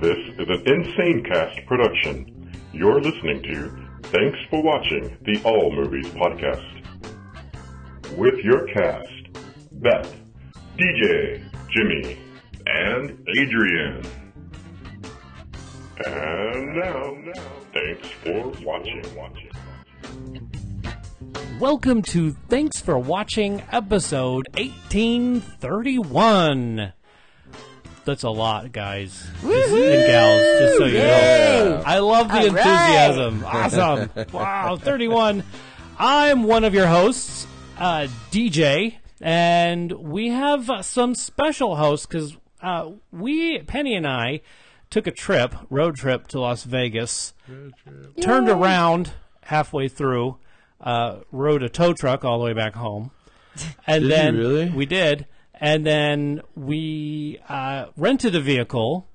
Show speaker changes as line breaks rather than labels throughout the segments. This is an Insane Cast production. You're listening to Thanks for Watching the All Movies Podcast. With your cast, Beth, DJ, Jimmy, and Adrian. And now, thanks for watching.
Welcome to Thanks for Watching episode 1831. That's a lot, guys. Just- And gals, just so you know. I love the
All right.
enthusiasm. Awesome. wow, 31. I'm one of your hosts, uh, DJ, and we have uh, some special hosts because uh, we, Penny and I, took a trip, road trip to Las Vegas turned around halfway through, uh, rode a tow truck all the way back home, and
Did you
then
really?
we did, and then we uh, rented a vehicle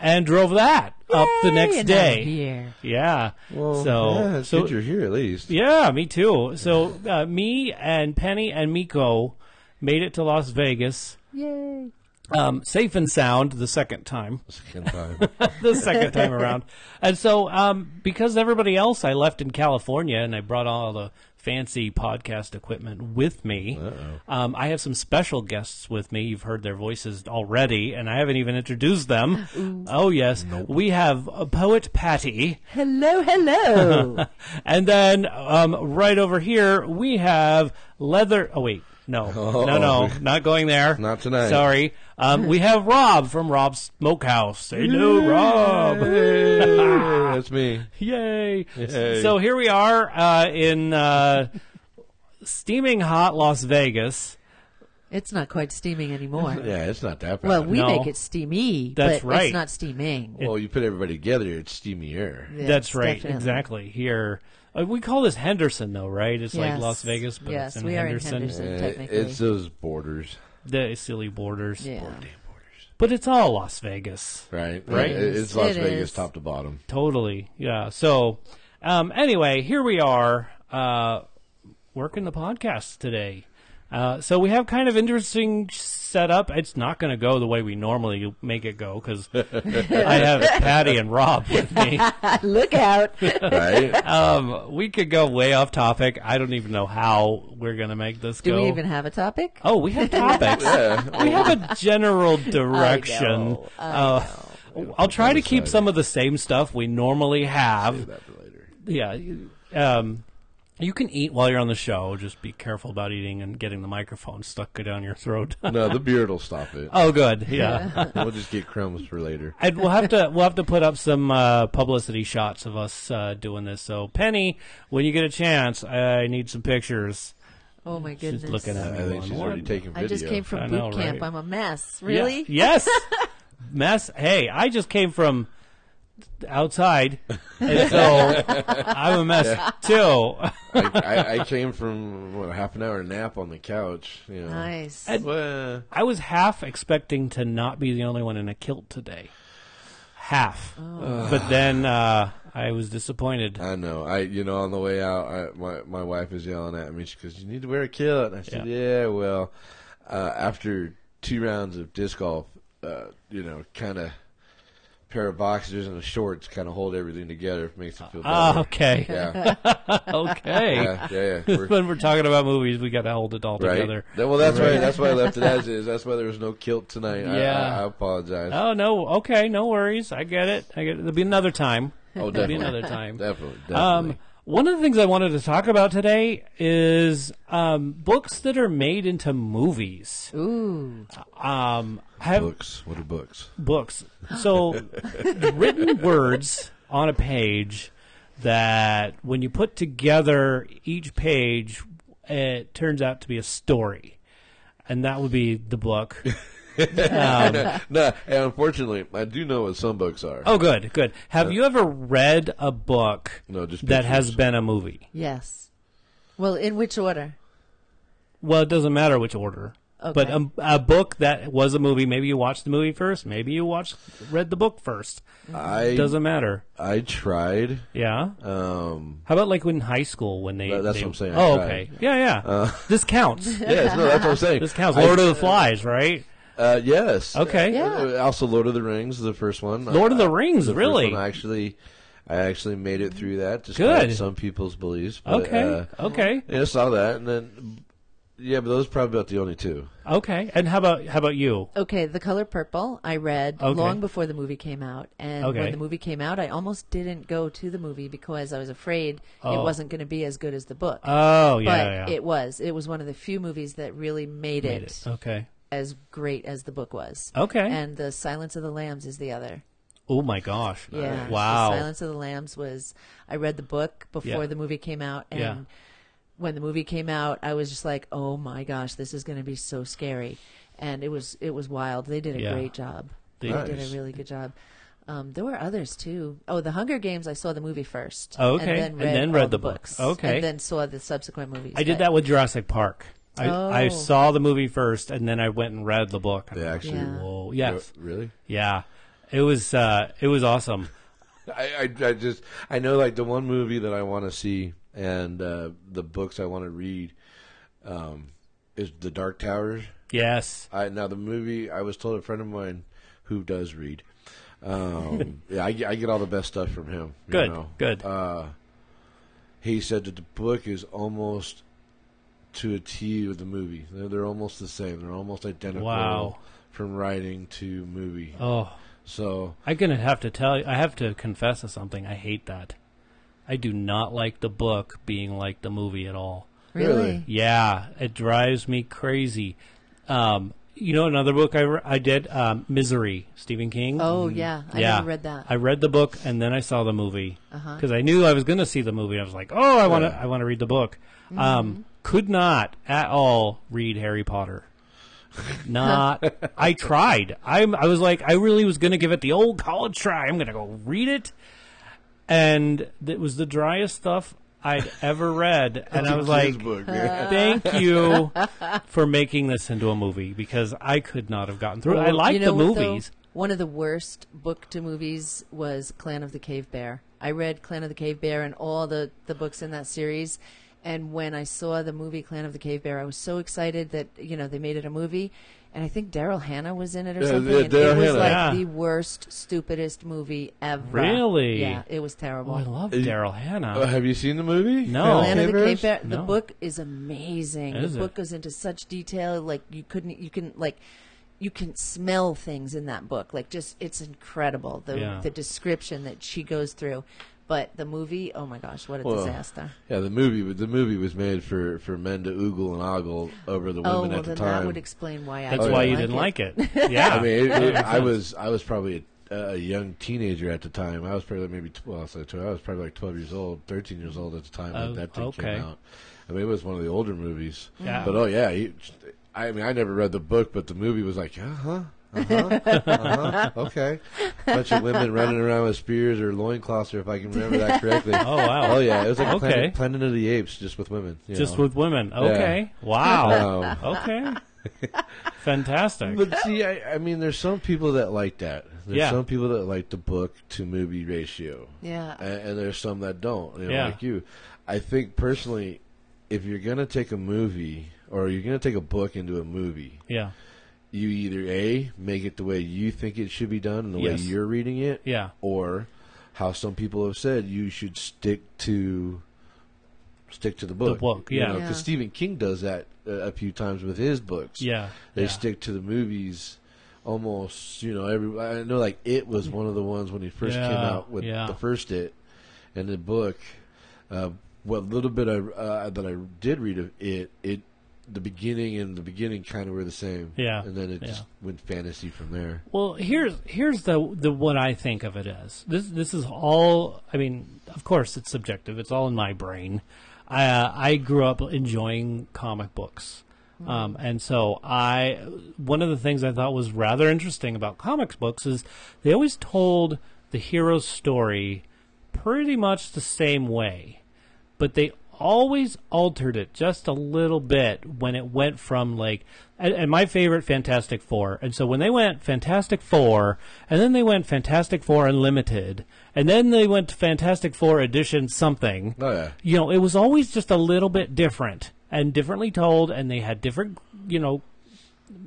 and drove that up the next
and
day.
I'm here.
Yeah. so
yeah, it's
so
good you're here at least.
yeah, me too. So uh, me and Penny and Miko made it to Las Vegas.
Yay.
Um, safe and sound the second time.
Second time.
the second time around. And so, um, because everybody else I left in California and I brought all the fancy podcast equipment with me, um, I have some special guests with me. You've heard their voices already, and I haven't even introduced them. Oh, yes. We have a poet Patty.
Hello, hello.
And then um, right over here, we have Leather. Oh, wait. No, no, no, not going there.
Not tonight.
Sorry. Um, we have Rob from Rob's Smokehouse. Say no, Rob.
Hey, that's me.
Yay.
Yay.
So here we are uh, in uh, steaming hot Las Vegas.
it's not quite steaming anymore.
Yeah, it's not that bad.
Well, we
No.
make it steamy,
That's
but
right.
it's not steaming.
well, you put everybody together, it's steamier.
Yes,
That's right.
definitely.
Exactly. Here. Uh, we call this Henderson, though, right? It's like
Yes.
Las Vegas, but
Yes,
it's in
we are in
Henderson.
Henderson.
Eh,
Technically.
it's those borders,
The silly borders.
Yeah.
But it's all Las Vegas.
right?
Right.
It- it's Las
It
Vegas,
is.
top to bottom.
Totally. Yeah. So, um, anyway, here we are uh, working the podcast today. Uh, so we have kind of interesting setup. It's not going to go the way we normally make it go because I have Patty and Rob with me.
Look out.
Right?
Um, we could go way off topic. I don't even know how we're going to make this
Do
go.
we even have a topic?
Oh, we have topics. We have a general direction.
I know, I
Uh, I'll try to keep some of the same stuff we normally have.
that for later.
Yeah. you- Um, you can eat while you're on the show. Just be careful about eating and getting the microphone stuck down your throat.
No, the beard will stop it.
oh, good. Yeah.
We'll just get crumbs for later.
And we'll have to we'll have to put up some uh, publicity shots of us uh, doing this. So Penny, when you get a chance, I need some pictures.
Oh, my goodness.
She's looking at me.
I think
going,
she's
"What
already taking video.
I just came from
I
boot
know,
camp.
right?
I'm a mess.
Yeah.
Really?
Yes. Mess. Hey, I just came from outside, and so I'm a mess too.
I, I, I came from what a half an hour nap on the couch. You know.
Nice.
And-
Well,
I was half expecting to not be the only one in a kilt today, half.
Oh.
But then uh, I was disappointed.
I know. I you know on the way out, I, my my wife is yelling at me. She goes, "You need to wear a kilt." And I said,
Yeah.
"Yeah, well, uh, after two rounds of disc golf, uh, you know, kind of pair of boxers and a shorts kind of hold everything together. It makes it feel better."
Ah, okay,
yeah,
okay.
yeah, yeah, yeah. We're-
When we're talking about movies, we got to hold it all
Right.
together.
Th- Well, that's why. That's why I left it as is. That's why there was no kilt tonight. I-
Yeah.
I, I apologize.
Oh no, okay, no worries. I get it. I get it. There'll be another time.
Oh,
There'll be
definitely.
another time.
Definitely, definitely.
Um, one of the things I wanted to talk about today is um, books that are made into movies.
Ooh.
Um, have
books. What are books?
books. So written words on a page that when you put together each page, it turns out to be a story. And that would be the book.
no, and unfortunately, I do know what some books are.
Oh, good, good. Have you ever read a book
Uh, No, just
that has
pictures.
been a movie?
Yes. Well, in which order?
Well, it doesn't matter which order. But
Okay.
a, a book that was a movie, maybe you watched the movie first, maybe you watched read the book first.
I
doesn't matter.
I tried.
Yeah.
Um,
How about like when in high school when they?
That- that's
they-
what I'm saying, Uh. I
Oh,
tried.
okay. Yeah, yeah. this counts.
yes, no, that's what I'm saying.
This counts.
I-
Lord of the Flies, right?
Uh, yes.
Okay.
Yeah.
Uh, Also, Lord of the Rings, the first one.
Lord of the
Uh,
Rings,
the first
really?
one, I actually, I actually made it through that.
Good.
Despite Some people's beliefs. But,
Okay.
uh,
okay.
yeah, I saw that, and then yeah, but those are probably about the only two.
Okay. And how about how about you?
Okay, The Color Purple, I read
Okay.
long before the movie came out. And
Okay.
when the movie came out, I almost didn't go to the movie because I was afraid it
Oh.
wasn't going to be as good as the book.
Oh
but
yeah. yeah.
it was. It was one of the few movies that really made,
Made
it,
it. Okay.
as great as the book was.
Okay.
And The Silence of the Lambs is the other.
Oh my gosh.
Yeah.
Wow.
The Silence of the Lambs was. I read the book before
Yeah.
the movie came out, and
Yeah.
when the movie came out, I was just like, "Oh my gosh, this is going to be so scary," and it was it was wild. They did a
Yeah.
great job. They,
They-
did
Nice.
a really good job. Um, there were others too. Oh, The Hunger Games. I saw the movie first.
Oh, okay.
and then
And
read,
then read
all
the
the
book.
books.
Okay.
and then saw the subsequent movies.
I did
but-
that with Jurassic Park. I, I
Oh.
saw the movie first, and then I went and read the book.
They actually.
Yeah.
Whoa! Yes,
Re- Really?
yeah. It was uh, it was awesome.
I, I I just I know like the one movie that I want to see and uh, the books I want to read um, is The Dark Towers.
Yes.
I now the movie I was told a friend of mine who does read. Um, yeah, I, get- I get all the best stuff from him. you
Good,
know.
good.
Uh, he said that the book is almost to a T of the movie. They're, they're almost the same. They're almost identical.
Wow.
From writing to movie.
Oh,
So
I'm gonna have to tell you. I have to confess to something. I hate that. I do not like the book being like the movie at all.
Really?
Yeah, it drives me crazy. Um, you know, another book I, re- I did, um, Misery, Stephen King.
Oh yeah, I
yeah,
never read that.
I read the book and then I saw the movie
Uh-huh.
because I knew I was going to see the movie. I was like, oh, I want to, I want to read the book.
Mm-hmm.
Um, could not at all read Harry Potter. Not. I tried. I'm. I was like, I really was going to give it the old college try. I'm going to go read it, and it was the driest stuff I'd ever read. And I was
His
like,
book, man.
thank you for making this into a movie because I could not have gotten through it. I
Well,
like
you know
the
what, though?
movies.
One of the worst book to movies was Clan of the Cave Bear. I read Clan of the Cave Bear and all the, the books in that series. And when I saw the movie Clan of the Cave Bear, I was so excited that, you know, they made it a movie. And I think Daryl Hannah was in it or
Yeah,
something.
yeah,
and it
Daryl
was
Hannah.
like
Yeah.
the worst, stupidest movie ever.
Really?
Yeah, it was terrible.
Oh, I love
Is-
Daryl Hannah.
Uh, have you seen the movie?
No.
Clan of
Land of the
Cave
Cave Bear. The
No.
book is amazing.
Is
the
it?
book goes into such detail, like you couldn't, you can like, you can smell things in that book. Like just, it's incredible the
Yeah.
the description that she goes through. But the movie, oh my gosh, what a
Well,
disaster!
Yeah, the movie. The movie was made for for men to oogle and ogle over the women
Oh well,
at the
then
time.
that would explain why I.
That's
didn't
why you
like
didn't
it.
like it. Yeah.
oh, I mean, it, it, I was I was probably a, a young teenager at the time. I was probably maybe tw- well, I say tw- I was probably like twelve years old, thirteen years old at the time
Oh,
when that thing
okay.
came out. I mean, it was one of the older movies.
Yeah.
But oh yeah, you- I mean, I never read the book, but the movie was like, uh huh. Uh-huh, uh-huh, okay. Bunch of women running around with spears or loincloths, or if I can remember that correctly.
oh wow.
Oh yeah, it was like
Okay.
Planet, Planet of the Apes, just with women. you
Just
know.
with women. Okay. Wow.
Um,
okay. Fantastic.
But see, I, I mean, there's some people that like that. There's
Yeah.
some people that like the book to movie ratio,
Yeah.
and, and there's some that don't. You know,
Yeah.
like you. I think personally, if you're gonna take a movie or you're gonna take a book into a movie,
yeah.
you either a make it the way you think it should be done and the
Yes.
way you're reading it,
Yeah.
or how some people have said you should stick to stick to the book.
book,
you
yeah.
know,
Yeah.
'cause Stephen King does that uh, a few times with his books.
Yeah.
They
yeah.
stick to the movies almost, you know, every I know like it was one of the ones when he first came
Yeah,
out with
yeah.
the first it and the book uh, what little bit I uh, that I did read of it it the beginning and the beginning kind of were the same.
Yeah,
And then it
yeah.
just went fantasy from there.
Well, here's here's the the what I think of it as. This this is all. I mean, of course, it's subjective. It's all in my brain. I uh, I grew up enjoying comic books, um, and so I one of the things I thought was rather interesting about comics books is they always told the hero's story pretty much the same way but they always altered it just a little bit when it went from like and, and my favorite fantastic four and so when they went fantastic four and then they went fantastic four unlimited and then they went to fantastic four edition something
Oh yeah.
you know, it was always just a little bit different and differently told, and they had different, you know,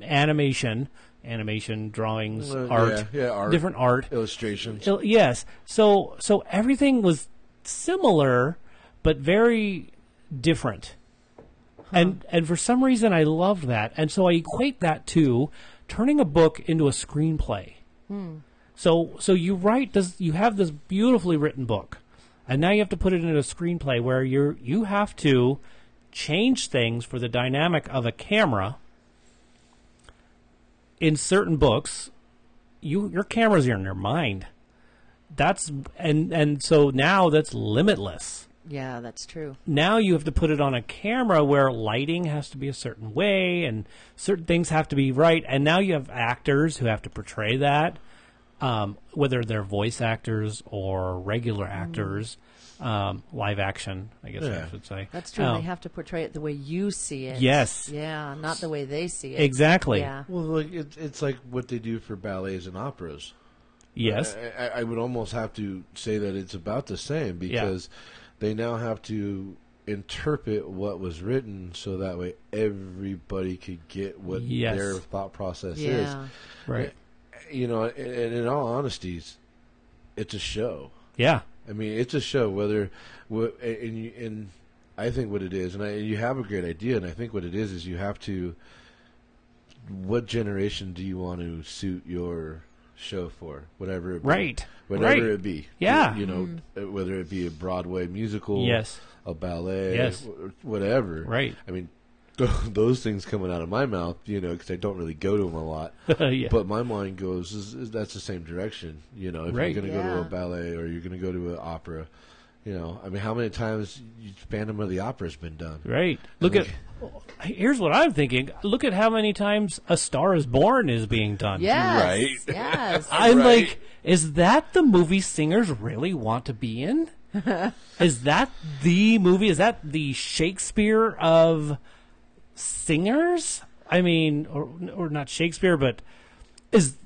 animation animation, drawings,
Well,
art,
yeah, yeah, art.
different art.
illustrations.
Il- yes. So so everything was similar, but very different. And and for some reason I loved that, and so I equate that to turning a book into a screenplay. So so you write this, you have this beautifully written book, and now you have to put it into a screenplay where you're you have to change things for the dynamic of a camera. In certain books, you your cameras are in your mind. That's and and so now that's limitless.
Yeah, that's true.
Now you have to put it on a camera where lighting has to be a certain way and certain things have to be right. And now you have actors who have to portray that, um, whether they're voice actors or regular
Mm.
actors, um, live action, I guess
Yeah.
I should say.
That's true.
Um,
They have to portray it the way you see it.
Yes.
Yeah, not the way they see it.
exactly.
Yeah.
Well, like it, it's like what they do for ballets and operas.
Yes.
I, I- I would almost have to say that it's about the same because they now have to interpret what was written so that way everybody could get what
Yes.
their thought process
Yeah.
right.
is. You know, and, and in all honesty, it's a show.
Yeah.
I mean, it's a show. Whether wh- and you, and I think what it is, and I, you have a great idea, and I think what it is is you have to. What generation do you want to suit your show for? Whatever, it be.
Right.
Whatever
Right.
it be,
Yeah.
You, know,
Mm.
uh, whether it be a Broadway musical,
Yes.
a ballet,
Yes.
wh- whatever,
Right.
I mean, those things coming out of my mouth, you know, because I don't really go to them a lot.
yeah.
But my mind goes, is, is that's the same direction. You know, if
Right.
you're going to go to a
Yeah.
ballet or you're going to go to an opera, you know, I mean, how many times you- Phantom of the Opera's been done?
Right. Look at. Here's what I'm thinking. Look at how many times A Star Is Born is being done.
Yes.
Right.
Yes.
I'm
Right.
like, is that the movie singers really want to be in? is that the movie? Is that the Shakespeare of singers? I mean, or or not Shakespeare, but is.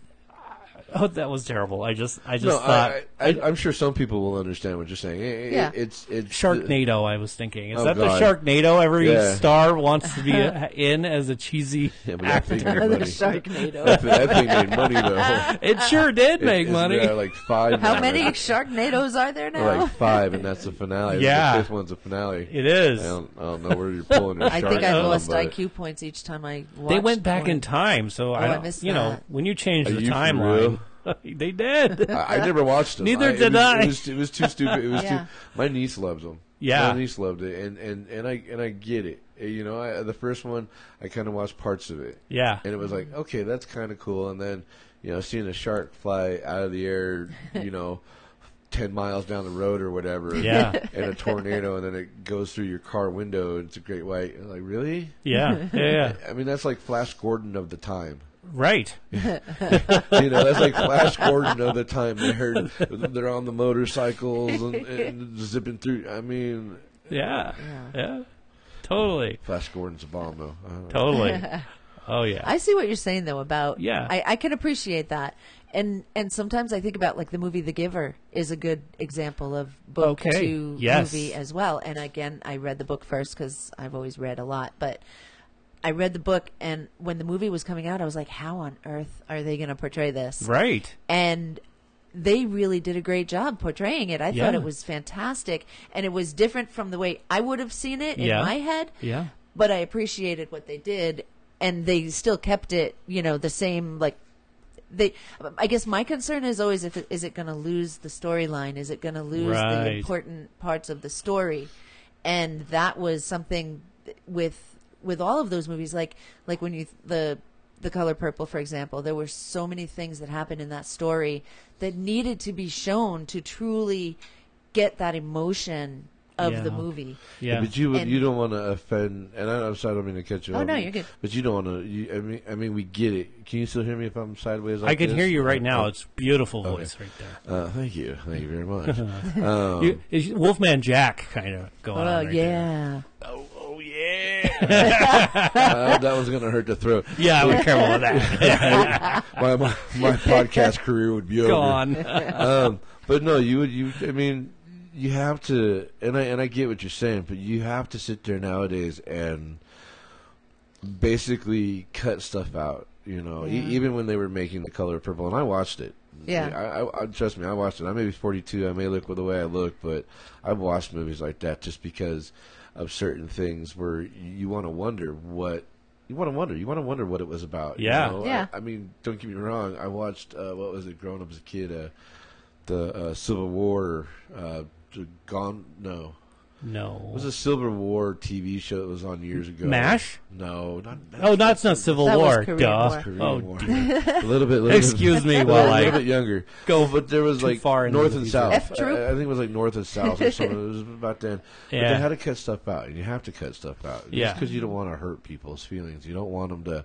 Oh, that was terrible. I just, I just
No,
thought
I, I, I, I'm sure some people will understand what you're saying. It- it-
Yeah.
it's it's
Sharknado. I was thinking, is
Oh,
that
God.
the Sharknado every
Yeah.
star wants to be a- in as a cheesy
Yeah, but that
actor?
thing made
the
money.
Sharknado.
That thing- that thing made money though.
It sure did make
Isn't
money.
There, uh, like five.
How
now,
many
right?
Sharknados are there now?
Like five, and that's the finale.
Yeah.
the fifth one's a finale.
It is.
I don't, I don't know where you're pulling your
I
shark
think I
from,
lost
but-
IQ points each time I watched.
They went back
one.
in time, so I
Oh, I
don't.
missed
you know,
that.
when you change
Are
the
you for
timeline, they did.
I, I never watched them.
Neither
I,
did
it was,
I.
It was, it was too stupid. It was
Yeah.
too. My niece loves them.
Yeah.
my niece loved it, and and and I and I get it. Uh, You know, I, the first one, I kind of watched parts of it,
yeah,
and it was like, okay, that's kind of cool. And then, you know, seeing a shark fly out of the air, you know. Ten miles down the road or whatever,
Yeah.
and a tornado, and then it goes through your car window. And it's a great white. Like really?
yeah, yeah, yeah.
I mean, that's like Flash Gordon of the time.
right.
You know, that's like Flash Gordon of the time. They're they're on the motorcycles and, and zipping through. I mean,
Yeah,
Yeah.
yeah, totally,
Flash Gordon's a bomb though. I don't know.
totally. Oh yeah,
I see what you're saying though about
Yeah.
I, I can appreciate that, and and sometimes I think about like the movie The Giver is a good example of book
Okay.
to
Yes.
movie as well. And again, I read the book first because I've always read a lot, but I read the book, and when the movie was coming out, I was like, how on earth are they going to portray this?
right.
and they really did a great job portraying it. I
Yeah.
thought it was fantastic, and it was different from the way I would have seen it in
Yeah.
my head.
Yeah.
But I appreciated what they did, and they still kept it, you know, the same like they I guess my concern is always if it, is it going to lose the storyline? Is it going to lose
Right.
the important parts of the story? And that was something th- with with all of those movies like like when you the the color purple for example there were so many things that happened in that story that needed to be shown to truly get that emotion of the
Yeah.
movie
Yeah,
But you
And-
you don't want to offend, and I, I'm sorry, I don't mean to catch you.
Oh,
up,
no, you're good.
But you don't want to. You, I mean, I mean, we get it. Can you still hear me if I'm sideways? Like
I can
this?
hear you right now.
Oh,
It's beautiful voice right there.
Uh, thank you, thank you very much. Um,
You- it's Wolfman Jack kind of going
oh
on right there.
yeah
Oh, oh yeah,
Uh, that was gonna hurt the throat.
yeah. I would care about that.
My my, my podcast career would be over.
Go on.
um, but no, you would. You, I mean, you have to, and I and I get what you're saying, but you have to sit there nowadays and basically cut stuff out. You know, e- even when they were making the color purple, and I watched it.
Yeah.
I, I, I trust me, I watched it. I may be 42, I may look the way I look, but I've watched movies like that just because of certain things where you want to wonder what you want to wonder. You want to wonder what it was about. you
Yeah.
know?
Yeah.
I, I mean, don't get me wrong. I watched uh, what was it? Growing up as a kid, uh, the uh, Civil War, uh, gone. No,
No.
it was a Silver War TV show that was on years ago.
MASH?
No, not MASH.
oh, that's not Civil
That was
War.
Korean
Duh.
War.
Korean
Oh,
War. a little bit. Little
excuse me
bit,
while
a little
I
bit younger.
go
But there was
too
like
far into
north
the
and
future.
south.
F troop?
I, I think it was like north and south or something. It was about then. But
Yeah.
they had to cut stuff out, and you have to cut stuff out.
Yeah.
because you don't want to hurt people's feelings. You don't want them to.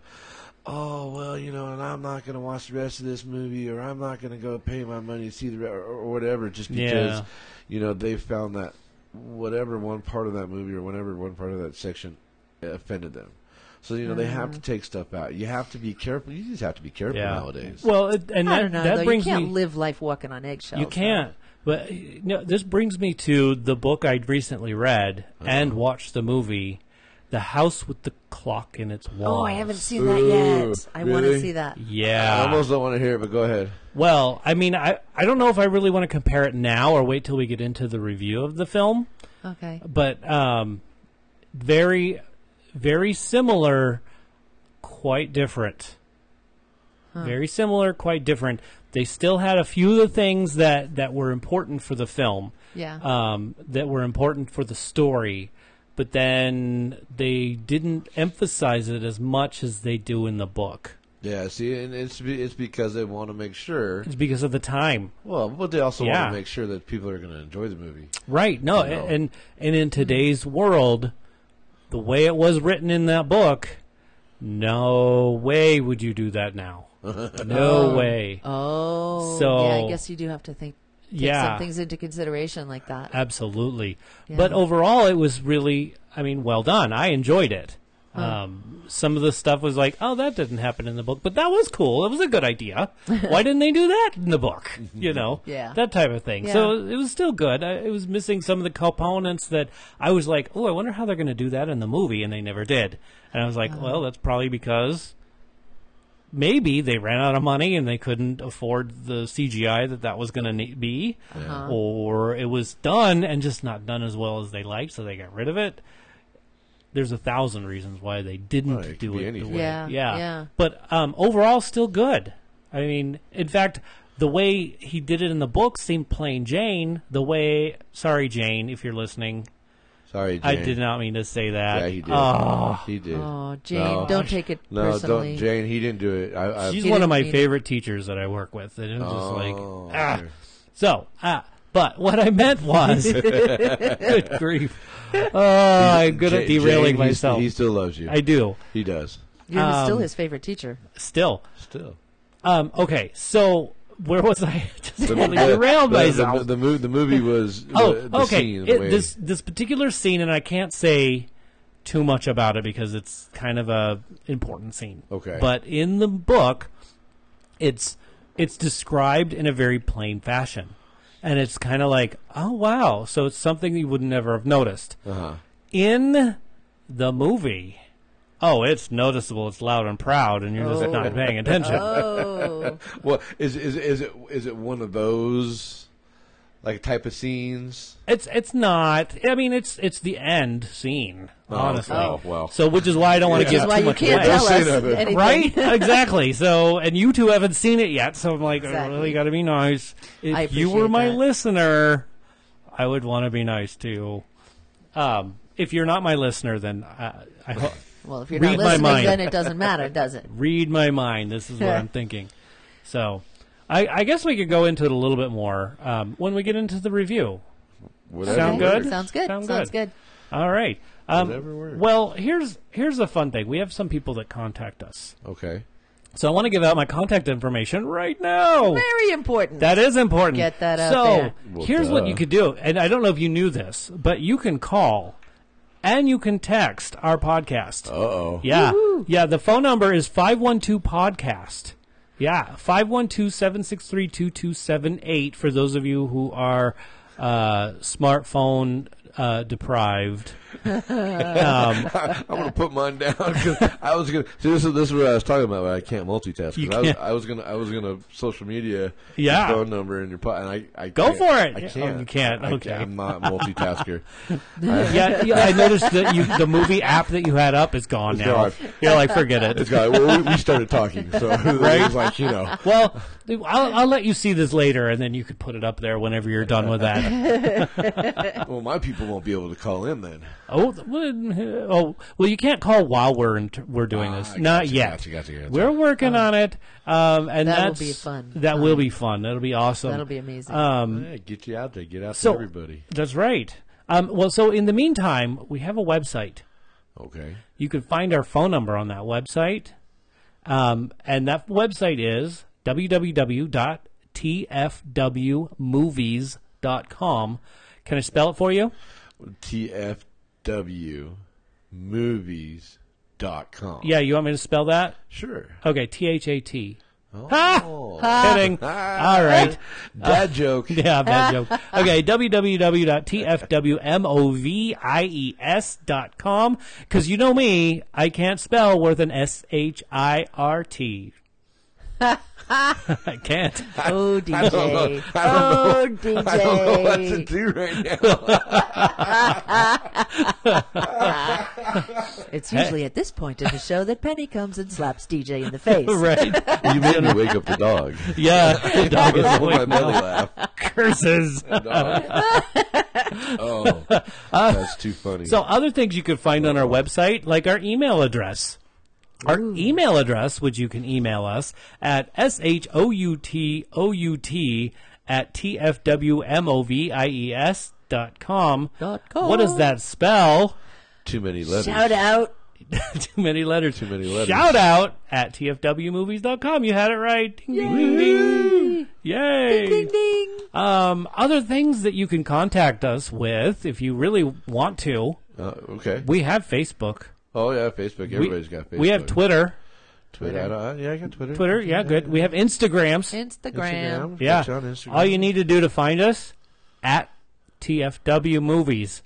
Oh well, you know, and I'm not going to watch the rest of this movie, or I'm not going to go pay my money to see the re- or, or whatever, just because
Yeah.
you know they found that whatever one part of that movie or whatever one part of that section offended them. So you know they have
Mm-hmm.
to take stuff out. You have to be careful. You just have to be careful
Yeah.
nowadays.
Well, it, and
I
that,
don't know.
that
though.
brings
you can't
me.
live life walking on eggshells.
you can't. But you know, this brings me to the book I recently read
Uh-huh.
and watched the movie, "The House with the Clock in Its
though.
Wall."
Oh, I haven't seen
Ooh,
that yet. I want to
really?
see that.
Yeah.
I almost don't want to hear it, but go ahead.
Well, I mean, I I don't know if I really want to compare it now or wait till we get into the review of the film.
Okay.
but um, very, very similar, quite different. Very similar, quite different. They still had a few of the things that that were important for the film,
Yeah.
um, that were important for the story, but then they didn't emphasize it as much as they do in the book.
Yeah, see, and it's be, it's because they want to make sure.
It's because of the time.
Well, but they also
Yeah.
want to make sure that people are going to enjoy the movie.
Right. No,
You know.
and and in today's world, the way it was written in that book, no way would you do that now. no way.
Oh,
So-
yeah. I guess you do have to think take
Yeah.
some things into consideration like that.
Absolutely.
Yeah.
But overall, it was really, I mean, well done. I enjoyed it. Um, some of the stuff was like, oh, that didn't happen in the book, but that was cool. That was a good idea. Why didn't they do that in the book? You know,
Yeah.
that type of thing. So
Yeah.
it was still good. I, it was missing some of the components that I was like, oh, I wonder how they're going to do that in the movie, and they never did. And I was
Uh-huh.
like, well, that's probably because maybe they ran out of money and they couldn't afford the CGI that that was going to ne- be, or it was done and just not done as well as they liked, so they got rid of it. There's a thousand reasons why they didn't
Well, it could
do
be
it. the
anything.
way-
Yeah, yeah.
But um, overall, still good. I mean, in fact, the way he did it in the book seemed plain Jane. The way, sorry Jane, if you're listening,
Sorry, Jane.
I Ah. did not mean to say that. Uh,
Yeah, he did. he did.
Oh, Jane,
No.
don't take it
no,
personally.
don't, Jane. He didn't do it. I, I,
She's
He
one of
didn't
my
mean it.
favorite teachers that I work with, and it was
Oh,
just like, ah.
okay.
So, ah, but what I meant was, good grief. Oh, I'm good at
Jane-
derailing
Jane, he-
myself.
He still loves you.
I do
he does.
You're still
um,
his favorite teacher.
still.
Still.
Um, okay, so where was I? just
The,
totally derailed
the,
myself.
the, the, mo- the movie was.
oh,
the, the
okay.
Scene, the
It-
way-
this this particular scene, and I can't say too much about it because it's kind of a important scene.
Okay.
But in the book, it's it's described in a very plain fashion, and it's kind of like, oh wow, so it's something you would never have noticed
uh-huh.
in the movie. Oh, it's noticeable. It's loud and proud, and you're just
Oh.
not paying attention.
Oh,
Well, is is is it is it one of those like type of scenes?
It's it's not. I mean, it's it's the end scene, honestly.
oh, well.
So, which is why I don't want to
Which
give
is
too
why you
much
can't
away.
tell us
Seen of it.
anything.
Right? exactly. So, and you two haven't seen it yet, so I'm like, I
Exactly.
really got to be nice. If
I
you were
appreciate
my
that.
listener, I would want to be nice too. Um, if you're not my listener, then uh, I ho-
Well, if you're
Read
not
my
listening,
mind.
then it doesn't matter, does it?
read my mind. This is what I'm thinking. So, I, I guess we could go into it a little bit more um, when we get into the review.
Whatever
Sound
works.
good?
Sounds good.
Sound
Sounds
good.
good.
All right. Um,
Whatever works.
Well, here's here's the fun thing. We have some people that contact us,
Okay.
so I want to give out my contact information right now.
Very important.
That is important.
Get that out
so,
there.
Well,
here's what
duh.
you could do, and I don't know if you knew this, but you can call and you can text our podcast.
Uh oh.
Yeah. Yeah, the phone number is 512 podcast. Yeah, 512-763-2278 for those of you who are uh, smartphone uh, deprived.
I'm gonna put mine down 'cause I was gonna. See, this is this is what I was talking about. Where I can't multitask. 'cause
You
I, was,
can't.
I was gonna I was gonna social media.
Yeah.
Your phone number and your pot, and I, I
Go
can't.
for it.
I
Yeah.
can't.
Oh, you can't.
I,
Okay.
I'm not a multitasker.
Yeah, yeah, I noticed that you, the movie app that you had up is gone
It's
now.
gone.
You're like, forget it.
It's got, well, we, we started talking, so it was like you know.
Well, I'll, I'll let you see this later, and then you could put it up there whenever you're done with that.
Well, my people won't be able to call in then.
Oh, th- well, oh, well, you can't call while we're in we're doing
Ah,
this.
gotcha,
Not yet.
gotcha, gotcha, gotcha.
We're working on it, um, and
That will
that's-
be fun. Um,
That will be fun. That'll be awesome.
That'll be amazing.
Um,
Yeah, get you out there. Get out
Mm-hmm. So-
to everybody.
That's right. Um, well, so in the meantime, we have a website.
Okay.
You can find our phone number on that website. Um, and that website is www.tfwmovies.com. Can I spell it for you?
TFWmovies.com.
Yeah, you want me to spell that?
Sure.
Okay, T H A T.
Oh.
Kidding. Ah. All right.
Dad joke.
Yeah, bad joke. Okay, www.tfwmovies.com. Because you know me, I can't spell worth an S H I R T. I can't.
oh, DJ. oh, DJ.
I don't know what to do right now.
It's usually at this point of the show that Penny comes and slaps DJ in the face.
Right.
You made me wake up the dog.
Yeah. The dog is
my
awake
belly
now.
laugh.
Curses.
Dog. oh, that's too funny.
Ah. So, other things you could find on our website, like our email address. Our email address, which you can email us at S H O U T O U T at T F W M O V I E S dot com.
Dot com.
What does that spell?
too many letters.
Shout out.
Too many letters. Too
many letters.
Shout out at tfwmovies.com. You had it right. Ding, ding, ding, ding. Yay.
Ding, ding.
Um, other things that you can contact us with if you really want to.
Uh, okay.
We have Facebook.
oh yeah, Facebook.
We-
Everybody's got Facebook.
We have Twitter.
Twitter. I don't- yeah, I got Twitter.
Twitter, yeah, good. We have Instagrams.
Instagram.
yeah.
Catch you on Instagram.
All you need to do to find us at TFW Movies.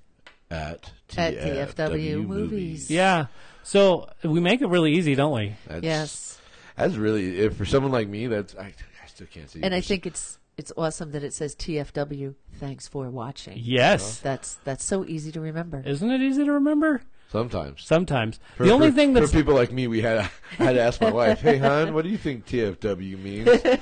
at
At TFW Movies.
Yeah. So we make it really easy, don't we?
That's,
Yes.
That's really if for someone like me. That's I, I still can't see.
And I think it's it's awesome that it says TFW. Thanks for watching.
Yes.
That's that's so easy to remember.
Isn't it easy to remember?
sometimes
Sometimes.
For-
the only
for-
thing that's
for people like me, we had I had to ask my wife, "Hey, hon, what do you think TFW means?" so you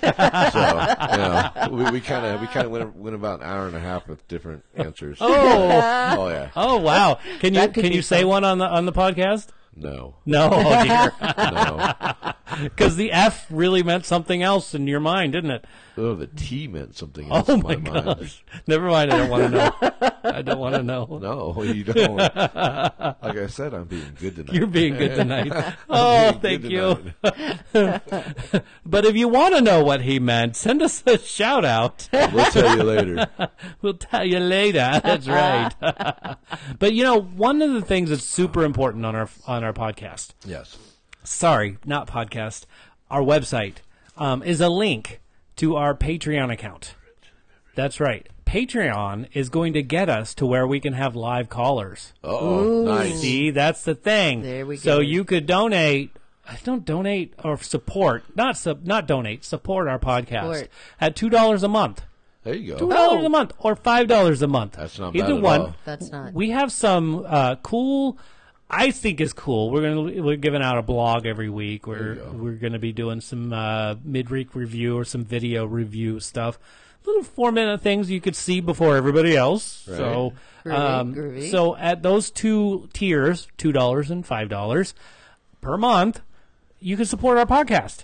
know, we we kind of we kind of went went about an hour and a half with different answers.
oh,
Oh, yeah,
oh wow. Can you
That could
can
be
you say
fun.
one on the on the podcast?
no,
No, oh dear.
no.
Because the F really meant something else in your mind, didn't it?
Oh, the T meant something else
Oh
in
my
my, mind.
gosh. Never mind. I don't want to know. I don't want to know.
No, you don't. like I said, I'm being good tonight.
You're being good tonight. oh,
Being
thank
good
you.
tonight.
But if you want to know what he meant, send us a shout out.
We'll tell you later.
We'll tell you later. That's right. but you know, one of the things that's super important on our on our podcast,
Yes.
sorry, not podcast, our website um, is a link to our Patreon account. That's right. Patreon is going to get us to where we can have live callers.
Oh, nice.
See, that's the thing.
There we
So
go.
you could donate. Don't donate or support. Not sub. Not donate. Support our podcast
Support.
at two dollars a month.
There you
Two
go.
dollars a month or five dollars a month.
That's not
either
bad at
one.
all.
That's not.
We have some uh, cool. I think is cool. We're gonna we're giving out a blog every week. We're we're gonna be doing some uh, mid week review or some video review stuff. Little four minute things you could see before everybody else. So um,
Groovy, groovy.
so at those two tiers, two dollars and five dollars per month, you can support our podcast.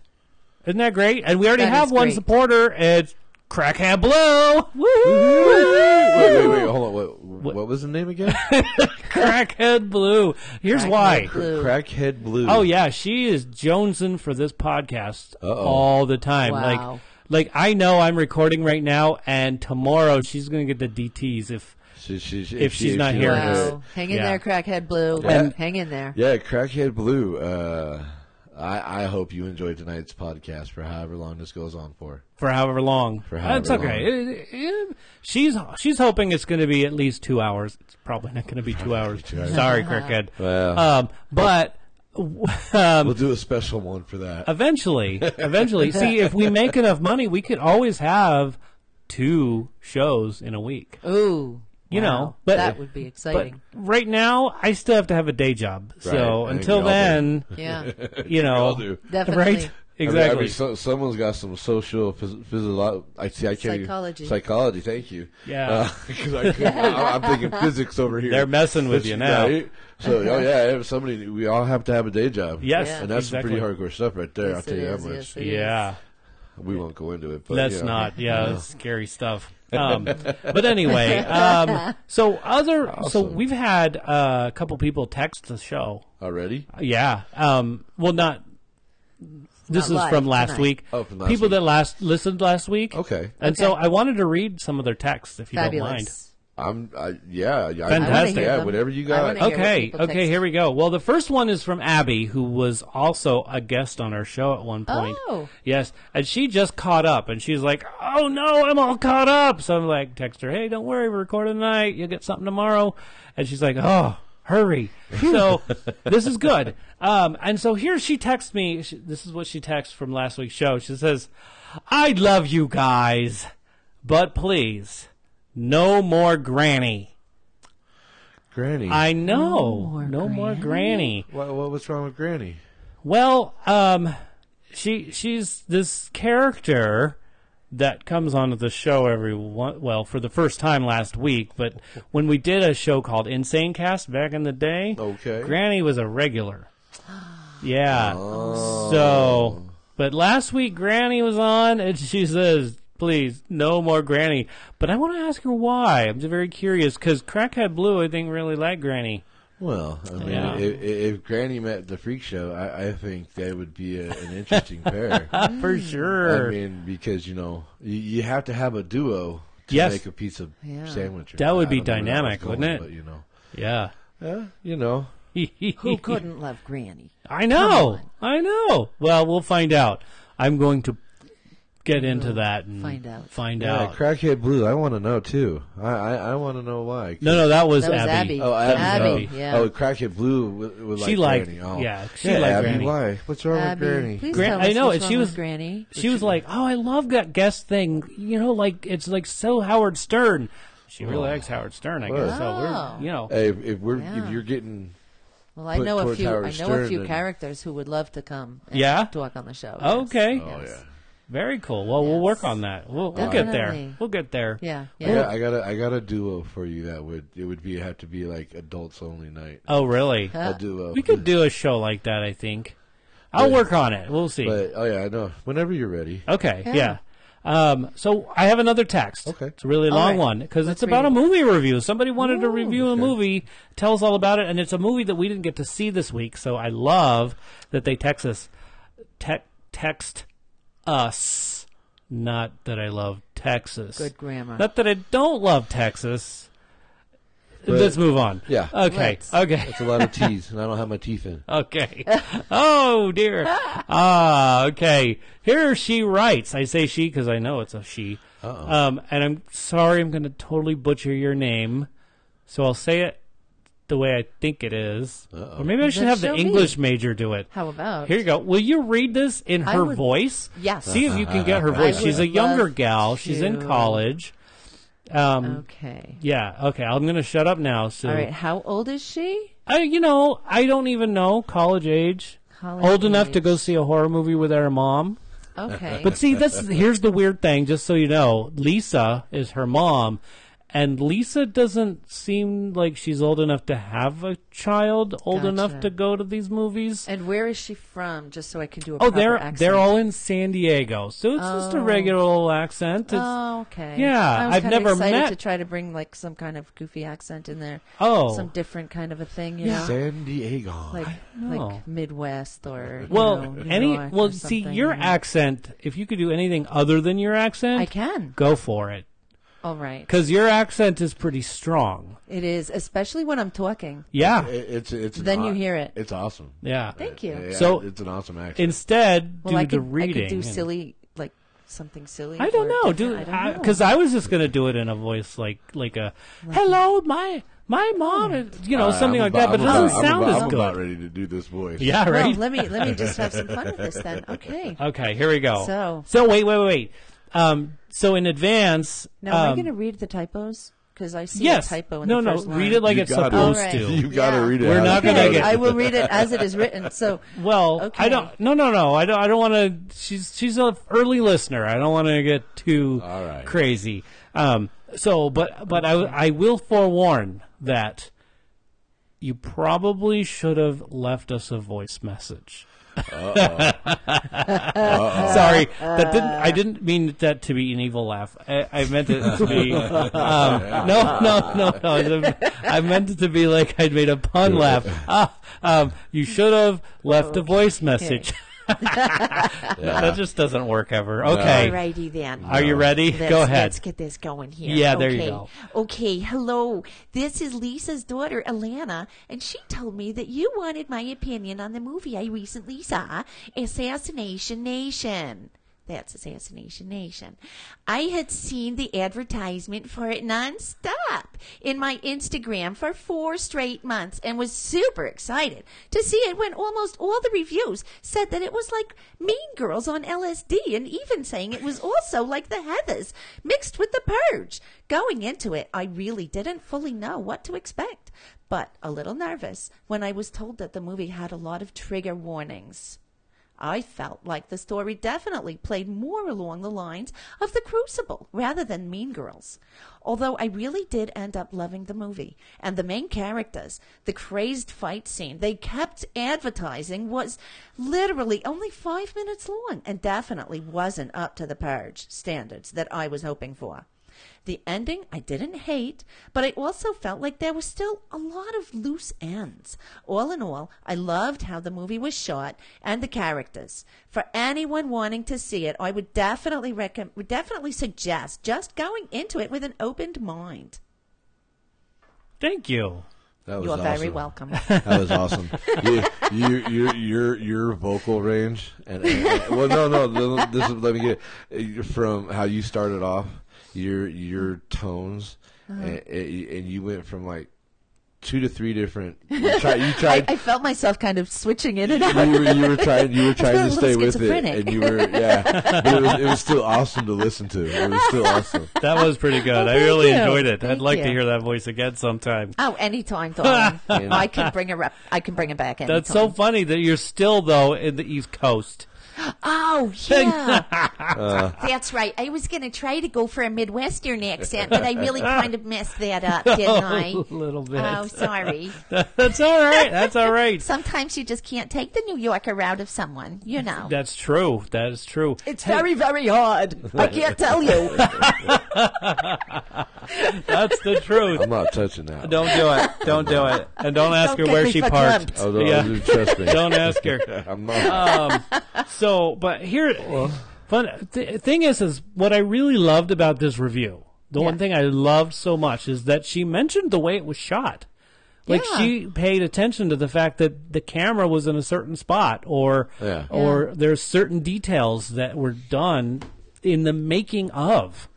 Isn't that great? And we already
That
have
is
one
great.
supporter. It's Crackhead Blue. Woo!
Wait, wait, wait. Hold on. What, what? was the name again?
Crackhead Blue. Here's why.
Blue.
Crackhead Blue.
Oh yeah, she is jonesing for this podcast all the time.
Wow.
Like like I know I'm recording right now and tomorrow she's going to get the DTs if
She, she, she,
If she's not
she-
here.
Wow. Hang in
Yeah.
there, crackhead blue. Hang in there.
Yeah, Crackhead Blue. Uh, I, I hope you enjoyed tonight's podcast for however long this goes on for.
for however long.
For however
That's okay.
long.
It- it- she's she's hoping it's going to be at least two hours. It's probably not going to be two hours. Sorry, Cricket.
Well.
um, but um,
We'll do a special one for
Uh,
that.
eventually, eventually, see if we make enough money, we could always have two shows in a week.
Ooh.
You
wow.
know, but-
that would be
But
exciting.
right now, I still have to have a day job. So
I think we
until
all do.
then,
yeah.
you know,
all do.
Definitely.
right?
I mean-
Exactly.
I mean, so, someone's got some social phys- physiolo- I see. I can't even-
Psychology.
psychology. Thank you.
Yeah.
Uh, 'cause I could, I, am thinking physics over here.
They're messing with
But
you now.
right? So oh yeah, if somebody. We all have to have a day job.
Yes,
Yeah.
and that's
exactly.
some pretty hardcore stuff right there.
Yes,
I'll tell
it
you that
is,
much.
yes, it is.
yeah.
We won't go into it. But,
That's
you know.
not. Yeah, that's scary stuff. Um, but anyway, um, so other so
Awesome.
we've had uh, a couple people text the show.
already.
Yeah. Um, well, not. This
Not
is from
live
last
tonight.
week.
Oh, from last
people
week.
that last listened last week.
Okay.
And so I wanted to read some of their texts, if you don't mind.
Fabulous.
I'm. I, yeah. yeah, I-
Fantastic.
Yeah.
them.
Whatever you
I
got.
wanna hear- what
Okay,
people
okay,
text.
here we go. Well, the first one is from Abby, who was also a guest on our show at one point.
Oh.
Yes, and she just caught up, and she's like, "Oh no, I'm all caught up." So I'm like, text her, "Hey, don't worry, we're recording tonight. You'll get something tomorrow." And she's like, "Oh, hurry." So this is good. Um, and so here she texts me. She, this is what she texts from last week's show. She says, "I love you guys, but please, no more Granny."
Granny.
I know.
more
No more granny.
What, what, what's wrong with Granny?
Well, um she she's this character that comes on the show every one, well for the first time last week, but when we did a show called Insane Cast back in the day,
Okay.
Granny was a regular. Yeah. So, but last week Granny was on and she says, "Please, no more Granny." But I want to ask her why. I'm just very curious cuz Crackhead Blue I think really liked Granny.
Well, I mean,
Yeah.
if, if Granny met the Freak Show, I, I think they would be a, an interesting pair.
For sure.
I mean, because you know, you, you have to have a duo to
Yes.
make a piece of
Yeah.
sandwich. or-
That would
I
be
don't know where that
dynamic,
was
wouldn't it?
But you know,
yeah.
yeah, you know,
Who couldn't love Granny?
I know. I know. Well, we'll find out. I'm going to get into that and
find out.
Find
yeah,
out.
crackhead blue. I want to know too. I I, I want to know why.
no, no, that was,
That was
Abby.
Abby.
Oh, Abby.
Abby,
oh,
yeah.
oh, crackhead blue would, would
She
like
liked-
Granny. Oh.
yeah, she liked
Abby,
Granny.
Why? What's wrong
Abby,
with Granny?
please
Gran-
tell
I
us
know,
what's
and
wrong
she
with
was-
Granny.
She was like, "Oh, I love that guest thing. You know, like it's like so Howard Stern." She
Oh.
really likes Howard Stern, I guess. So
Oh.
we're, you know,
Hey, if, if we're
Yeah.
if you're getting
Well, I
put
know a
towards
few.
Howard
I know
Stern
a few
and-
characters who would love to come. And
Yeah?
talk on the show. yes.
okay,
oh yeah.
very cool. Well, we'll work on that. We'll, we'll get there.
Definitely.
We'll get there.
Yeah, yeah.
I got, I got a I got a duo for you that would it would be have to be like adults only night.
Oh, really?
Uh,
A duo.
We could do a show like that. I think. I'll work on it. We'll see.
But oh yeah, I know. Whenever you're ready.
Okay, yeah.
Yeah.
Um, so I have another text.
Okay.
It's a really
All
long
right.
one because it's
Let's read
about a
it.
movie review. Somebody wanted to review a
okay.
movie, tell us all about it, and it's a movie that we didn't get to see this week. So I love that they text us, te- text us. Not that I love Texas.
Good grammar.
Not that I don't love Texas. Let's move on.
Yeah.
Okay.
Let's.
Okay.
It's a lot of teas, and I don't have my teeth in.
Okay. oh dear. Ah, okay. Here she writes. I say she because I know it's a she. Um, and I'm sorry, I'm going to totally butcher your name, so I'll say it the way I think it is. Or maybe I should
Then
have the
show me.
English major do it.
How about?
Here you go. Will you read this in
I
her
would-
voice?
Yes.
See if you can get her voice.
I
She's a
would
younger
love
gal. She's in
to.
college. Um,
Okay.
Yeah. Okay. I'm going to shut up now. So
All right. How old is she?
I, you know, I don't even know. College age.
College
Old enough to
age.
go see a horror movie with our mom.
Okay.
But see, that's here's the weird thing. Just so you know, Lisa is her mom, and Lisa doesn't seem like she's old enough to have a child, old
Gotcha.
enough to go to these movies.
and where is she from? Just so I can do a
oh,
proper
they're
accent.
they're all in San Diego, so it's just a
Oh.
regular old accent. It's,
Oh, okay.
Yeah,
I was
I've
kind of
never
excited
met-
to try to bring like some kind of goofy accent in there.
Oh.
some different kind of a thing, you know,
San Diego.
like
know.
like Midwest or you
well,
know, New
any
York
well,
or
see
something,
your
you know.
accent. If you could do anything other than your accent,
I can.
go for it.
All right.
because your accent is pretty strong.
It is, especially when I'm talking.
Yeah.
It- it's it's an
Then
aw-
you hear it.
It's awesome.
Yeah.
Thank you.
Yeah,
So-
it's an awesome accent.
Instead,
Well,
do
I
the
could,
reading.
I could do
and-
silly, like something silly.
I don't
or
know,
different.
dude.
I don't know.
Because I, was just gonna do it in a voice like like a hello, my my
Oh.
mom, and, you know, something
Uh, I'm
like
about-
that. But it
I'm
doesn't
about-
sound
I'm
as
about, I'm
good.
about ready to do this voice.
Yeah.
Well,
Right.
let me let me just have some fun with this then. Okay.
okay. Here we go.
So-
so wait, wait, wait, wait. Um, so in advance.
Now, am I
um,
going to read the typos? Because I see
Yes.
a typo in
no,
the
no.
first line.
Read it like
You
it's
got it.
supposed
All right.
to.
You got to
Yeah.
read it.
We're
out.
not
You
gonna
Okay,
gotta-
get-
I will read it as it is written. So,
Well, I
Okay.
don't. No, no, no. I don't. I don't want to. She's she's a early listener. I don't want to get too
All right.
crazy. Um. So, but but I I will forewarn that you probably should have left us a voice message. Sorry, that didn't.
Uh.
I didn't mean that to be an evil laugh. I, I meant it to be. Um, no, no, no, no. I meant it to be like I'd made a pun laugh. Ah, um, you should have left a voice message. that just doesn't work ever. Okay,
Alrighty then.
are you ready?
Let's,
Go ahead.
Let's get this going here.
Yeah,
okay.
there you go.
Okay, hello. This is Lisa's daughter, Alana, and she told me that you wanted my opinion on the movie I recently saw, Assassination Nation. That's Assassination Nation. I had seen the advertisement for it nonstop in my Instagram for four straight months and was super excited to see it when almost all the reviews said that it was like Mean Girls on LSD and even saying it was also like The Heathers mixed with The Purge. Going into it, I really didn't fully know what to expect, but a little nervous when I was told that the movie had a lot of trigger warnings. I felt like the story definitely played more along the lines of The Crucible rather than Mean Girls. Although I really did end up loving the movie and the main characters, the crazed fight scene they kept advertising was literally only five minutes long and definitely wasn't up to the Purge standards that I was hoping for. The ending I didn't hate, but I also felt like there was still a lot of loose ends. All in all, I loved how the movie was shot and the characters. For anyone wanting to see it, I would definitely recommend, would definitely suggest just going into it with an opened mind.
Thank you.
That was
You're very
awesome.
welcome.
That was awesome. you, you, you, your, your vocal range, and, and- well, no, no, no, this is let me get it. from how you started off your your tones, and, and you went from like two to three different. You tried, you
I,
tried
I felt myself kind of switching in and out.
you were, you were trying you were trying to
felt a little
stay with it,
schizophrenic.
and you were yeah, but it was, it was still awesome to listen to. It was still awesome.
That was pretty good. I
Oh, thank
really
you.
enjoyed it. I'd
Thank
like to
you.
hear that voice again sometime.
Oh, anytime, darling. I can bring her up. I can bring her back anytime.
That's so funny that you're still though in the East Coast.
Oh, yeah. That's right. I was going to try to go for a Midwestern accent, but I really kind of messed that up, didn't I?
a little bit.
Oh, sorry.
That's all right. That's all right.
Sometimes you just can't take the New Yorker out of someone, you know.
That's true. That is true.
It's very, very hard. I can't tell you.
That's the truth.
I'm not touching that.
Don't do it. Don't do it. And don't ask
Don't
her
get
where
me
she
fucked
parked.
up.
Oh, no,
Yeah.
trust me.
Don't ask her.
I'm not.
So, but here, fun th- thing is, is what I really loved about this review. The one thing I loved so much is that she mentioned the way it was shot. Like
Yeah.
she paid attention to the fact that the camera was in a certain spot, or
Yeah.
or there's certain details that were done in the making of.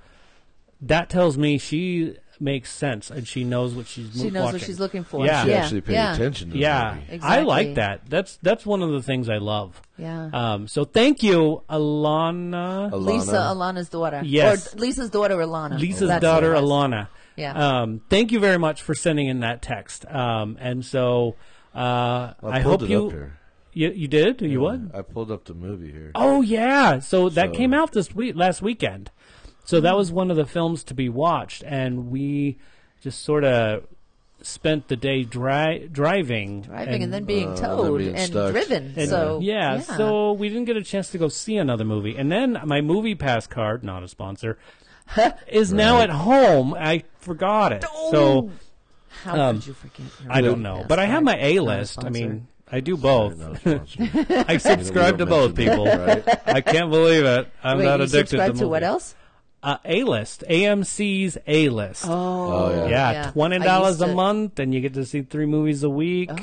That tells me she makes sense and she knows what she's
She knows
watching.
what she's looking for.
Yeah.
she
Yeah.
actually paid
yeah.
attention to the
Yeah,
movie.
I like
Exactly.
that. That's that's one of the things I love.
Yeah.
Um. So thank you, Alana,
Alana.
Lisa, Alana's daughter.
Yes.
Or Lisa's daughter, Alana.
Lisa's
That's
daughter,
what it was.
Alana.
Yeah.
Um. Thank you very much for sending in that text. Um. And so, uh,
I
I
pulled
hope
it
you,
up here.
you you did you what?
I pulled up the movie here.
Oh yeah. So that
So-
came out this week last weekend. So that was one of the films to be watched, and we just sort of spent the day dri- driving,
Driving and, then
uh,
being
then
towed
being
and
stuck.
driven.
And-
so
yeah, so we didn't get a chance to go see another movie. And then my movie pass card, not a sponsor, is now at home. I forgot it.
Oh.
So um,
how could you forget? your
I don't
Movie
know.
Pass
But I have
card?
my A
Not
list. I
sponsor.
mean, I do
Sorry,
both.
not a sponsor.
I subscribe to both
mention
people.
that,
I can't believe it. I'm
Wait,
not
you
addicted
subscribe
to
to what
movies.
else?
uh, A List, AMC's A List.
Oh,
yeah.
yeah,
yeah.
twenty
I
dollars
used
a
to-
month, and you get to see three movies a week.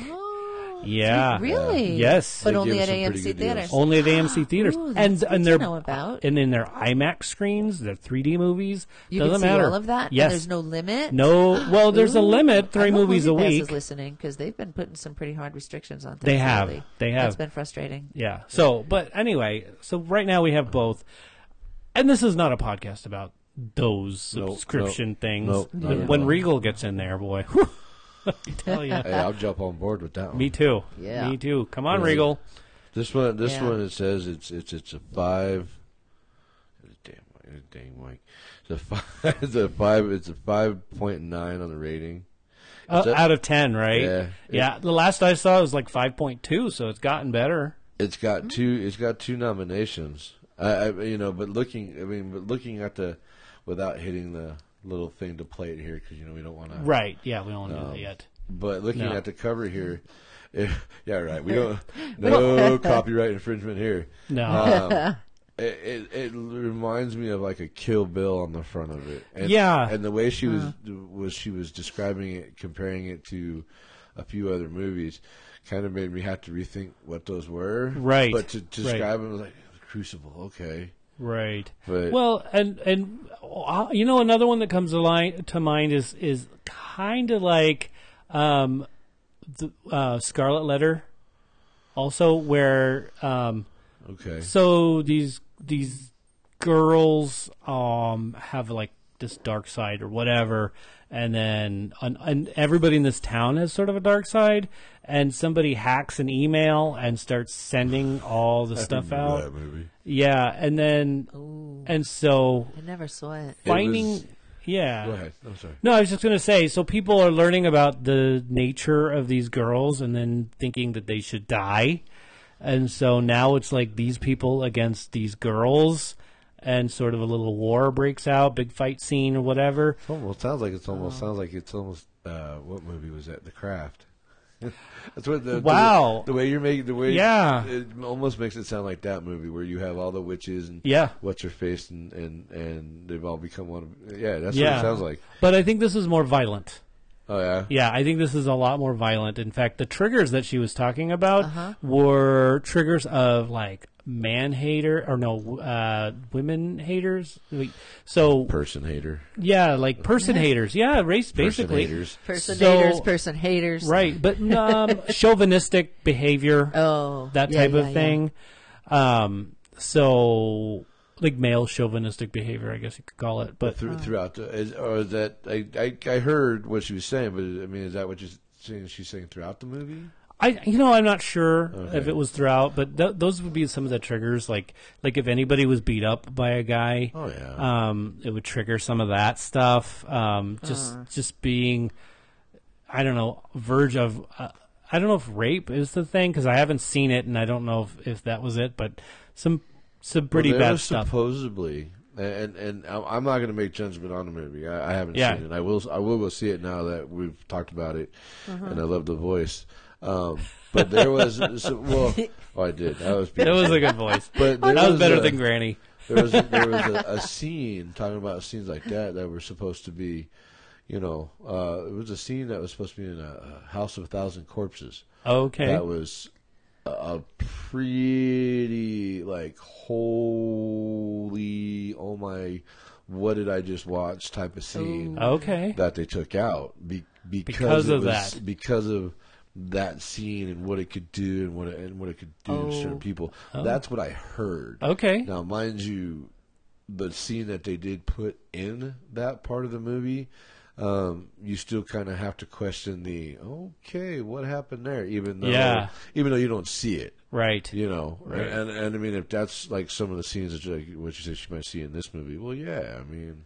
Oh,
Yeah.
really?
Yes.
but
They
only
give
at
some pretty
AMC
good deals.
theaters.
Only at AMC theaters,
Ooh,
and
that's good
and
to
their
know about.
and in their IMAX screens, their 3D movies.
You
doesn't
can see
matter.
all of that. and
Yes.
there's no limit.
No. Well, there's a
Ooh.
limit.
I
Three
hope
movies a
MoviePass
week.
Is listening because they've been putting some pretty hard restrictions on things.
They have.
lately.
They
That's
have.
been frustrating.
Yeah. So, but anyway, so right now we have both, and this is not a podcast about those
No,
subscription
no,
things.
no, not
When-
at
when
all.
Regal gets in there, boy, I tell you,
Hey, I'll jump on board with that one.
me too.
Yeah.
Me too. Come on,
Yeah.
Regal.
This one, this
Yeah.
one, it says it's it's it's a five. Damn, mic- dang, Mike. It's a five. It's a five. It's a five point nine on the rating.
Uh,
that-
out of ten, right?
Yeah.
Yeah, The last I saw was like five point two, so it's gotten better.
It's got two. It's got two nominations. I, I, you know, but looking, I mean, but looking at the, without hitting the little thing to play it here because you know we don't want to.
Right. Yeah. We don't do that yet.
But looking
No.
at the cover here, eh, yeah, right. We don't. No copyright infringement here.
No.
It, it it reminds me of like a Kill Bill on the front of it. And,
Yeah.
and the way she was was she was describing it, comparing it to a few other movies, kind of made me have to rethink what those were.
Right.
but to, to
Right.
describe them like Crucible, okay.
Right.
But-
well, and and uh, you know another one that comes to line to mind is is kind of like um, the uh, Scarlet Letter, also where um,
Okay.
so these these girls um have like this dark side or whatever and then and, and everybody in this town has sort of a dark side and somebody hacks an email and starts sending all the stuff out
That movie.
yeah, and then and so
I never saw it.
was-
finding yeah.
Go ahead. I'm sorry.
No, I was just going to say so people are learning about the nature of these girls and then thinking that they should die. And so now it's like these people against these girls and sort of a little war breaks out, big fight scene or whatever.
It's almost sounds like it's almost
Oh.
sounds like it's almost uh, what movie was that? The Craft. That's what the the-
Wow.
the, way you're making the way
Yeah.
it almost makes it sound like that movie where you have all the witches and
Yeah.
what's her face and and and they've all become one. of Yeah, that's
yeah.
what it sounds like.
But I think this is more violent.
Oh yeah,
Yeah, I think this is a lot more violent. In fact, the triggers that she was talking about were triggers of like man hater or no uh, women haters. Like, So
person hater,
yeah, like person haters. Yeah, race
person
basically.
haters.
Person
So-
haters, person haters.
Right, but um, chauvinistic behavior,
Oh,
that
yeah,
type
yeah,
of thing. Um, so like male chauvinistic behavior, I guess you could call it. But
Thro- throughout the is, or is that I, I I heard what she was saying, but I mean, is that what you're saying? She's saying throughout the movie.
I, you know, I'm not sure if
Okay.
it was throughout, but th- those would be some of the triggers. Like, like if anybody was beat up by a guy,
Oh yeah.
um, it would trigger some of that stuff. Um,
Uh.
just, just being, I don't know, verge of, uh, I don't know if rape is the thing because I haven't seen it and I don't know if, if that was it, but some, some pretty
Well, they were
bad stuff.
Supposedly, and and I'm I'm not going to make judgment on the movie. I, I haven't
Yeah.
seen it. I will I will go see it now that we've talked about it, and I love the voice. Um, but there was so, well, oh, I did. That was
that
beautiful.
was a good voice.
But there
that was better
a-
than Granny.
there was a, there was a, a scene talking about scenes like that that were supposed to be, you know, uh, it was a scene that was supposed to be in a, a House of a Thousand Corpses
Okay.
that was a- a pretty like holy oh my what did i just watch type of scene
Oh. okay.
that they took out be- because,
Because
it
of
was-
that.
because of that scene and what it could do and what it, and what it could do to
Oh.
certain people that's what i heard
Okay.
now mind you the scene that they did put in that part of the movie um, you still kind of have to question the okay what happened there even though
Yeah.
even though you don't see it
Right.
Oh,
you know and, and i mean if that's like some of the scenes that you, like, what you said she might see in this movie well yeah i mean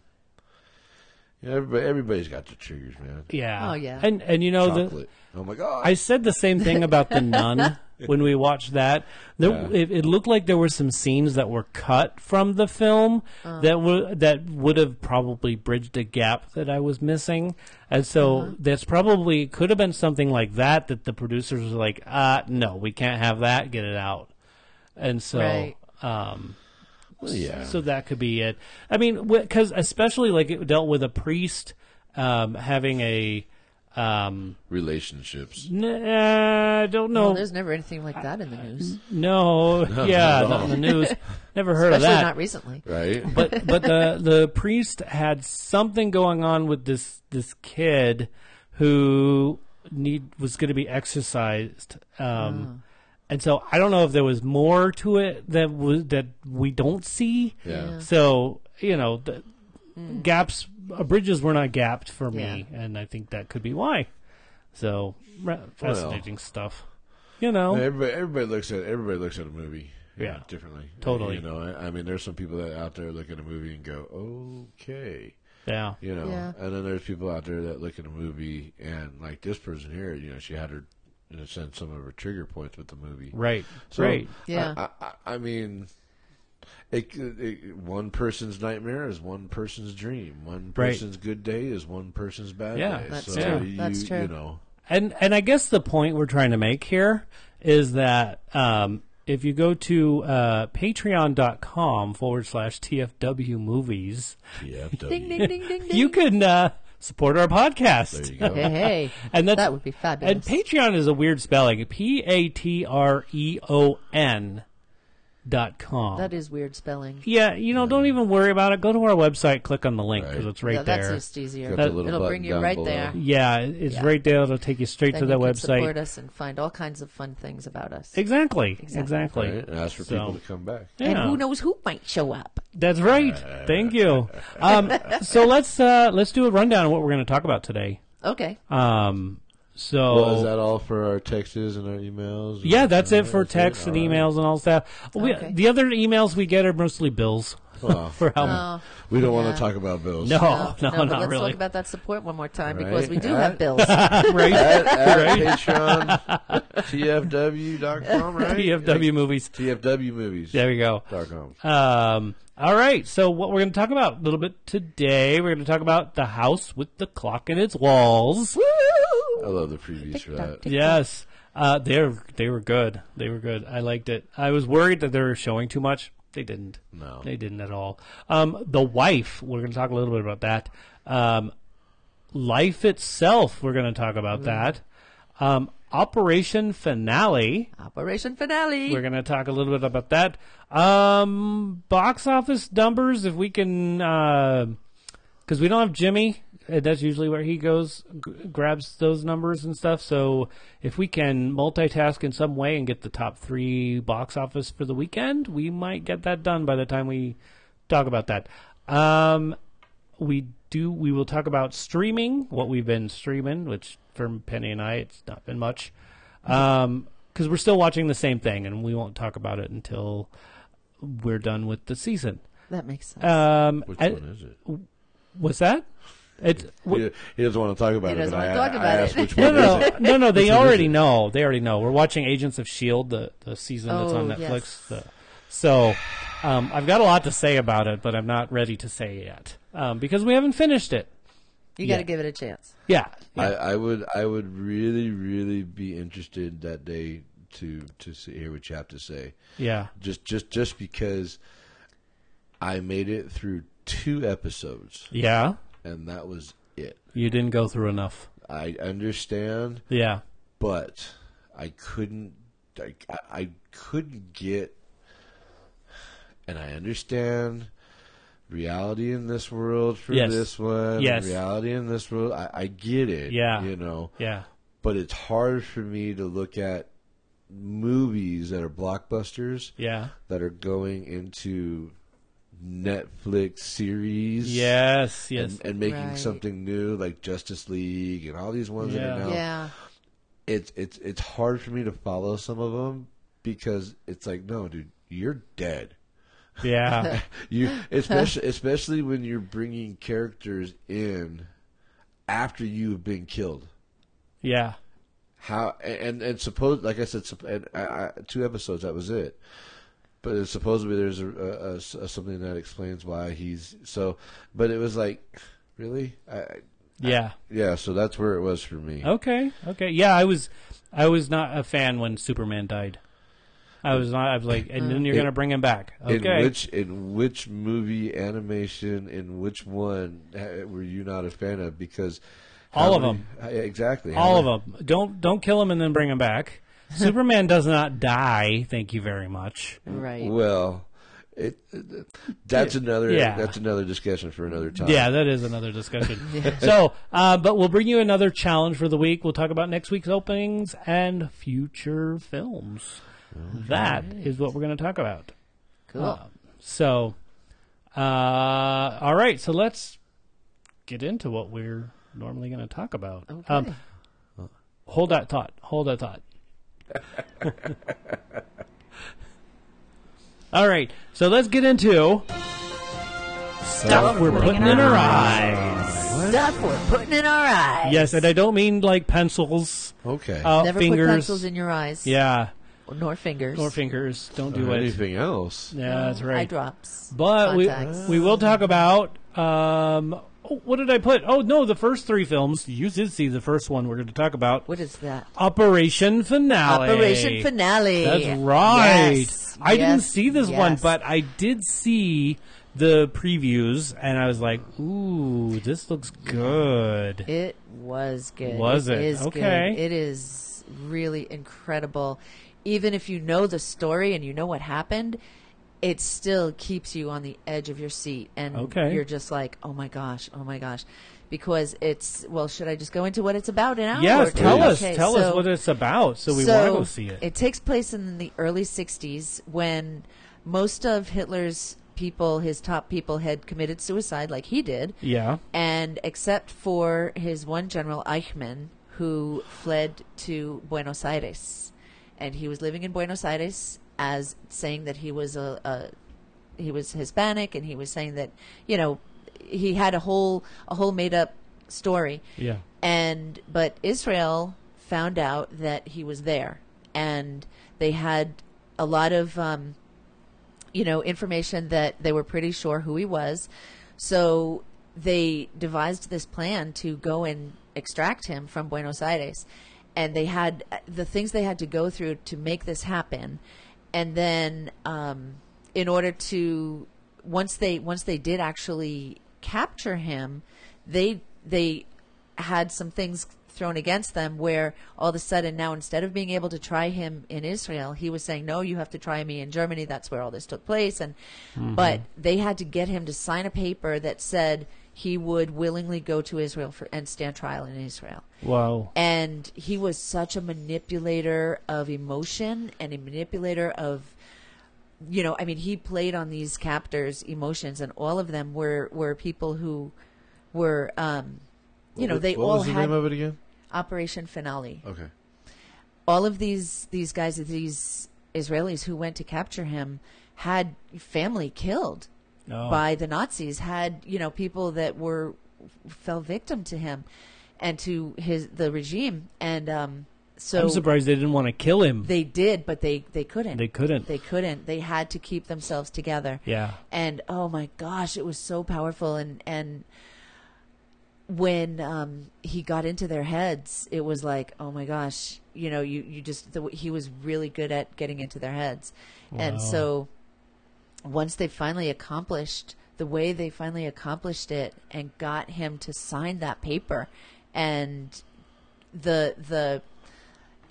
yeah, everybody, everybody's got their triggers man
Yeah.
Oh, yeah.
And, and you know, the,
chocolate oh my god
I said the same thing about the nun when we watched that. There, it, it looked like there were some scenes that were cut from the film
Uh.
that were that would have probably bridged a gap that I was missing, and so
Uh-huh.
that's probably could have been something like that that the producers were like, "Ah, uh, no, we can't have that. Get it out, and so.
Right.
Um,
Well, yeah.
So that could be it. I mean, because especially like it dealt with a priest um, having a. Um,
Relationships.
n- uh, I don't know.
Well, there's never anything like that in the news.
Mm-hmm. no, yeah,
not at
not in the news. Never heard of
Especially
that.
not recently.
Right?
but but the the priest had something going on with this this kid who need was going to be exercised um and so i don't know if there was more to it that was that we don't see
Yeah.
so you know the gaps uh, bridges were not gapped for me and i think that could be why so ra- fascinating stuff you know
Everybody, everybody looks at everybody looks at a movie.
Yeah.
differently.
Totally.
You know, I, I mean, there's some people that out there look at a movie and go, "Okay,"
yeah
you know,
Yeah.
and then there's people out there that look at a movie and like this person here, you know, she had her, in a sense, some of her trigger points with the movie.
right
So,
right
Yeah.
Uh,
I, I, I mean, it, it, one person's nightmare is one person's dream. One
Right.
person's good day is one person's bad
Yeah.
day.
That's
so
true.
You,
That's true.
You know,
And and I guess the point we're trying to make here is that um, if you go to uh, patreon.com forward slash TFW movies,
TFW.
Ding ding ding ding ding.
you can uh, support our podcast.
There you go.
hey hey.
And that's,
That would be fabulous.
And Patreon is a weird spelling P A T R E O N dot com.
that is weird spelling.
yeah, you know, don't even worry about it. Go to our website, click on the link because
Right.
it's right
Th-
there.
that's just easier.
Got the little
It'll
button
bring you
down
right
below.
there.
Yeah, it's
Yeah.
right there. It'll take you straight
Then
to
you
the
can support
website.
us and find all kinds of fun things about us.
Exactly. Exactly.
Exactly.
Right? And ask for
So-
people to come back.
And
Yeah.
who knows who might show up.
That's right. Thank you. Um, so let's uh, let's do a rundown of what we're going to talk about today.
Okay.
Um, so
Well, is that all for our texts and our emails?
yeah, that's it for
That's
texts and
All right.
emails and all stuff. We,
Okay.
The other emails we get are mostly bills
Well,
for how.
Oh,
we don't want
Yeah.
to talk about bills.
no,
no,
oh, no,
uh, no, but
not
let's
really.
talk about that support one more time
Right.
because we do
Yeah.
have bills.
right?
At, at Patreon, TFW.com, right?
PFW movies.
TFW movies.
There we go.
Dot com.
Um, all right. So what we're going to talk about a little bit today, we're going to talk about the house with the clock in its walls.
I love the previews for that.
Yes. Uh, they're they were good. They were good. I liked it. I was worried that they were showing too much. They didn't.
No.
They didn't at all. Um, the wife. We're going to talk a little bit about that. Um, life itself. We're going to talk about that. Um, Operation Finale.
Operation Finale.
We're going to talk a little bit about that. Um, box office numbers. If we can, because we don't have Jimmy. uh, That's usually where he goes, g- grabs those numbers and stuff. So if we can multitask in some way and get the top three box office for the weekend, we might get that done by the time we talk about that. Um, we do. We will talk about streaming, what we've been streaming, which for Penny and I, it's not been much um because we're still watching the same thing and we won't talk about it until we're done with the season
that makes sense.
um
Which
I-
one is it?
what's that it's wh-
He, he doesn't want to talk about
He
it.
doesn't
but
wanna
I,
talk
I
about
asked
it.
which
no
one
no
is it.
no no they
one is
already
it?
know they already know we're watching agents of shield E the the season that's on
Oh,
netflix
yes.
the- so um i've got a lot to say about it but i'm not ready to say yet um because we haven't finished it
you got to
yeah.
give it a chance.
yeah,
I,
yeah.
I would I would really really be interested that day to to see, hear what you have to say.
yeah
Just just just because I made it through two episodes
yeah
and that was it.
you didn't go through enough
I understand,
yeah
but I couldn't I, I couldn't get and I understand reality in this world for
Yes.
this one
Yes.
reality in this world I, I get it
Yeah.
you know
yeah
but it's hard for me to look at movies that are blockbusters
yeah
that are going into Netflix series
yes yes
and, and making
Right.
something new like Justice League and all these ones that
Yeah.
are now
Yeah.
it's it's it's hard for me to follow some of them because it's like no dude you're dead
yeah
you especially especially when you're bringing characters in after you've been killed
Yeah.
how and and suppose like I said, sup- and I, I, two episodes that was it. But it's supposedly there's a, a- a s- a something that explains why he's so. But it was like, really, I, I-
Yeah.
yeah. So that's where it was for me.
Okay. Okay. Yeah, I was I was not a fan when Superman died. I was not. I was like, and then you're gonna bring him back. Okay.
In which in which movie animation in which one uh, were you not a fan of? Because
All
how
of
many- Uh, yeah, exactly.
All of them. Don't don't kill him and then bring him back. Superman does not die. Thank you very much.
Right.
Well, it, that's another
Yeah.
that's another discussion for another time.
Yeah, that is another discussion. So, uh, but we'll bring you another challenge for the week. We'll talk about next week's openings and future films. That is what we're going to talk about.
Cool.
So, uh, all right. So let's get into what we're normally going to talk about. Um,
Okay.
hold that thought. Hold that thought. all right. So let's get into stuff we're putting in our eyes.
Stuff we're putting in our eyes.
Yes, and I don't mean like pencils,
Okay.
uh,
Never
fingers.
put pencils in your eyes.
yeah,
Nor fingers.
or fingers. Don't do
Or
it.
anything else?
Yeah, that's right.
Eye drops.
But
Contacts.
we we will talk about um oh, what did I put? Oh no, the first three films. You did see the first one we're going to talk about.
What is that?
Operation Finale.
Operation Finale.
That's right.
Yes.
I didn't
Yes.
see this one,
Yes.
but I did see the previews and I was like, "Ooh, this looks good."
It was good.
Was it?
is good.
Okay.
It is really incredible. Even if you know the story and you know what happened, it still keeps you on the edge of your seat. And
Okay.
you're just like, oh my gosh, oh my gosh. Because it's, well, should I just go into what it's about now?
yes,
or-
tell us.
Oh, Okay,
tell us
so-
what it's about so we want to go see it.
it takes place in the early 60s when most of Hitler's people, his top people, had committed suicide like he did.
Yeah.
And except for his one general, Eichmann, who fled to Buenos Aires. And he was living in Buenos Aires as saying that he was a, a he was Hispanic and he was saying that, you know, he had a whole a whole made up story
Yeah.
and but Israel found out that he was there, and they had a lot of um, you know information that they were pretty sure who he was, so they devised this plan to go and extract him from Buenos Aires, and they had the things they had to go through to make this happen, and then um, in order to once they once they did actually capture him, they they had some things thrown against them where all of a sudden now instead of being able to try him in Israel he was saying no you have to try me in Germany that's where all this took place and but they had to get him to sign a paper that said he would willingly go to Israel for and stand trial in Israel
Wow.
and he was such a manipulator of emotion and a manipulator of you know i mean he played on these captors emotions and all of them were were people who were um you know
What-
they
what
all
was the
had
name of it again?
operation finale
Okay.
all of these these guys these israelis who went to capture him had family killed
Oh.
by the Nazis had you know people that were fell victim to him and to his the regime and um so
I'm surprised they didn't want to kill him.
they did but they they couldn't
They couldn't.
they couldn't they had to keep themselves together
yeah.
and oh my gosh it was so powerful and and when um he got into their heads it was like oh my gosh you know you you just the, he was really good at getting into their heads and
Wow.
so once they finally accomplished the way they finally accomplished it and got him to sign that paper and the the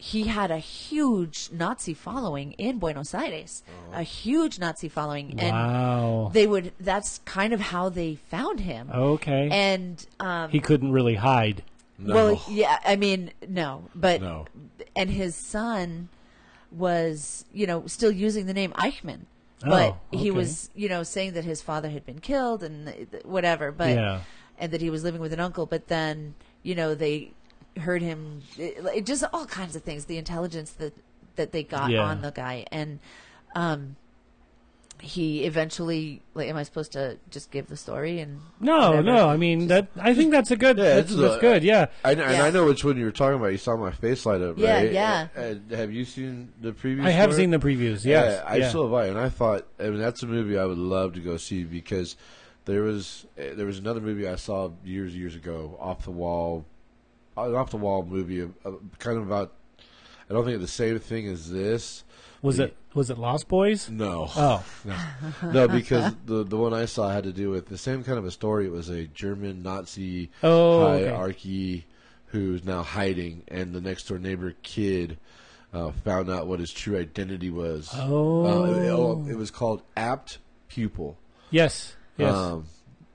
he had a huge Nazi following in Buenos Aires, a huge Nazi following, and
Oh. wow.
they would. That's kind of how they found him.
okay.
And um,
Oh. he couldn't really hide.
well, yeah, I mean, no, but
No.
and his son was, you know, still using the name Eichmann, but
Oh, okay.
he was, you know, saying that his father had been killed and th- th- whatever, but
Yeah.
and that he was living with an uncle, but then, you know, they heard him, it, it just all kinds of things, the intelligence that that they got
Yeah.
on the guy, and um, he eventually, like, am I supposed to just give the story and
No,
whatever?
no. I mean that. I think that's a good. that's,
it's
that's
a-
good. Yeah.
I, kn- and
Yeah.
I know which one you were talking about. You saw my face light up,
Yeah,
right?
yeah.
Uh, uh, have you seen the previous?
I have
one?
seen the previews. Yes.
Yeah, Eh, I still have I, and I thought, I mean, that's a movie I would love to go see because there was eh, there was another movie I saw years years ago, off the wall, an off the wall movie, of, of, kind of about. I don't think it's the same thing as this,
Was it was it Lost Boys?
No.
Oh,
No, because the the one I saw had to do with the same kind of a story. It was a German Nazi
Oh, okay.
hierarchy who's now hiding, and the next door neighbor kid uh, found out what his true identity was.
Oh.
Uh, it- oh, it was called apt pupil.
yes, yes.
Um,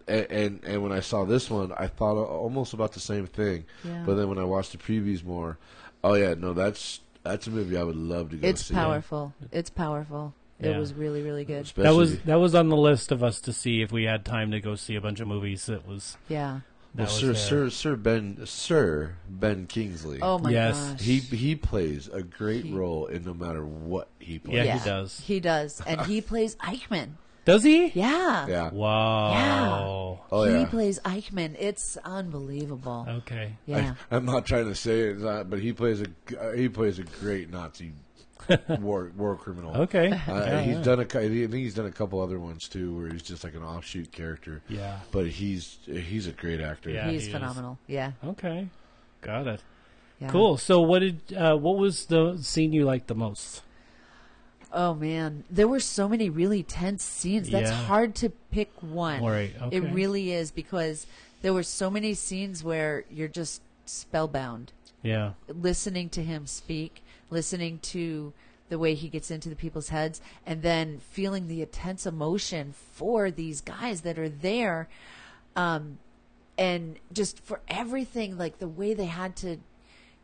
and, and and when I saw this one, I thought a- almost about the same thing.
Yeah.
But then when I watched the previews more, oh yeah, no, that's that's a movie I would love to go
It's
see.
powerful. It's powerful.
Yeah.
It was really, really good.
Especially,
that was that was on the list of us to see if we had time to go see a bunch of movies. That was
Yeah.
that
well,
was
Sir
there.
Sir Sir Ben Sir Ben Kingsley.
Oh my
Yes.
gosh.
He he plays a great
He-
role in no matter what he
Yeah,
plays.
he does.
He does, and he plays Eichmann.
Does he?
Yeah.
Yeah.
Wow.
Oh
he
yeah.
plays Eichmann. It's unbelievable.
Okay.
Yeah.
I'm not trying to say it, uh, but he plays a g- uh, he plays a great Nazi war war criminal.
Okay.
Uh,
Yeah,
he's
yeah.
done a. cou- I think he's done a couple other ones too, where he's just like an offshoot character.
Yeah.
but he's he's a great actor.
Yeah.
He's
he is.
phenomenal. Yeah.
Okay. Got it.
Uh-huh.
yeah.
Cool. So what did uh, what was the scene you liked the most?
Oh man, there were so many really tense scenes. That's
Yeah.
hard to pick one.
Right, okay.
It really is because there were so many scenes where you're just spellbound
Yeah.
listening to him speak, listening to the way he gets into the people's heads, and then feeling the intense emotion for these guys that are there. Um, and just for everything, like the way they had to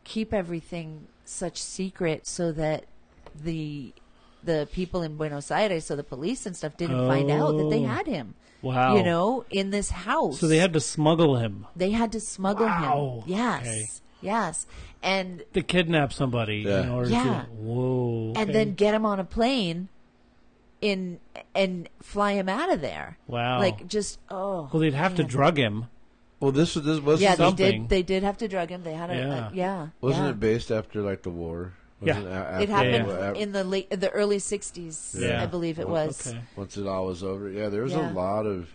keep everything such secret so that the the people in Buenos Aires, so the police and stuff, didn't find out that they
Oh.
had him.
Wow.
You know, in this house.
So they had to smuggle him
they had to smuggle
Wow.
him. Yes.
Okay.
Yes. And
to kidnap somebody in
Yeah.
order
Yeah.
to. Whoa.
and
okay.
then get him on a plane in and fly him out of there.
Wow.
Like just oh.
well, they'd have to drug him.
Well, this was this was
yeah,
not
something.
they did they did have to drug him. They had a
Yeah.
yeah. yeah
wasn't
yeah.
it based after like the war?
Yeah.
Wasn't a-
It
after-
happened
well, a-
in the late the early 60s,
Yeah. Oh,
I believe it was.
Okay.
once it all was over. Yeah, there was
Yeah.
a lot of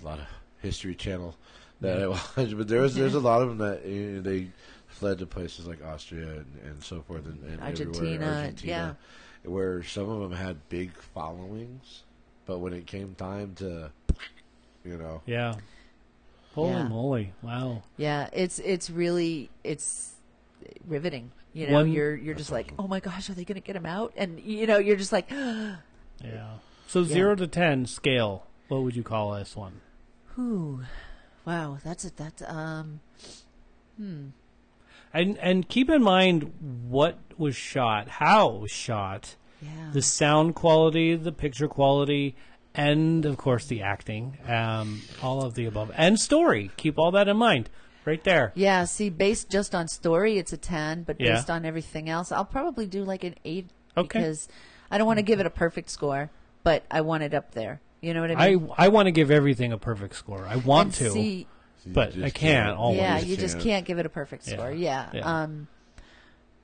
a lot of History Channel that I watched, but there was there's a lot of them that you know, they fled to places like Austria and, and so forth, and, and
Argentina,
everywhere, Argentina, where some of them had big followings, but when it came time to, you know,
Yeah. Holy
Yeah.
moly! Wow.
Yeah, it's it's really it's riveting. You know,
One-
you're you're just like, "Oh my gosh, are they going to get him out?" And you know, you're just like,
Yeah. So zero to ten scale. What would you call this one?
"Whew. Wow, that's it. That's um
And and keep in mind what was shot, how it was shot,
yeah.
the sound quality, the picture quality, and of course the acting, um, all of the above, and story. Keep all that in mind, right there.
Yeah, see, based just on story, it's a 10, but
Yeah.
based on everything else, I'll probably do like an 8
Okay.
because I don't want to give it a perfect score, but I want it up there. You know what I
I
mean?
I want to give everything a perfect score. I want
And
to,
See,
but
You
I
just
can't
can't.
always.
yeah,
you
you just
can't.
can't give it a perfect
Yeah,
score. Yeah.
yeah.
Um,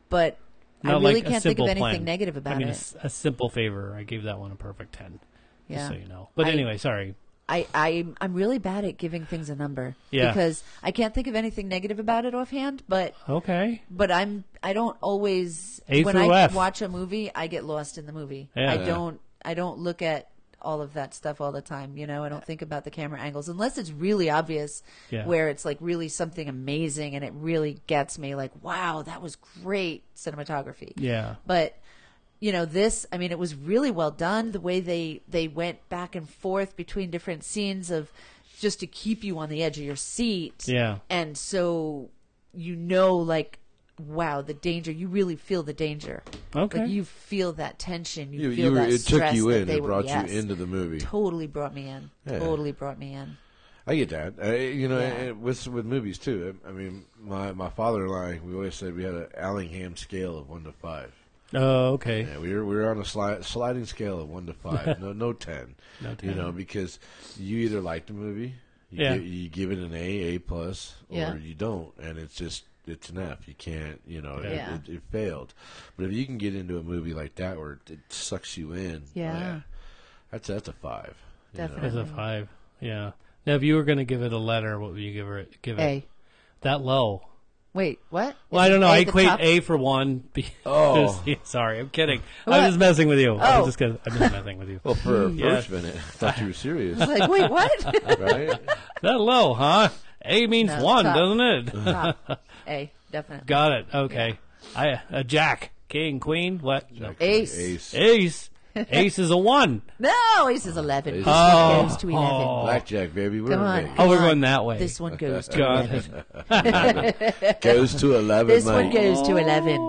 but I
Not
really
like a
can't think of
simple
anything
plan.
negative about
I mean, a
it.
s- A, simple favor. I gave that one a perfect ten.
Yeah.
Just so you know. But
I-
anyway, sorry.
I, I I'm really bad at giving things a number
Yeah.
because I can't think of anything negative about it offhand, but
Okay.
but I'm I don't always
A
when
through
I
F.
watch a movie, I get lost in the movie.
Yeah.
I don't I don't look at all of that stuff all the time, you know. I don't think about the camera angles unless it's really obvious
Yeah.
where it's like really something amazing and it really gets me like, wow, that was great cinematography.
Yeah.
But you know, this I mean it was really well done the way they they went back and forth between different scenes of just to keep you on the edge of your seat
Yeah.
and so you know like wow the danger you really feel the danger
Okay.
like you feel that tension you,
you,
feel
you were,
that
it took
stress
you
that
in,
they
it
were-
brought
yes,
you into the movie.
totally brought me in
Yeah.
totally brought me in
I get that. I, you know,
Yeah.
and with with movies too. I, I mean, my my father and I, we always said we had an Allingham scale of one to five.
Oh, okay.
Yeah, we were we were on a slide, sliding scale of one to five. no, no ten.
No
You know, because you either like the movie, you,
Yeah.
give, you give it an A, A plus, or
Yeah.
you don't, and it's just it's an F. You can't. You know, it-
Yeah.
it, it, failed. But if you can get into a movie like that where it, it sucks you in, oh,
Yeah.
that's that's a five. you know.
Definitely.
That's a five. Yeah. Now, if you were going to give it a letter, what would you give her? Give it
a
that low.
Wait, what?
Well, I don't know. I
At the
equate
top?
A for one. B-
Oh.
to C. sorry, I'm kidding.
What?
I'm just messing with you. I'm
Oh.
just kidding. I'm just messing with you.
Well, for a
Hmm.
Yeah.
first minute, I thought you were serious,
Like, wait, what?
right?
That low, huh? A means
No,
one,
top.
doesn't it?
Top. A, definitely.
Got it. Okay. I a jack, king, queen. What? No.
Ace.
Ace,
Ace. Ace is a one.
No, ace is 11. This
Oh.
one goes to 11.
blackjack, baby. We're
Come on.
in
Oh, we're
Come on.
going that way.
This one goes to
Got
11.
it.
Vegas. goes to eleven.
This
Mike.
one goes to
Oh.
11.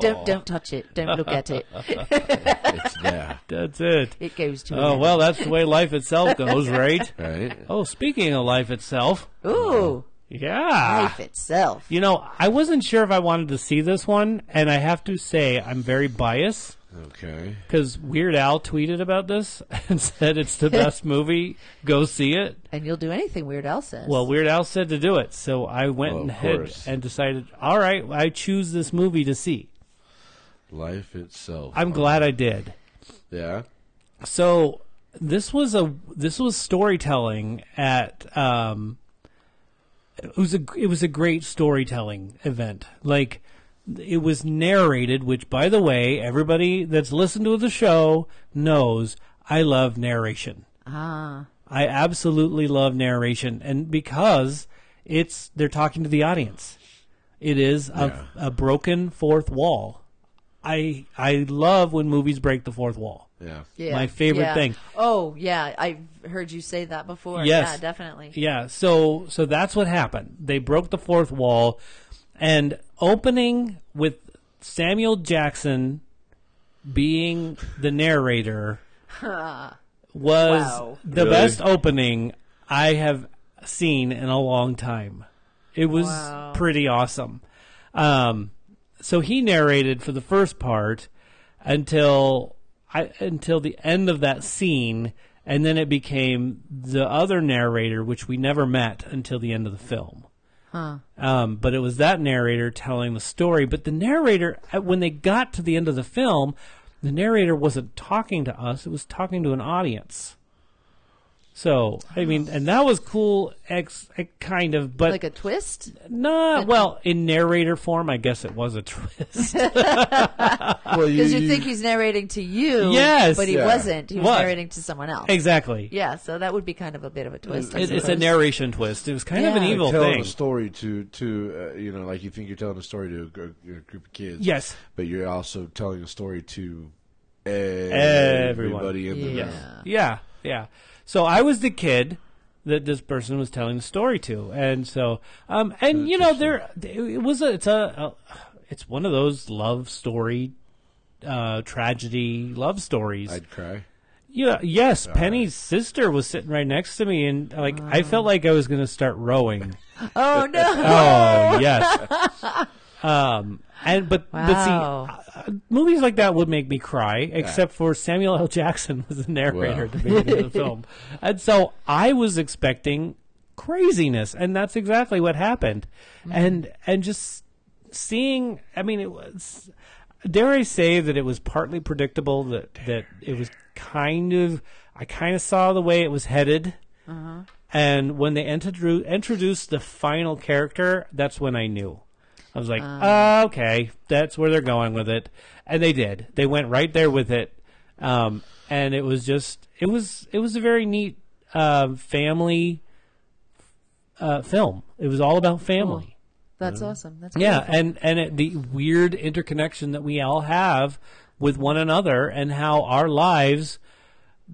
don't, don't touch it. Don't look at it.
It's there,
That's it.
It goes to
Oh
11.
well, that's the way life itself goes, right?
right?
Oh, speaking of life itself,
Ooh,
Ah.
yeah.
life itself.
You know, I wasn't sure if I wanted to see this one, and I have to say I'm very biased
Okay.
because Weird Al tweeted about this and said it's the best movie. Go see it.
And you'll do anything Weird Al says.
Well, Weird Al said to do it, so I went
Well,
and
of
head
course.
and decided. All right, I choose this movie to see.
Life itself.
I'm glad I did.
Yeah.
So this was a this was storytelling at um it was a it was a great storytelling event. Like it was narrated, which by the way, everybody that's listened to the show knows I love narration.
ah,
I absolutely love narration and because it's they're talking to the audience. It is a, a broken fourth wall. I I love when movies break the fourth wall.
Yeah.
yeah.
my favorite
yeah.
thing.
Oh, yeah. I've heard you say that before.
Yes.
Yeah, definitely.
Yeah, so so that's what happened. They broke the fourth wall and opening with Samuel Jackson being the narrator was
Wow.
the
Really?
best opening I have seen in a long time. It was
Wow.
pretty awesome. Um, so he narrated for the first part until I, until the end of that scene, and then it became the other narrator, which we never met until the end of the film. Um, but it was that narrator telling the story. But the narrator, uh, when they got to the end of the film, the narrator wasn't talking to us; it was talking to an audience. So I mean, and that was cool, ex, ex- kind of, but
Oh. Like a twist?
no, well, in narrator form, I guess it was a twist.
Well,
Because you think he's narrating to you.
Yes.
But he
Yeah.
wasn't. He was
What?
narrating to someone else.
exactly.
Yeah, so that would be kind of a bit of a twist. I
It, it's a
suppose.
narration twist. It was kind of an
Yeah.
evil
telling
thing.
a story to to uh, you know like you think you're telling a story to a, gr- a group of kids.
Yes.
But you're also telling a story to
Everyone.
everybody in the
Yeah.
room.
Yeah, yeah. So I was the kid that this person was telling the story to, and so um, and you know there it was a, it's a, a it's one of those love story, uh, tragedy love stories.
I'd cry.
Yeah, yes. Penny's sister was sitting right next to me, and like
Ah.
I felt like I was gonna start rowing.
Oh, no.
Oh yes. Um and but but see
Wow.
uh, uh, movies like that would make me cry except for Samuel L. Jackson was the narrator at the beginning of the film. And so I was expecting craziness and that's exactly what happened. And and just seeing I mean it was dare I say that it was partly predictable that that it was kind of I kind of saw the way it was headed. And when they introdu- introduced the final character, that's when I knew. I was like, "Ah, okay, that's where they're going with it. And they did. They went right there with it. Um, and it was just, it was, it was a very neat uh, family uh, film. It was all about family.
That's awesome. That's
Yeah,
great.
and and it, the weird interconnection that we all have with one another, and how our lives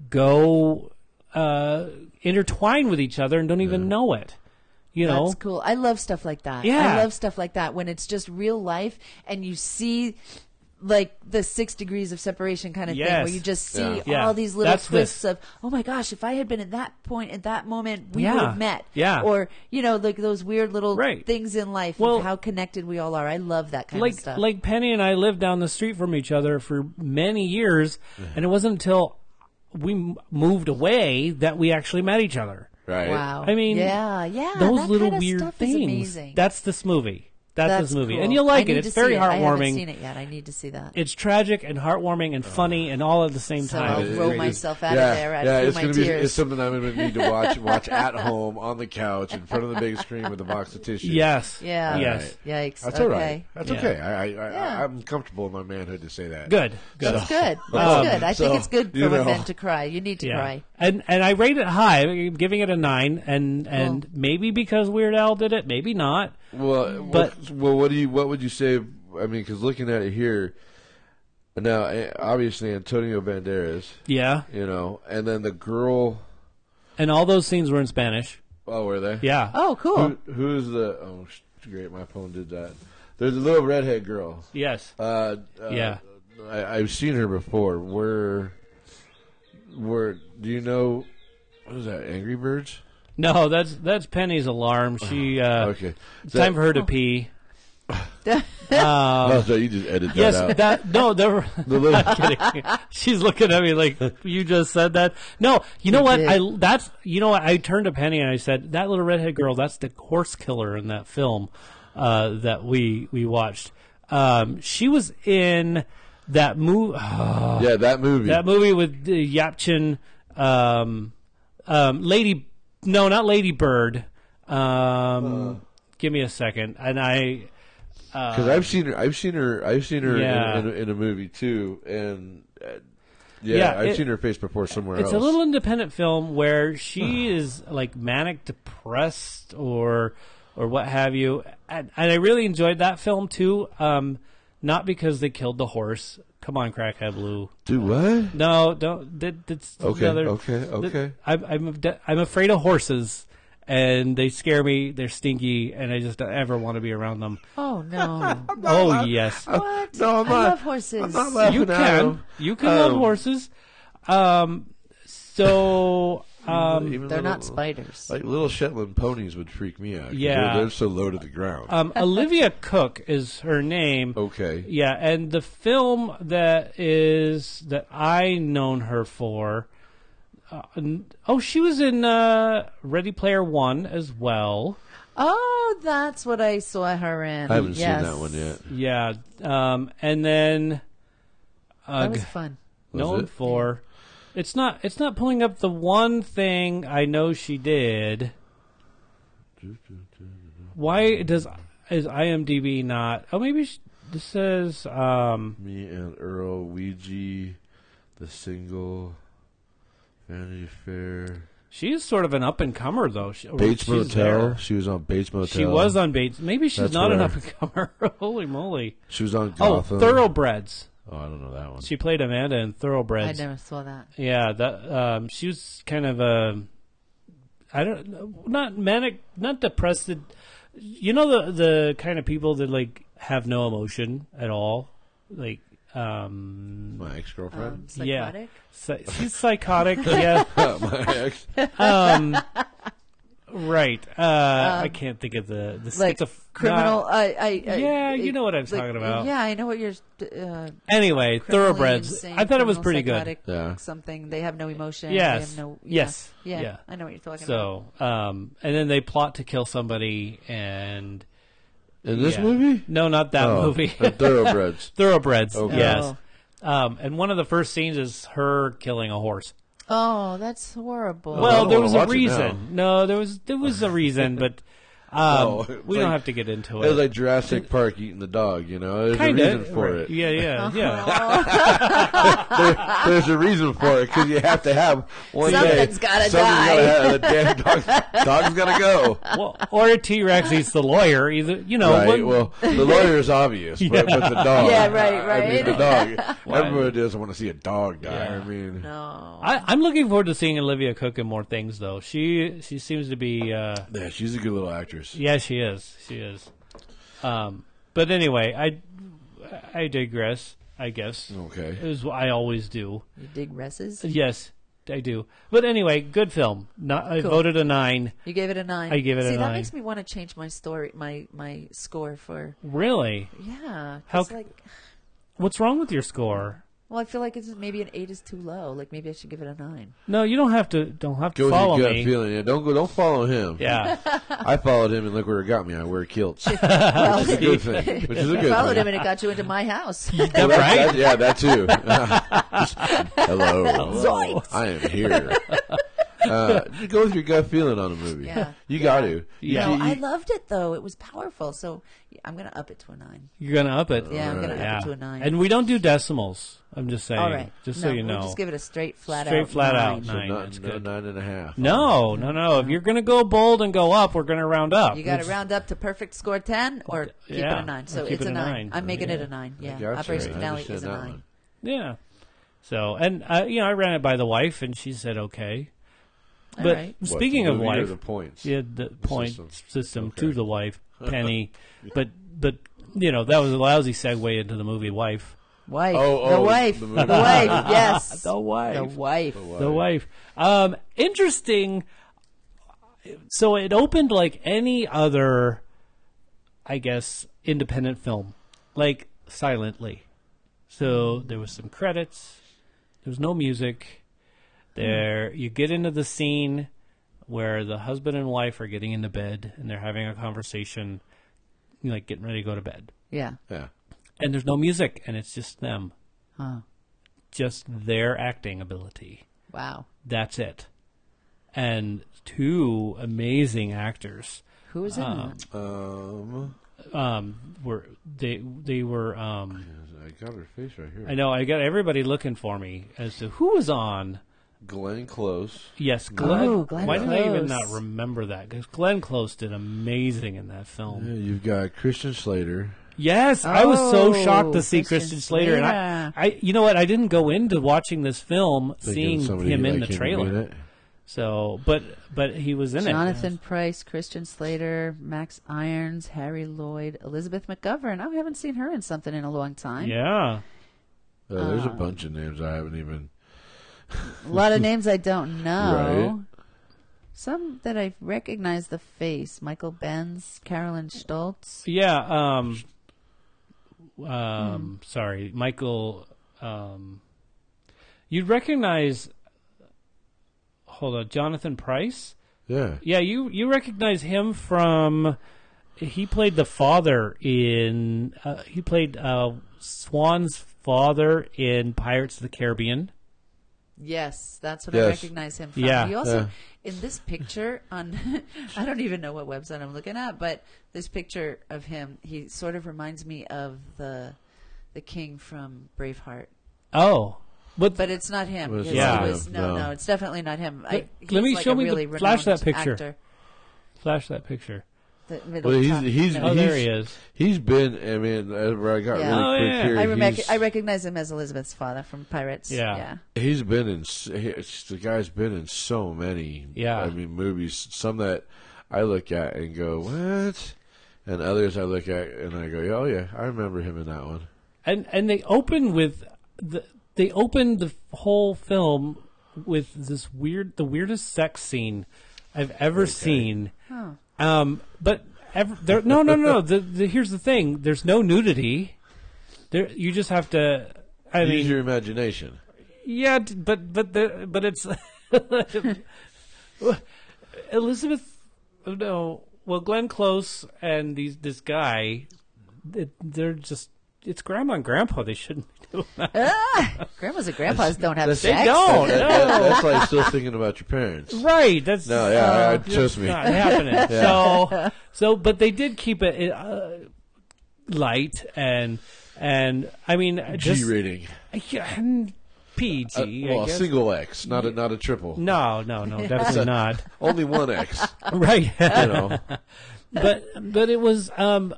go uh, intertwine with each other and don't even know it. You know,
That's cool. I love stuff like that.
Yeah.
I love stuff like that when it's just real life and you see like the six degrees of separation kind of thing
Yes.
where you just see
Yeah.
Yeah.
all these little
That's
twists
this.
of, oh my gosh, if I had been at that point at that moment, we
Yeah.
would have met.
Yeah.
Or, you know, like those weird little
Right.
things in life
Well-
of how connected we all are. I love that kind of
like
stuff.
like Penny and I lived down the street from each other for many years, and it wasn't until we m- moved away that we actually met each other.
Right. Uh,
wow.
I mean,
yeah, yeah.
Those
that
little
kind of
weird
stuff
things.
Is amazing.
That's this movie. That's,
That's
his movie,
cool.
and you'll like it.
I need
It's
to see
very
it. I haven't
heartwarming.
seen it yet. I need to see that.
It's tragic and heartwarming and funny and all at the same
So
time.
I'll roll
It- it-
myself out of
yeah,
there out
yeah,
through
it's
my
gonna be
tears.
it's something I'm going to need to watch watch at home on the couch in front of the big screen with a box of tissue.
Yes.
yeah.
Yes.
Yikes.
that's
okay.
all right. That's
Yeah.
okay. I, I, I,
Yeah.
I'm comfortable in my manhood to say that.
Good. Good.
That's good. That's
Um,
good. I
so,
think it's good for
you know.
women to cry. You need to cry.
And and I rate it high. I'm giving it a nine, and and maybe because Weird Al did it, maybe not.
Well,
But-
what, well, what do you what would you say? I mean, because looking at it here, now eh, obviously Antonio Banderas,
Yeah.
you know, and then the girl.
And all those scenes were in Spanish.
Oh, were they?
Yeah.
Oh, cool.
Who, who's the? Oh, sh- great! My phone did that. There's a little redhead girl.
Yes.
Uh, uh,
Yeah.
I, I've seen her before. Where, where do you know? What is that? Angry Birds?
No, that's that's Penny's alarm. She uh,
Okay,
It's time for her to pee.
Oh, so you just edit that
Yes,
out.
that no, the,
The little-
kidding. she's looking at me like you just said that. No, you know what?
did.
I that's you know what? I turned to Penny and I said that little redhead girl. That's the horse killer in that film uh, that we we watched. Um, she was in that movie.
yeah, that movie.
Oh. that movie with uh, Yapchin, um, um, Lady, no, not Lady Bird. Um, give me a second, and I
because I've seen her. I've seen her. I've seen her
Yeah.
in, in, in a movie too, and uh, yeah,
Yeah,
I've
it-
seen her face before somewhere
It's
else.
a little independent film where she is like manic depressed or or what have you, and, and I really enjoyed that film too. Um, not because they killed the horse. Come on, crackhead Lou.
Do what?
No, don't. That, that's
Okay,
another-
okay,
that-
okay.
I'm I'm de- I'm afraid of horses, and they scare me. They're stinky, and I just don't ever want to be around them.
Oh no.
Oh yes,
what?
No, I'm
I
not-
love horses.
I'm not laughing
you
at
can
him.
you can love
Um,
horses. Um, so um.
Even
They're
little-
not spiders.
Like little Shetland ponies would freak me out. 'cause
Yeah.
they're, they're so low to the ground.
Um, Olivia Cook is her name.
okay,
Yeah, and the film that is that I known her for. Uh, n- oh, she was in uh, Ready Player One as well.
Oh, that's what I saw her in.
I haven't
Yes.
seen that one yet.
Yeah, um, and then uh,
That was fun.
known
it?
for. It's not. It's not pulling up the one thing I know she did. Why does is IMDb not? Oh, maybe she, this says. Um,
Me and Earl Ouija, the single, Vanity Fair,
She is sort of an up and comer, though. She, or
Bates
she's
Motel.
there.
She was on Bates Motel.
She was on Bates. Maybe she's
That's
not an
where-
up and comer. Holy moly!
She was on Gotham.
Oh, Thoroughbreds.
Oh, I don't know that one.
She played Amanda in Thoroughbreds.
I never saw that.
Yeah, that um, she was kind of a. I don't not manic, not depressed. You know the the kind of people that like have no emotion at all, like um,
My ex
Um,
girlfriend.
yeah,
psychotic.
Psy- she's psychotic. yeah,
my ex.
um, right. Uh, I can't think of the the
Um, Like
schizo-
criminal.
not-
I, I, I,
Yeah, you
I-
know what I'm
like,
talking about.
Yeah, I know what you're. Uh,
anyway,
criminally
thoroughbreds.
insane,
I thought it was
criminal,
pretty good.
psychotic
Yeah.
Something they have no emotion.
Yes.
They have no, yeah.
Yes.
Yeah.
Yeah.
I know what you're talking about.
So, um, and then they plot to kill somebody, and
In this
yeah.
movie?
No, not that
Oh,
movie.
the Thoroughbreds.
thoroughbreds.
Okay. Oh.
Yes. Um, and one of the first scenes is her killing a horse.
Oh, that's horrible.
Oh, I
Well,
don't
there
wanna
was a
watch it
reason. No, there was there was a reason, but um,
No, Oh, it's
we don't
like-
have to get into
It
it.
was like Jurassic Park eating the dog, you know? There's
Kinda,
a reason for
right.
it.
Yeah, yeah, yeah.
There's a reason for it because you have to have one
Something's
day.
gotta
something's
die.
Gotta have, the damn dog, dog's got to go.
well, or a T Rex eats the lawyer. Either you know,
right.
one-
Well, the lawyer is obvious, but, but the dog.
Yeah, right,
I
right.
mean, the dog. Everybody doesn't want to see a dog die.
Yeah.
I mean,
no.
I, I'm looking forward to seeing Olivia Cook in more things, though. She she seems to be, uh,
yeah, she's a good little actress.
yeah, she is, she is. Um, but anyway, I I digress. I guess
Okay.
is what I always do.
You dig reses?
Yes, I do. But anyway, good film. Not, I
Cool.
voted a nine.
You gave it a nine.
I gave it a
See,
nine.
that makes me want to change my story, my my score for
Really?
yeah.
How
It's
c-
like
What's wrong with your score?
Well, I feel like it's maybe an eight is too low. Like maybe I should give it a nine.
No, you don't have to. Don't have to
Go
follow
with your gut
me.
feeling. Yeah, don't go. Don't follow him.
Yeah,
I followed him, and look where it got me. I wear kilts, which is a good thing. Which is a good
Followed him
thing.
and it got you into my house.
That
That-
right.
that- yeah, that too. Just, hello, I am here. Uh, go with your gut feeling on a movie.
Yeah.
You got to.
Yeah.
No,
You-
I
you-
loved it though. It was powerful. So yeah, I'm gonna up it to a nine.
You're gonna up it.
Yeah, I'm gonna
Yeah.
up it to a nine.
And we don't do decimals. I'm just saying.
All right.
Just
No,
so you
we'll
know.
just give it a straight flat
Straight
out.
flat out
nine.
nine.
no-
That's
no,
good.
nine and a half.
No, no, no. If you're gonna go bold and go up, we're gonna round up.
You got to
It's-
round up to perfect score ten or keep
Yeah,
it a nine.
or
So
keep
it's
it
a
a
9
nine.
I'm making it
Yeah.
a nine.
I
Yeah,
gotcha.
Operation
I
Finale
understand
is a
that
nine.
one.
Yeah. So and I, you know, I ran it by the wife, and she said okay.
All
But
right.
What,
speaking
the
of
movie or
wife,
the points.
yeah, the point
system.
system, to the wife, Penny. but but you know that was a lousy segue into the movie Wife.
Wife.
Oh,
the
oh,
wife.
the
The,
movie.
wife. Yes.
The wife.
The wife.
the wife. Um, interesting. So it opened like any other, I guess, independent film, like silently. So there was some credits. There was no music. There, you get into the scene where the husband and wife are getting into bed and they're having a conversation, you know, like getting ready to go to bed.
Yeah.
Yeah.
And there's no music, and it's just them,
Huh.
just their acting ability
Wow.
that's it. And two amazing actors
Who is in
Um,
that?
Um,
um, were they they were um,
I got her face right here.
I know I got everybody looking for me as to who was on.
Glenn Close.
Yes, Glenn.
Oh, Glenn
Why did I even
Close.
not remember that? Because Glenn Close did amazing in that film.
Yeah, You've got Christian Slater.
Yes, I was so
Oh,
shocked to see
Christian
Christian Slater,
Slater.
and I, I, you know what? I didn't go into watching this film
thinking
seeing
somebody
him in
like
the
him in
trailer.
it.
So, but but he was in it.
Jonathan Price, Christian Slater, Max Irons, Harry Lloyd, Elizabeth McGovern. Oh, I haven't seen her in something in a long time.
Yeah.
Uh, there's a
Ah.
bunch of names I haven't even.
A lot of names I don't know.
Right.
Some that I recognize the face: Michael Benz, Carolyn Stoltz.
Yeah. Um. Um. Sorry, Michael. Um. You'd recognize. Hold on, Jonathan Price.
Yeah.
Yeah, you you recognize him from. He played the father in. Uh, he played uh, Swan's father in Pirates of the Caribbean.
Yes, that's what I
Yes.
recognize him from.
Yeah.
He also
Yeah.
in this picture on I don't even know what website I'm looking at, but this picture of him, he sort of reminds me of the the king from Braveheart.
Oh, but,
But it's not him.
Well, it's
because
not
it
him,
was- no,
no.
no, it's definitely not him. I,
Let-
he's
let me-
like
show
a
me the-
really
flash that
renowned
picture.
actor.
flash that picture.
The- with
Well,
the
he's
top
he's
note.
Oh, there
he's-
he is.
He's been. I mean, uh, where I got
Yeah.
really
Oh,
quick
yeah.
here.
I, rec-
he's-
I recognize him as Elizabeth's father from Pirates.
Yeah.
yeah.
He's been in. s- he- it's- The guy's been in so many.
Yeah.
I mean, movies. Some that I look at and go, what? And others I look at and I go, oh yeah, I remember him in that one.
and and they open with the they open the whole film with this weird the weirdest sex scene I've ever seen. Um, but ever, there, no, no, no. the, the, here's the thing: there's no nudity. There, you just have to. I
Use
mean,
your imagination.
yeah, d- but but the, but it's Elizabeth. No, well, Glenn Close and these this guy, it, they're just it's grandma and grandpa. They shouldn't be doing that.
Grandmas and grandpas don't have
that's-
sex.
They don't.
That-
Oh, no.
that- that's like still thinking about your parents.
Right. That's uh,
No, yeah, I- I-
that's
trust me.
Not happening. So, so, but they did keep it uh, light and and I mean, just
G rating.
yeah, and PG. I
Well, a
guess.
single X, not a not a triple.
no, no, no, definitely not.
Only one X.
Right.
You know.
but but it was um,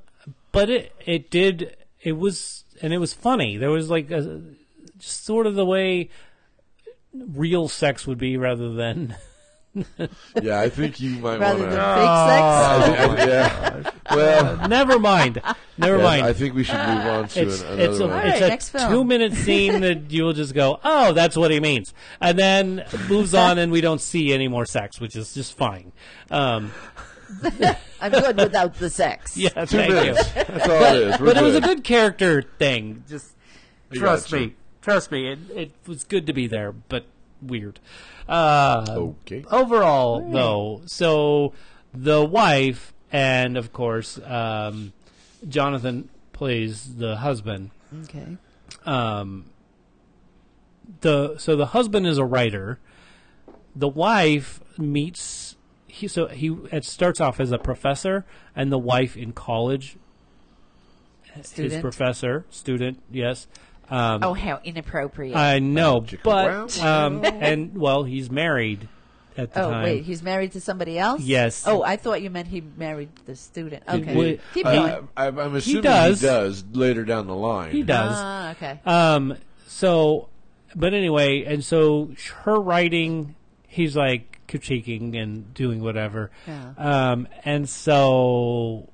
but it it did it was and it was funny. There was like a, just sort of the way real sex would be rather than
Yeah, I think you might want
Rather than
to.
fake sex.
yeah.
Oh,
Well,
never mind never
yeah,
mind
I think we should move on to
it's,
an, another
it's a,
one.
Alright,
it's
next
a
film.
two minute scene that you will just go, oh, that's what he means. And then moves on, and we don't see any more sex, which is just fine. Um,
I'm good without the sex.
yeah,
Two
thank
minutes.
you.
That's all it is. We're
But it was a
good.
good character thing. Just
I
trust
gotcha.
me. Trust me, it, it was good to be there, but weird. Uh,
Okay.
Overall, though, so the wife and, of course, um, Jonathan plays the husband.
Okay.
um, the so the husband is a writer. The wife meets he so he it starts off as a professor, and the wife in college, his
Student.
professor student, yes. Um,
Oh, how inappropriate.
I know,
Magical
but
round.
um, and well, he's married at the
Oh
time.
wait, he's married to somebody else.
Yes.
Oh, I thought you meant he married the student. Okay.
Wait,
Keep
I,
going.
uh,
I, I'm assuming he does.
does.
later down the line.
he does.
ah, okay.
Um. So, but anyway, and so sh- her writing, he's like critiquing and doing whatever.
Yeah.
Um. And so,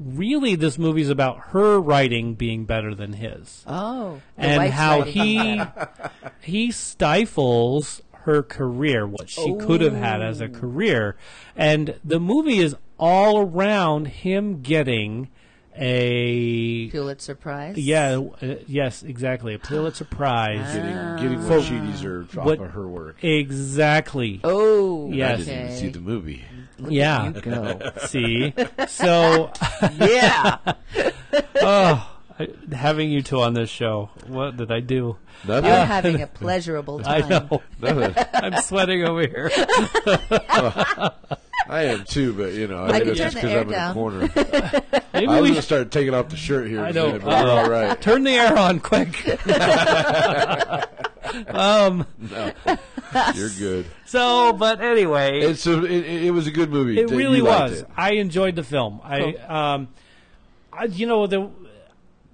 really, this movie's about her writing being better than his,
oh. the
and
wife's
how
writing
he
about it.
he stifles her career, what she could have had as
Oh.
a career, and the movie is all around him getting a.
Pulitzer Prize.
Yeah, uh, yes, exactly. A Pulitzer Prize.
Getting, getting
For
what she deserved off
what-
of her work.
Exactly.
Oh.
I
Yes.
didn't even see
Okay.
the movie.
yeah.
Go.
See. So,
yeah.
oh, I- having you two on this show, what did I do?
Nothing.
You're having a pleasurable
I
time.
know.
nothing.
I'm sweating over here.
I am too, but you know,
I
I think
can
it's
turn
just
the
because
air
I'm in a
down.
corner.
Maybe we
I was gonna
should.
start taking off the shirt here.
I
in a
know.
minute, but we're all right.
Turn the air on quick.
You're good.
So, but anyway,
It's a, it, it was a good movie.
it
Th- you
really
liked
was.
it.
I enjoyed the film. I, um, I, you know, the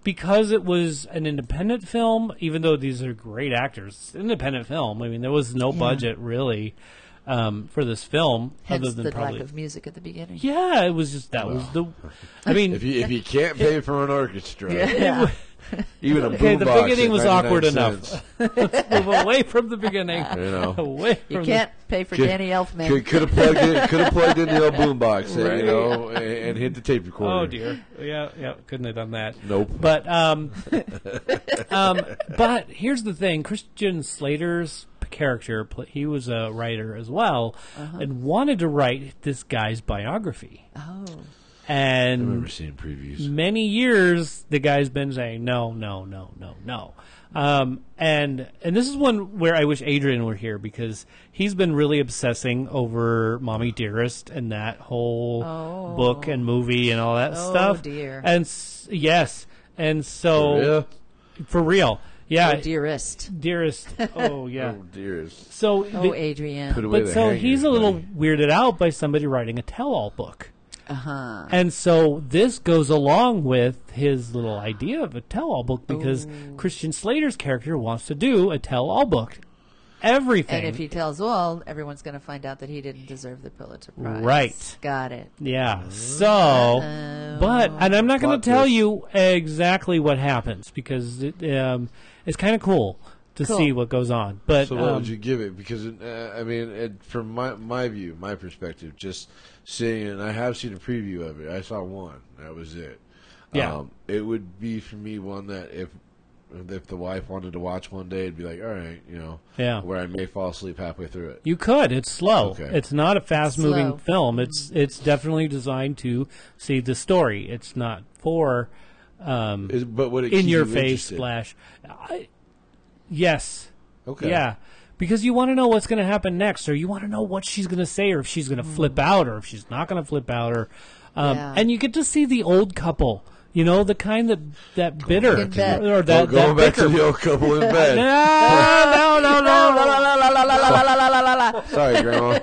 because it was an independent film. Even though these are great actors, it's an independent film. I mean, there was no budget really um, for this film,
Hence
other than
the
probably.
lack of music at the beginning.
yeah, it was just that was the. I mean,
If you if you can't pay for an orchestra,
Yeah.
even a
Okay, the
boombox
beginning
at
was awkward
99
enough.
cents,
move away from the beginning.
You know,
Away
You
from
can't pay for
Could-
Danny Elfman.
could could have plugged in could have plugged in the old boombox, and, you know, and, and hit the tape
The,
recorder.
oh dear. Yeah, yeah. Couldn't have done that.
Nope.
But um, um, but here's the thing: Christian Slater's p- character, pl- he was a writer as well, and wanted to write this guy's biography.
Oh.
And
I've never seen previews.
many years the guy's been saying no no no no no um, and and this is one where i wish adrian were here because he's been really obsessing over mommy dearest and that whole
Oh.
book and movie and all that
Oh,
stuff
dear.
and s- yes and so
Yeah.
for real yeah
Oh, dearest.
dearest oh yeah
Oh dearest.
so
Oh,
the-
Put
Adrian.
away
but
the
so
hangers,
he's a little
buddy.
weirded out by somebody writing a tell-all book
Uh huh.
and so this goes along with his little idea of a tell-all book because
Oh.
Christian Slater's character wants to do a tell-all book, everything.
And if he tells all, everyone's going to find out that he didn't deserve the Pulitzer Prize.
Right.
Got it.
yeah. So, but and I'm not going
Plot
to tell
twist.
you exactly what happens because it, um, it's kind of cool to
Cool.
see what goes on. But
So what
um,
would you give it? Because uh, I mean, it, from my my view, my perspective, just seeing it, and I have seen a preview of it. I saw one. That was it.
Yeah.
Um, it would be for me one that if if the wife wanted to watch one day, it'd be like, all right, you know,
Yeah.
where I may fall asleep halfway through it.
You could. It's slow.
Okay.
It's not a fast-moving
Slow.
film. It's it's definitely designed to see the story. It's not for um,
Is- but would it
in
keep
your
you
face
interested?
splash. I, yes.
Okay.
Yeah. Because you want to know what's going to happen next, or you want to know what she's going to say, or if she's going to flip out, or if she's not going to flip out, or um,
Yeah.
and you get to see the old couple. You know, the kind that that bitter
back to the-
or
Oh,
that,
going
that
back
bicker.
to the old couple in bed.
no, no, no, no, no, no, no, no, no, no,
Sorry, Grandma.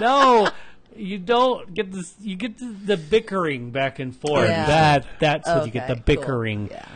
no you don't get this you get the, the bickering back and forth
Yeah.
that that's what you get the
Okay, cool.
bickering
Yeah.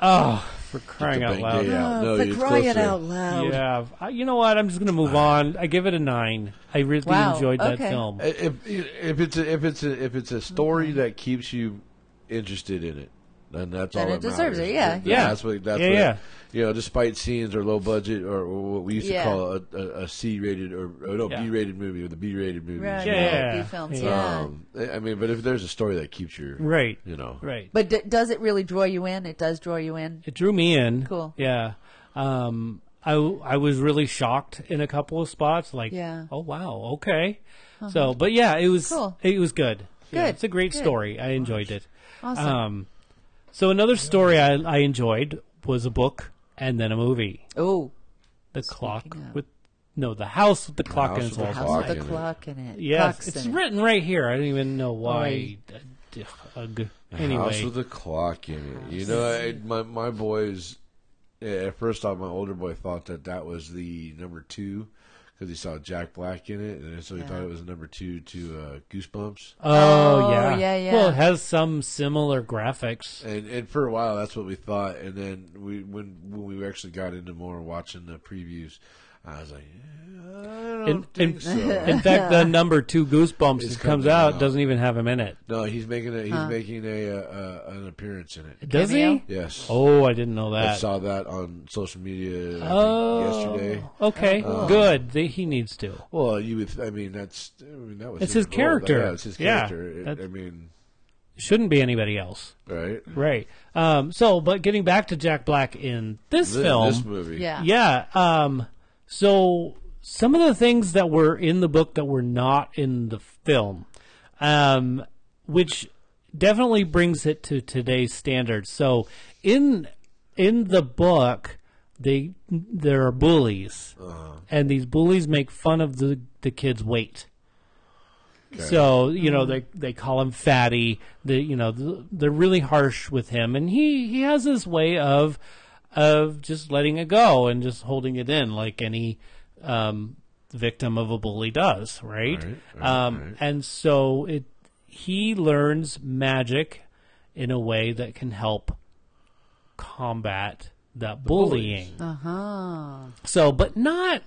oh for crying out
Bang
loud
day out. No,
for
you're
crying
closer.
out loud.
yeah I, you know what i'm just gonna move on i give it a nine i really
Wow,
enjoyed that
okay.
film
if if it's a, if it's a, if it's a story that keeps you interested in it, and that's
Then
all
it
that
deserves
matters.
it, yeah.
Th-
Yeah.
That's what. That's
Yeah,
what,
yeah.
You know, despite scenes or low budget or, or what we used to
Yeah.
call a, a, a C-rated or, or no
Yeah.
B-rated movie or the B-rated movie.
Right.
Yeah, yeah,
B films.
yeah.
Yeah.
Um, I mean, but if there's a story that keeps you
Right.
you know,
Right.
But d- does it really draw you in? It does draw you in.
It drew me in.
Cool.
Yeah. Um, I I was really shocked in a couple of spots. Like,
Yeah. Uh-huh.
oh wow, okay. So, but yeah, it was
Cool.
it was good. Yeah,
Good,
it's a great
good.
story. I enjoyed it.
Awesome.
Um, so another story I, I enjoyed was a book and then a movie.
oh,
The clock
of.
with no, the house with the clock
House
in
with
its
the
wall.
Clock
house with
in
the
it.
clock in it.
Yes,
Clocks
it's
in it.
written right here. I don't even know why.
Right.
Ugh, ugh.
House
Anyway,
with a clock in it. You know, I, my my boys. yeah, At first off, my older boy thought that that was the number two because he saw Jack Black in it, and so he thought it was number two to uh, Goosebumps.
oh,
Oh,
yeah,
yeah, yeah.
Well, it has some similar graphics.
And and for a while, that's what we thought. And then we when when we actually got into more watching the previews, I was like, "Yeah, I don't
In-
think
in-
so.
In fact, the number two Goosebumps
It's
that comes
coming
out
out.
doesn't even have him in it.
no, he's making a he's making a, uh uh an appearance in it.
Does he?
cameo?
Yes.
Oh, I didn't know
I
that.
saw that on social media I think,
oh,
yesterday. Oh.
Okay, good. The, he needs to.
Well, you would. I mean, that's. I mean, that was.
It's his
goal.
character.
Yeah, it's his
Yeah,
character. It-
that's-
I mean,
Shouldn't be anybody else.
right.
Right. Um, so, but getting back to Jack Black in this
This,
film,
this movie.
Yeah.
yeah. Um, so some of the things that were in the book that were not in the film, um, which definitely brings it to today's standards. So in in the book, they there are bullies, and these bullies make fun of the the kids' weight. So you know they they call him fatty. They you know th- they're really harsh with him, and he he has his way of of just letting it go and just holding it in, like any um, victim of a bully does, right?
Right, right,
um,
right.
And so it he learns magic in a way that can help combat that bullying.
Uh huh.
So, but not.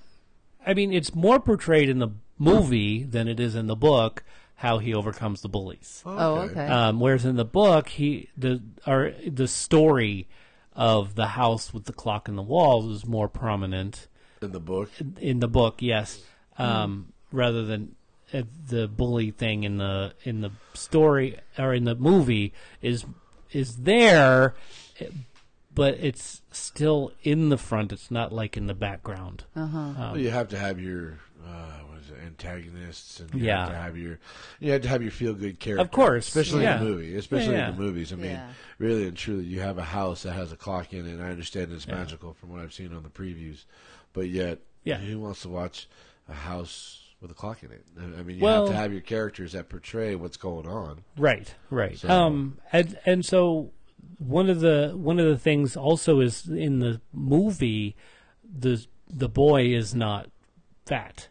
I mean, it's more portrayed in the movie than it is in the book how he overcomes the bullies.
Oh, okay.
Um, whereas in the book, he the or the story of the house with the clock in the walls is more prominent
In the book.
in the book. Yes, um, rather than uh, the bully thing in the in the story or in the movie is is there, but it's still in the front. It's not like in the background.
Well, you have to have your. Uh, what is it? Antagonists, and you
Yeah.
have to have your, you have to have your feel good character,
Of course,
especially
yeah.
in the movie, especially
Yeah, yeah.
in the movies. I mean,
Yeah.
really and truly, you have a house that has a clock in it. and I understand it's magical from what I've seen on the previews, but yet,
Yeah.
who wants to watch a house with a clock in it? I I mean, you
Well-
have to have your characters that portray what's going on.
Right, right. Um, and and so one of the one of the things also is in the movie, the the boy is not fat.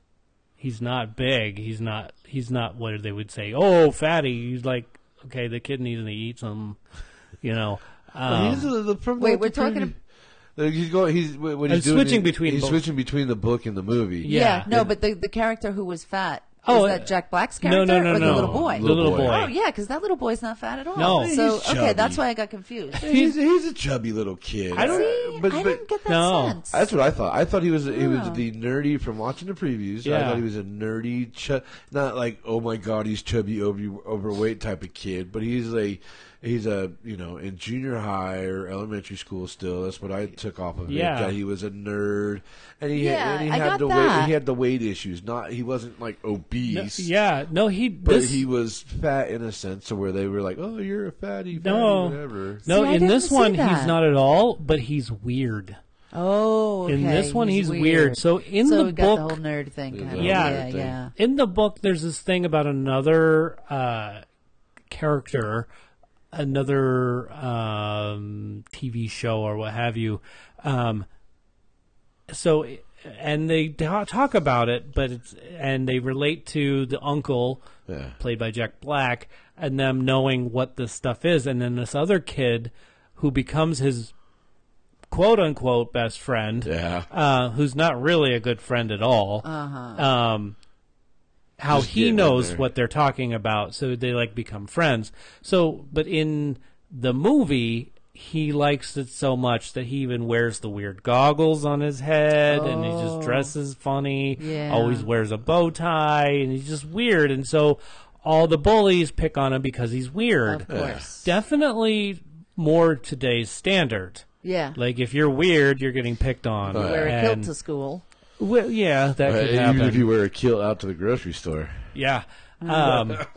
He's not big. He's not. He's not what they would say. Oh, fatty. He's like, okay, the kid needs to eat some, you know. Um,
He's, uh, the- from
Wait,
the-
we're
the
talking
preview- Like, Uh, he's going. He's what what
I'm
he's doing
switching
is-
between
He's
both.
switching between the book and the movie.
Yeah.
yeah. No, but the the character who was fat.
Oh,
is that Jack Black's
no,
character
no, no,
or the
no.
little boy?
The little boy.
Oh yeah, because that little boy's not fat at all.
No.
So
He's chubby.
okay, that's why I got confused.
He's he's a chubby little kid.
I don't-
Uh, but,
I
but-
didn't get that
No.
sense.
That's what I thought. I thought he was he
Oh.
was the nerdy from watching the previews. I
Yeah.
thought he was a nerdy, ch- not like oh my god, he's chubby, over, overweight type of kid. But he's like he's a you know in junior high or elementary school still. That's what I took off of
Yeah.
it. That he was a nerd, and he
Yeah,
had, and he
I
had
got
the weight.
that.
He had the weight issues. Not he wasn't like
no,
obese.
yeah. No, he.
But
This,
he was fat in a sense to where they were like, "Oh, you're a fatty, fatty
No.
whatever."
no,
See,
in
I didn't
this
see
one he's
that.
not at all, but he's weird.
Oh,
In
okay,
this one, he's weird. So in
So
the
we got the
book-
whole nerd thing. Kind of.
Yeah.
yeah,
Nerd thing.
yeah.
in the book there's this thing about another uh, character another um, tv show or what have you um, so and they ta- talk about it but it's and they relate to the uncle
Yeah.
played by jack black and them knowing what this stuff is and then this other kid who becomes his quote unquote best friend
Yeah.
uh, who's not really a good friend at all.
Uh-huh.
Um, how
Just
he
getting in
knows
there.
what they're talking about, so they like become friends. So, but in the movie, he likes it so much that he even wears the weird goggles on his head and he just dresses funny,
Oh. Yeah.
always wears a bow tie, and he's just weird. And so all the bullies pick on him because he's weird.
Of course.
Definitely more today's standard.
Yeah.
Like if you're weird, you're getting picked on.
Right.
Wear a kilt
And-
to school.
well, yeah, that
Uh,
could
even
happen.
if you wear a kilt out to the grocery store.
yeah.
Mm.
Um,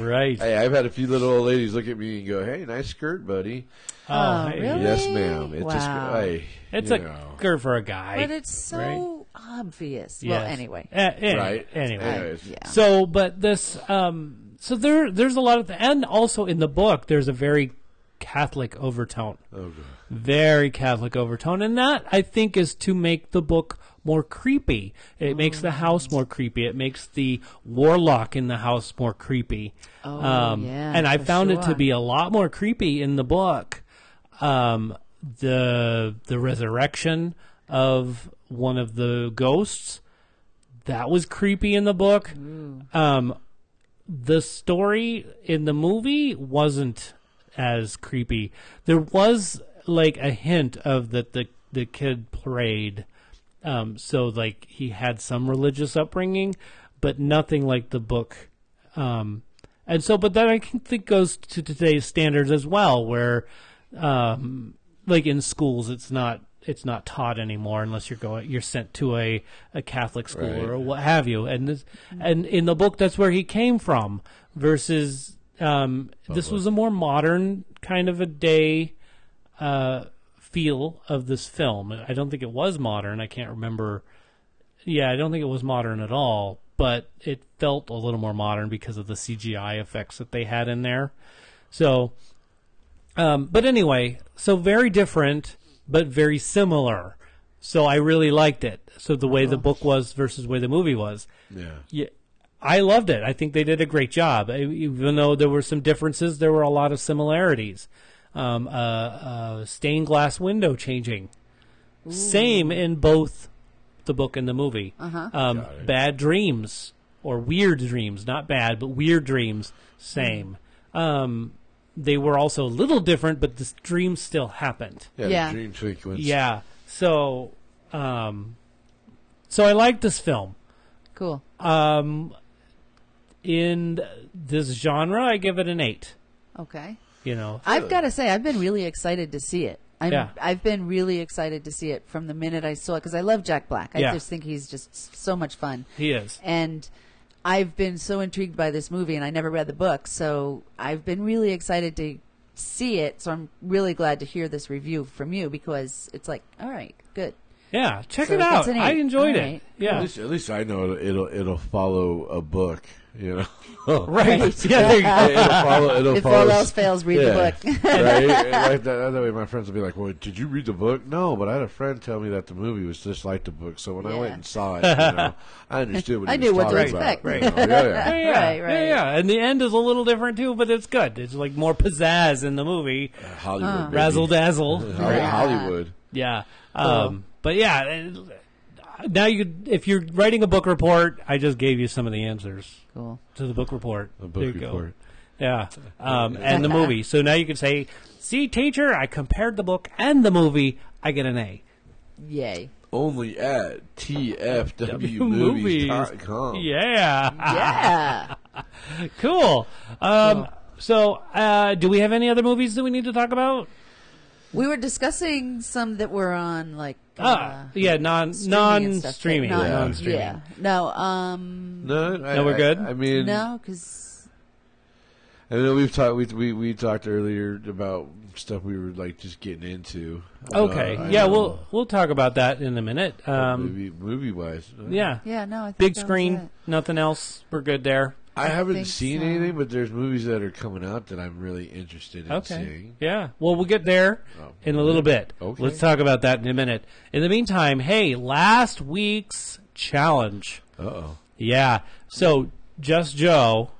right.
Hey, I've had a few little old ladies look at me and go, "Hey, nice skirt, buddy."
Oh, hey.
really?
Yes, ma'am. It just,
Wow.
I,
It's
you
a
know.
curve for a guy.
But it's so
Right.
obvious.
Yes.
Well, anyway.
A- any-
right.
Anyway.
Anyways.
Yeah.
So, but this, um, so there, there's a lot of, and also in the book, there's a very Catholic overtone,
Oh, God.
very Catholic overtone, and that I think is to make the book more creepy. It makes the house more creepy. It makes the warlock in the house more creepy.
Oh,
um,
yeah,
and I
for
found it to
sure.
be a lot more creepy in the book. Um, the the resurrection of one of the ghosts that was creepy in the book. Um, the story in the movie wasn't as creepy. There was like a hint of that the the kid prayed, um, so like he had some religious upbringing, but nothing like the book. Um, and so, but that I can think goes to today's standards as well, where um, like in schools, it's not it's not taught anymore unless you're going you're sent to a, a Catholic school
Right.
or what have you. And this, and in the book, that's where he came from. Versus um, this was a more modern kind of a day uh, feel of this film. I don't think it was modern. I can't remember. Yeah, I don't think it was modern at all, but it felt a little more modern because of the CGI effects that they had in there. So, um, but anyway, so very different, but very similar. So I really liked it. So the way the book was versus the way the movie was.
yeah.
Yeah, I loved it. I think they did a great job. E- Even though there were some differences, there were a lot of similarities. Um, uh, uh, stained glass window changing, same in both the book and the movie. Uh-huh. Um, bad dreams or weird dreams, not bad, but weird dreams, same. Um, they were also a little different, but the dreams still happened.
Yeah,
Yeah.
The dream sequence.
Yeah. So, um, so I like this film
Cool.
um, in this genre, I give it an eight.
Okay.
You know,
I've got to say, I've been really excited to see it. I'm,
Yeah.
I've been really excited to see it from the minute I saw it because I love Jack Black. I
Yeah.
just think he's just s- so much fun.
he is.
And I've been so intrigued by this movie, and I never read the book, so I've been really excited to see it. So I'm really glad to hear this review from you because it's like, all right, good.
Yeah, check
So
it
that's
out.
an
I
eight.
enjoyed it.
All right.
At
Yeah,
least, at least I know it'll it'll follow a book. You know.
right. Yeah, there you go.
it'll follow. It'll
If
follow
all else fails, read
Yeah.
the book.
right? Like that, other way, my friends will be like, "Well, did you read the book?" No, but I had a friend tell me that the movie was just like the book. So when I went
Yeah.
and saw it, you know, I understood what
I
he
knew
was
what to
talking about, Oh,
expect.
you know? Yeah,
Yeah,
yeah.
yeah,
Right, right.
yeah, yeah. And the end is a little different too, but it's good. It's like more pizzazz in the movie,
Hollywood,
Uh-huh.
baby.
razzle dazzle.
Hol- Hollywood.
Yeah. Um, but yeah, and now you, if you're writing a book report, I just gave you some of the answers
Cool.
to the book report.
A
There
book
you go.
report.
Yeah, um, and
Uh-huh.
the movie. So now you can say, "See, teacher, I compared the book and the movie. I get an A."
Yay.
Only at tfwmovies.com.
Yeah,
Yeah.
cool. Um, so, uh, do we have any other movies that we need to talk about?
we were discussing some that were on, like, uh,
Uh, yeah, non
streaming and
non
stuff, but
streaming,
not-
non streaming.
Yeah. No, um,
No, I,
No, we're good?
I, I mean,
no, because
I know we've talked. We, we we talked earlier about stuff we were like just getting into.
Okay,
Uh, I
yeah,
know. Oh,
we'll we'll talk about that in a minute. Um,
movie movie wise.
yeah,
yeah, no, I think
big
that was
screen,
it.
nothing else. We're good there.
I haven't
think
seen
so.
anything, but there's movies that are coming out that I'm really interested in
Okay.
seeing.
Yeah. Well, we'll get there
Oh.
in a little bit.
Okay.
Let's talk about that in a minute. In the meantime, hey, last week's challenge.
Uh oh.
Yeah. So just Joe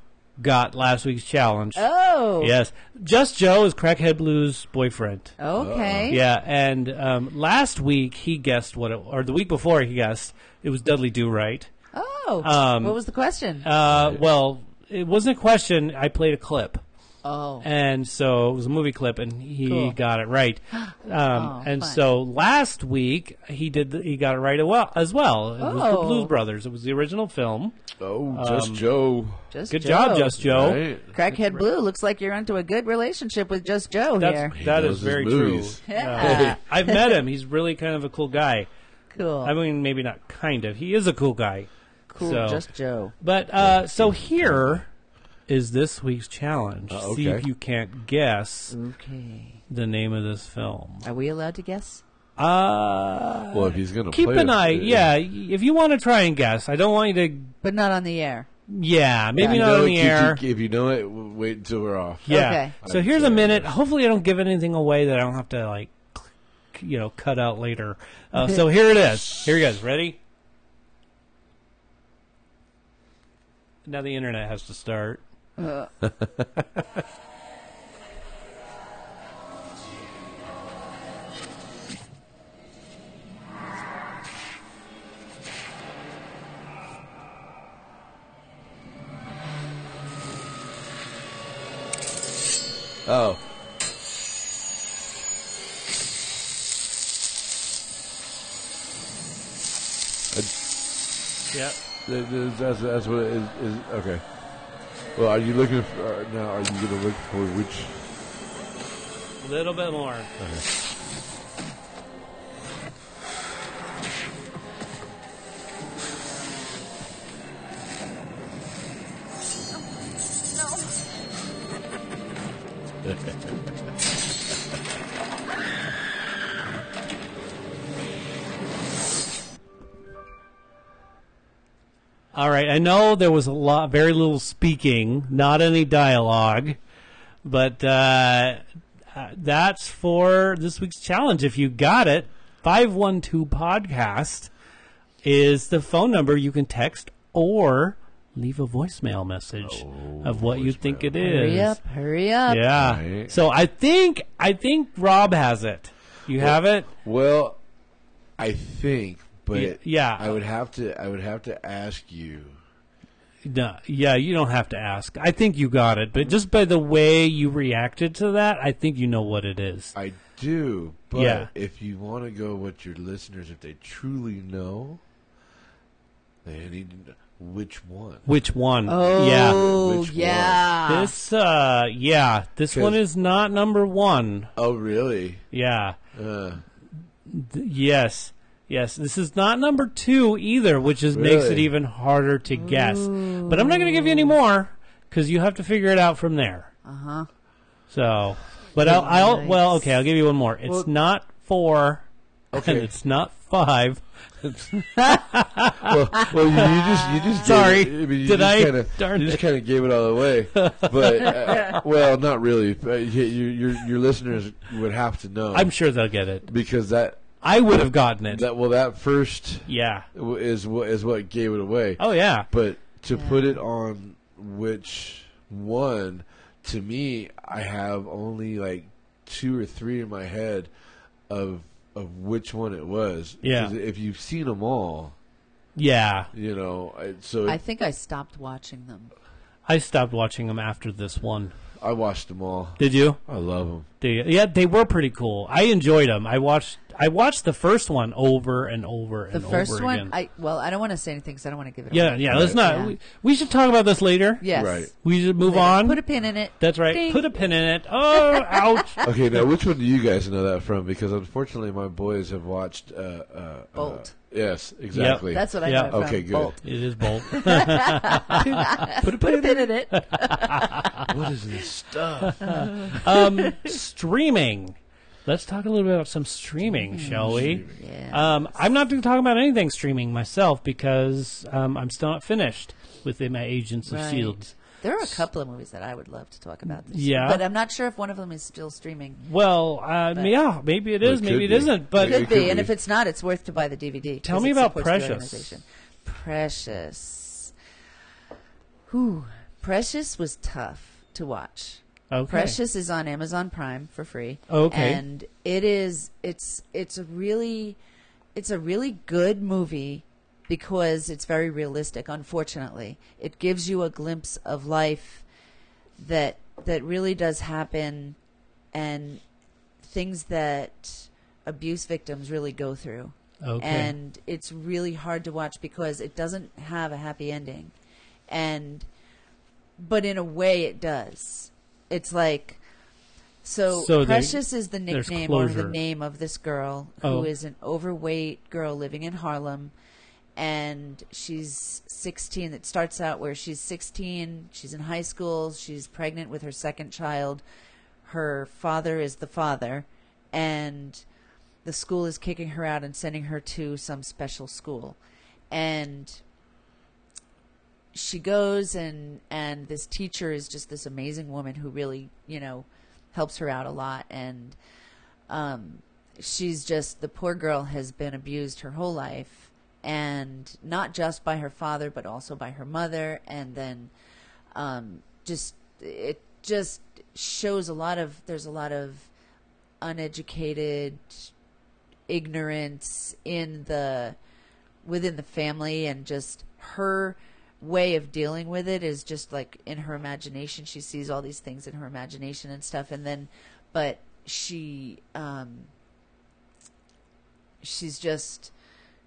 got last week's challenge.
Oh.
Yes. Just Joe is Crackhead Blue's boyfriend.
Okay.
Yeah, and um, last week he guessed what it, or the week before he guessed it was Dudley Do Right. Uh,
Oh.
Um,
what was the question?
Uh, well, it wasn't a question. I played a clip.
Oh.
And so it was a movie clip, and he
Cool. Oh,
got it right. Um, and
fun.
so last week he did the, he got it right a wel- as well. It was the
Oh.
Blues Brothers. It was the original film.
Oh, just Joe.
Just
Good
Joe.
job, Just um, Joe.
Right?
Crackhead Blue looks like you're onto a good relationship with Just Joe here.
That's that
knows
is
his
very
movies.
true. Yeah. I've met him. He's really kind of a cool guy.
Cool.
I mean, maybe not kind of. He is a cool guy.
cool.
so-
Just Joe.
But uh, so here is this week's challenge.
Uh,
See if
okay.
you can't guess
Okay.
the name of this film.
Are we allowed to guess?
Uh,
Well, if he's gonna
keep
play
an
us,
eye.
uh,
Yeah, if you want to try and guess, I don't want you to.
But not on the air.
Yeah, maybe
You
not
know
on
it,
the
keep-
air.
keep- If you know it, w- wait until we're off.
Yeah.
Okay.
So here's a minute. Hopefully, I don't give anything away that I don't have to like, c- you know, cut out later. Uh, so here it is. Here you guys ready? Now the internet has to start.
Oh,
Yep.
that- that- that's, that's what it is, is. Okay. Well, are you looking for uh, now? Are you gonna look for which?
A little bit more. All right. I know there was a lot, very little speaking, not any dialogue, but uh, uh, that's for this week's challenge. If you got it, five one two podcast is the phone number you can text or leave a voicemail message of what you think it is.
Hurry up. Hurry up.
Yeah.
Right.
So I think I think Rob has it. You have it.
Well, I think, but
Y- yeah.
I would have to. I would have to ask you.
No, yeah, you don't have to ask. I think you got it, but just by the way you reacted to that, I think you know what it is.
I do, but
Yeah.
if you want to go with your listeners, if they truly know, they need to know which one.
Which one? yeah.
Oh,
Which one?
yeah.
This uh yeah, this one is not number 1.
Oh, really?
Yeah.
Uh,
Th- yes. Yes, this is not number 2 either, which is makes it
Really?
even harder to guess. But I'm not going to give you any more cuz you have to figure it out from there.
Uh-huh.
So, but I'll, I'll
Yikes.
well, okay, I'll give you one more. It's
Well-
not 4. And
Okay.
it's not 5.
well, well, you just you just
Sorry.
Gave, it- I mean, you
Did
just
I?
Kinda,
Darn
you just
it.
kind of gave it all away, but uh, well, not really. But you, you, your your listeners would have to know.
I'm sure they'll get it.
because that
I would have gotten it.
that well that first
yeah.
w- is what is what gave it away.
Oh yeah.
But to put it on which one, to me, I have only like two or three in my head of of which one it was.
Yeah.
'Cause if you've seen them all,
Yeah.
you know. I, so
I think I stopped watching them.
I stopped watching them after this one.
I watched them all.
Did you?
I love them.
Do you? Yeah, they were pretty cool. I enjoyed them. I watched. I watched the first one over and over
The
and
first
over
one,
again.
I well, I don't want to say anything because I don't want to give it
yeah,
away.
yeah. Let's not.
Yeah.
We, we should talk about this later.
Yes.
Right.
We should move
Later.
on.
Put a pin in it.
That's right.
Ding.
Put a pin in it. Oh, ouch.
Okay, now which one do you guys know that from? Because unfortunately, my boys have watched uh, uh,
Bolt.
Uh, yes, exactly.
That's what I
Yeah.
know. it from.
Okay, good.
Bolt.
It is bold.
put a
Put a
pin in
pin in it.
it. What is this stuff?
um, streaming. Let's talk a little bit about some streaming,
Mm-hmm.
shall we?
Yeah.
Um, I'm not going to talk about anything streaming myself because um, I'm still not finished with my Agents of
Right.
Shields.
There are a couple of movies that I would love to talk about. This
Yeah.
But I'm not sure if one of them is still streaming.
Well, uh, yeah, maybe it is,
It
maybe it
could be.
isn't. But
It
Could, be,
could
and
be.
if it's not, it's worth to buy the DVD.
Tell
'cause
me
it
about
supports the
Precious.
organization. Precious. Whew. Precious was tough to watch.
okay.
Precious is on Amazon Prime for free.
Okay.
And it is it's it's a really it's a really good movie because it's very realistic, unfortunately. It gives you a glimpse of life that that really does happen and things that abuse victims really go through.
Okay.
And it's really hard to watch because it doesn't have a happy ending. And but in a way it does. It's like so,
So they-
Precious is the
there's
nickname or the
closure.
name of this girl
Oh.
who is an overweight girl living in Harlem and she's 16 it starts out where she's 16 she's in high school she's pregnant with her second child her father is the father and the school is kicking her out and sending her to some special school and she goes and and this teacher is just this amazing woman who really you know helps her out a lot and um she's just the poor girl has been abused her whole life and not just by her father but also by her mother and then um just it just shows a lot of there's a lot of uneducated ignorance in the within the family and just her way of dealing with it is just like in her imagination she sees all these things in her imagination and stuff and then but she um she's just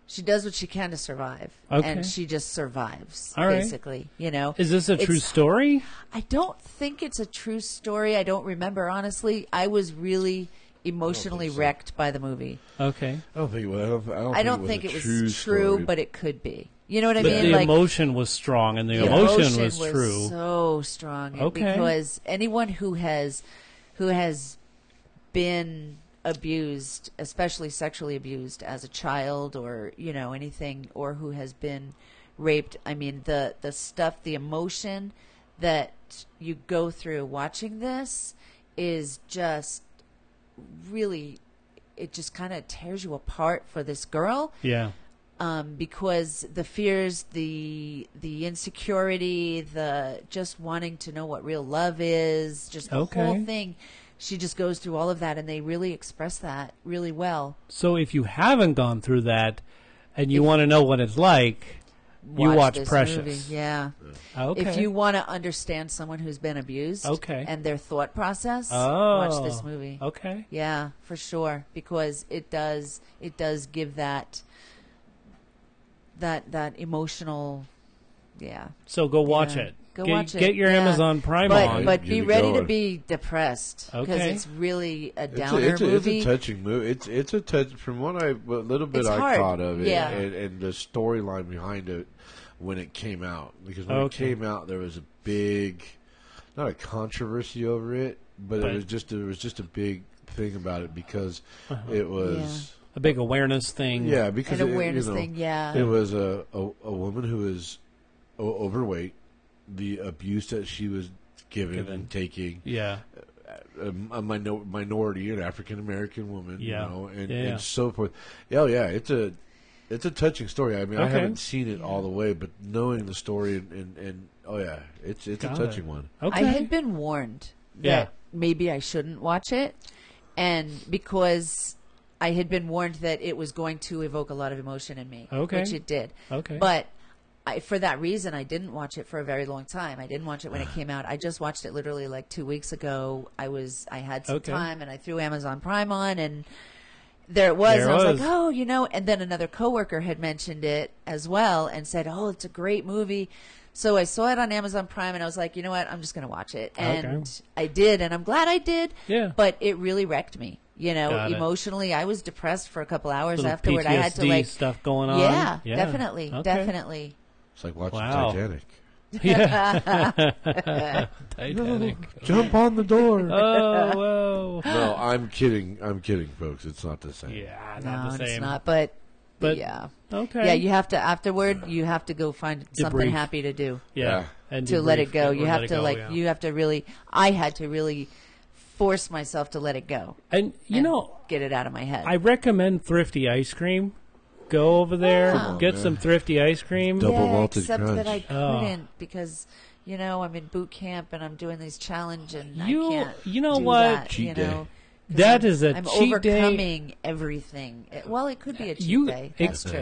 she does what she can to survive
Okay.
and she just survives
All right.
basically you know
Is this a
It's-
true story?
I don't think it's a true story. I don't remember honestly. I was really emotionally wrecked by the movie.
Okay.
I don't think. Well, I don't, I don't,
I don't
think,
think it was
a
true,
story.
but it could be. You know what I
but
mean?
the
like
emotion was strong and the,
the
emotion, was, true.
so strong
Okay.
because anyone who has who has been abused, especially sexually abused as a child or, you know, anything or who has been raped, I mean the the stuff, the emotion that you go through watching this is just really it just kind of tears you apart for this girl
yeah.
um, because the fears, the the insecurity, the just wanting to know what real love is, just the
Okay.
whole thing. She just goes through all of that, and they really express that really well.
So if you haven't gone through that and you want to know what it's like, you watch
this
Precious. Ah,
movie. yeah.
Okay.
If you want to understand someone who's been abused,
Okay.
and their thought process,
oh,
watch this movie.
Okay.
Yeah, for sure, because it does it does give that that that emotional, yeah,
So go watch
Yeah.
it.
Go
get,
watch it.
Get your
yeah.
Amazon Prime
but,
on.
But
Get
be
it
ready to
going.
be depressed because
Okay.
it's really a
It's
downer
a, it's, a, it's
movie.
a touching movie. It's it's a touch from what I what little bit
It's
I
hard,
caught of it,
yeah.
and, and the storyline behind it when it came out. Because when
Okay.
it came out, there was a big, not a controversy over it, but,
But-
it was just there was just a big thing about it because
Uh-huh.
it was
a big awareness thing.
yeah, because
An
it-
awareness
you know,
thing, yeah.
It was a, a a woman who was o- overweight, the abuse that she was given.
Given.
and taking
Yeah.
a, a minor, minority, an African American woman,
Yeah.
you know, and,
Yeah, yeah.
and so forth. Yeah, oh, yeah, it's a it's a touching story. I mean, I
Okay.
haven't seen it all the way, but knowing the story and, and, and oh yeah, it's it's
Got
a touching
it.
one.
Okay.
I had been warned that
Yeah.
maybe I shouldn't watch it, and because I had been warned that it was going to evoke a lot of emotion in me,
Okay.
which it did.
Okay.
but. I, for that reason, I didn't watch it for a very long time. I didn't watch it when it came out. I just watched it literally like two weeks ago. I was I had some
Okay.
time and I threw Amazon Prime on and there it was.
There
and I was,
was.
like, oh, you know. And then another coworker had mentioned it as well and said, oh, it's a great movie. So I saw it on Amazon Prime and I was like, you know what? I'm just going to watch it. And I did. And I'm glad I did.
Yeah.
But it really wrecked me. You know,
Got it.
emotionally, I was depressed for a couple hours
Little
afterward. I had to
PTSD
like.
stuff going on.
Yeah, definitely.
Okay.
Definitely.
It's like watching
Wow.
Titanic.
Titanic.
Jump on the door.
oh, whoa.
no, I'm kidding. I'm kidding, folks. It's not the same.
Yeah,
No,
not the
it's
same.
not. But,
But-
yeah.
Okay.
Yeah, you have to afterward. You have to go find something
Debrief.
happy to do
yeah. And
to let
debrief
it go.
or
You
let
have
it
to
go,
like
yeah.
you have to really. I had to really force myself to let it go.
And you
and
know,
get it out of my head.
I recommend Thrifty Ice Cream. Go over there,
Oh.
get some Thrifty Ice Cream.
Double
yeah,
malted
except
crunch.
that I
Oh.
couldn't because you know I'm in boot camp and I'm doing these challenge and
You-
I can't.
you know
do
what?
that,
Cheat
you
day.
know, 'cause
That
I'm-
is a
I'm
cheat day.
overcoming everything. It- well, it could be a cheat
You-
day.
it-
That's true.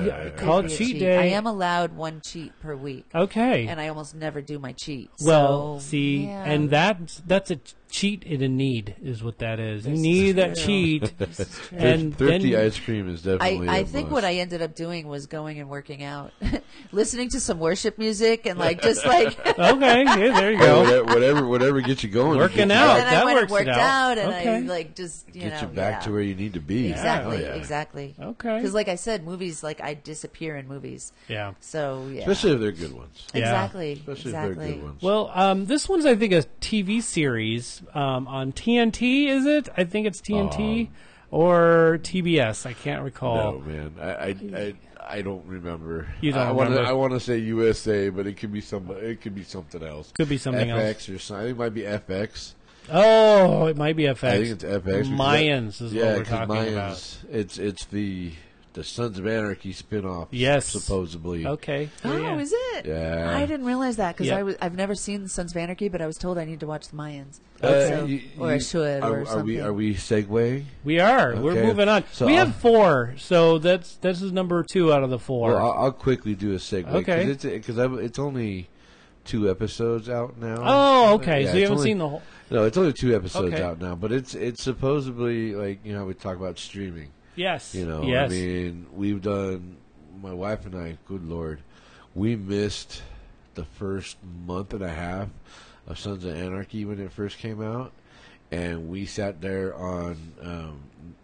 Yeah,
It could
call
be
it
a
cheat day.
I am allowed one cheat per week,
okay.
and I almost never do my cheat.
well,
so,
see,
yeah.
and that that's a cheat in a need is what that is. You
This is
need that
true.
cheat,
This is true.
and
Thrifty
then
ice cream is
I,
definitely.
I
a
think
must.
what I ended up doing was going and working out, listening to some worship music, and like just like
okay, yeah, there you
Yeah,
go.
whatever, whatever, whatever gets you going,
Working
gets you
out.
and then I
that
went and
works it
worked
out.
out, and I
Okay.
like just you
Get
know
you back
yeah.
to where you need to be.
exactly
Oh, yeah.
exactly
Okay.
because like I said, movies like I disappear in movies.
Yeah.
So yeah,
Especially if they're good ones.
Yeah.
exactly,
Especially if
exactly.
they're good ones.
Well, um, this one's I think a TV series um, on TNT. Is it? I think it's TNT or TBS. I can't recall.
Uh-huh. no, man, I, I, I, I don't remember.
You don't
I wanna,
remember.
I want to say USA, but it could be some. It could be something else.
Could be something
FX
else.
or something. It might be FX.
Oh, it might be FX.
I think it's FX. because
Mayans is
yeah,
what we're
'cause
talking
Mayans,
about.
It's it's the the Sons of Anarchy spin-off.
Yes.
supposedly.
Okay.
Oh,
Yeah.
is it?
Yeah.
I didn't realize that because
Yeah.
I was I've never seen Sons of Anarchy, but I was told I need to watch the Mayans,
Uh,
So-
you-
or I
you-
should,
Are,
or
are we
something.
are we segueing?
We are. We're
Okay.
moving on.
So
we
I'll-
have four, so that's this is number two out of the four.
Well, I'll, I'll quickly do a segue.
Okay.
Because it's, 'cause I'm- it's only two episodes out now. Uh,
oh, okay.
Yeah,
so you
it's
haven't
only-
seen the whole.
No, it's only two episodes
Okay.
out now, but it's it's supposedly like you know we talk about streaming.
Yes.
You know,
Yes.
I mean, we've done my wife and I. Good lord, we missed the first month and a half of Sons of Anarchy when it first came out, and we sat there on um,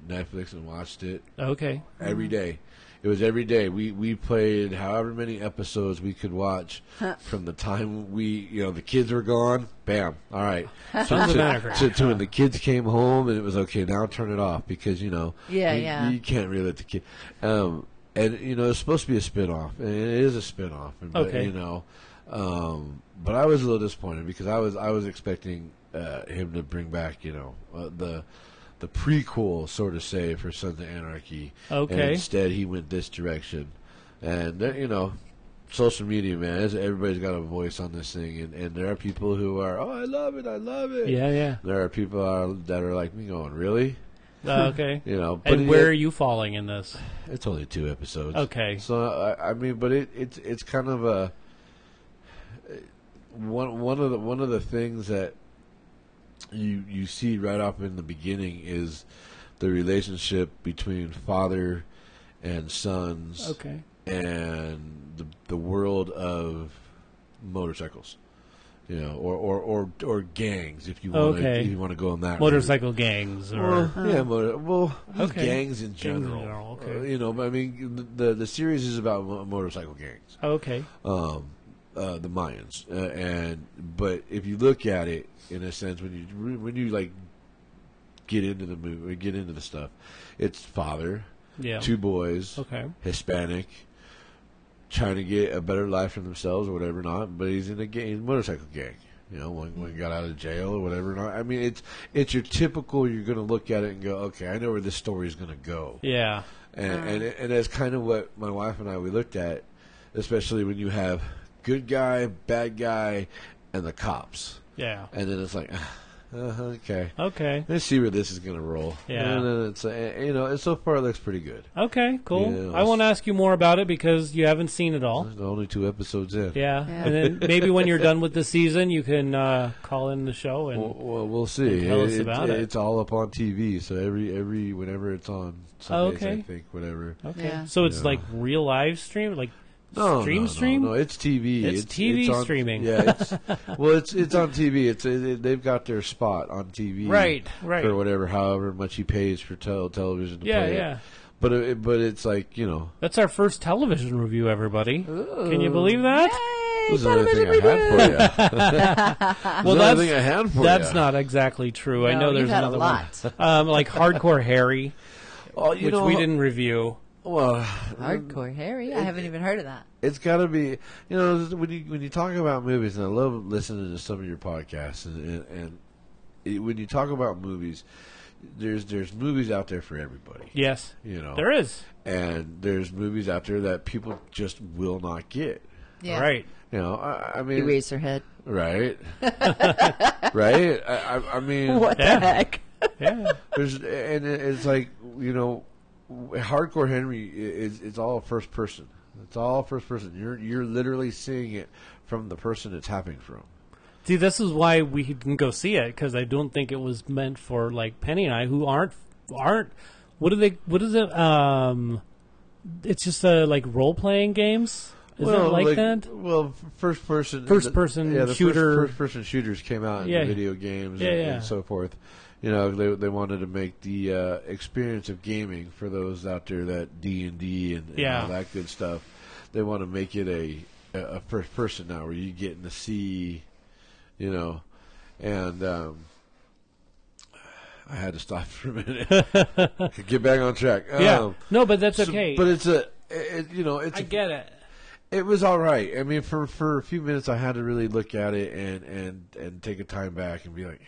Netflix and watched it
okay.
every
Mm.
day. It was every day. We we played however many episodes we could watch from the time we you know the kids were gone. Bam. All right. So
Sons of
to,
Anarchy.
to, to when the kids came home and it was okay. Now turn it off because you know
Yeah,
you,
yeah.
you can't really let the kid. Um, and you know it's supposed to be a spin off, and it is a spin off.
Okay.
You know, um, but I was a little disappointed because I was I was expecting uh, him to bring back you know uh, the the prequel, so to say, for Sons of Anarchy. And
Okay.
instead, he went this direction, and there- you know, social media, man, it's- everybody's got a voice on this thing, and, and there are people who are, oh, I love it, I love it.
Yeah. Yeah.
There are people are, that are like me going, really?
Uh, okay.
You know, but
And
it-
where are you falling in this?
It's only two episodes.
Okay.
So I, I mean, but it, it's it's kind of a one one of the one of the things that you you see right off in the beginning is the relationship between father and sons
Okay.
and the the world of motorcycles. You know, or, or, or, or gangs if you want
Okay.
to if you want to go on that route.
Motorcycle gangs or
Well, yeah, motor, well, just
Okay.
gangs in general.
general,
Uh,
okay.
you know, I mean, the the series is about mo- motorcycle gangs,
okay.
um, uh, the Mayans, uh, and but if you look at it in a sense, when you when you like get into the movie, get into the stuff, it's father,
Yeah.
two boys,
Okay.
Hispanic, trying to get a better life for themselves or whatever not, but he's in a gang, motorcycle gang. You know, one, one got out of jail or whatever not. I mean, it's it's your typical. You're going to look at it and go, okay, I know where this story is going to go,
Yeah.
and, and and that's kind of what my wife and I we looked at, especially when you have good guy, bad guy, and the cops,
Yeah.
and then it's like, uh, okay,
Okay.
let's see where this is going to roll.
Yeah.
and then it's uh, you know, and so far it looks pretty good.
Okay. Cool.
Yeah.
I won't ask you more about it because you haven't seen it all.
Only two episodes in.
Yeah.
Yeah.
And then maybe when you're done with the season, you can uh, call in the show and
Well, well, we'll see.
tell us about it.
It's all up on TV, so every every whenever it's on Sundays,
Oh, okay. Oh,
I think whatever.
Okay.
Yeah.
So it's
Yeah.
like real live stream, like
No,
stream
no, no,
stream.
No, it's TV.
It's TV
on-
streaming.
Yeah, it's, well, it's it's on TV. It's it, it- they've got their spot on TV,
Right, right.
for whatever, however much he pays for tel- television. To
Yeah,
play it.
yeah.
But it, but it's like you know,
That's our first television review, everybody. Can you believe that?
this is another thing I had for you.
Well,
another
that's
thing I had for
that's
ya.
not exactly true. I
No,
know
you've
there's
had a
another
lot.
one, um, like Hardcore Harry,
Oh, you
which
know,
we didn't review.
Well,
Hardcore Harry. I haven't even heard of that.
it's got to be you know when you when you talk about movies and I love listening to some of your podcasts and and, and it, when you talk about movies there's there's movies out there for everybody
Yes,
you know
there is.
and there's movies out there that people just will not get
Yeah.
Right.
you know I, I mean
Eraserhead.
right right I, I, I mean
What the heck?
yeah.
There's and it- it's like you know, hardcore Henry i- is it's all first person. It's all first person. You're you're literally seeing it from the person it's happening from.
See, this is why we didn't go see it because I don't think it was meant for like Penny and I, who aren't aren't. What do they? What is it? Um, it's just uh, like role playing games. Is it like, that?
Well, f- first person,
First
the-
person
yeah, the
shooter.
First, first person shooters came out in
Yeah.
video games
Yeah,
and,
yeah.
and so forth. You know, they they wanted to make the uh, experience of gaming for those out there that D and D and
Yeah.
all that good stuff. They want to make it a a first person now, where you get in the sea, you know, and. Um, I had to stop for a minute. Get back on track.
yeah.
Um,
no, but that's
so-
okay.
But it's a, it, you know, it's
I
a-
get it.
it was all right. I mean, for for a few minutes, I had to really look at it and and and take a time back and be like,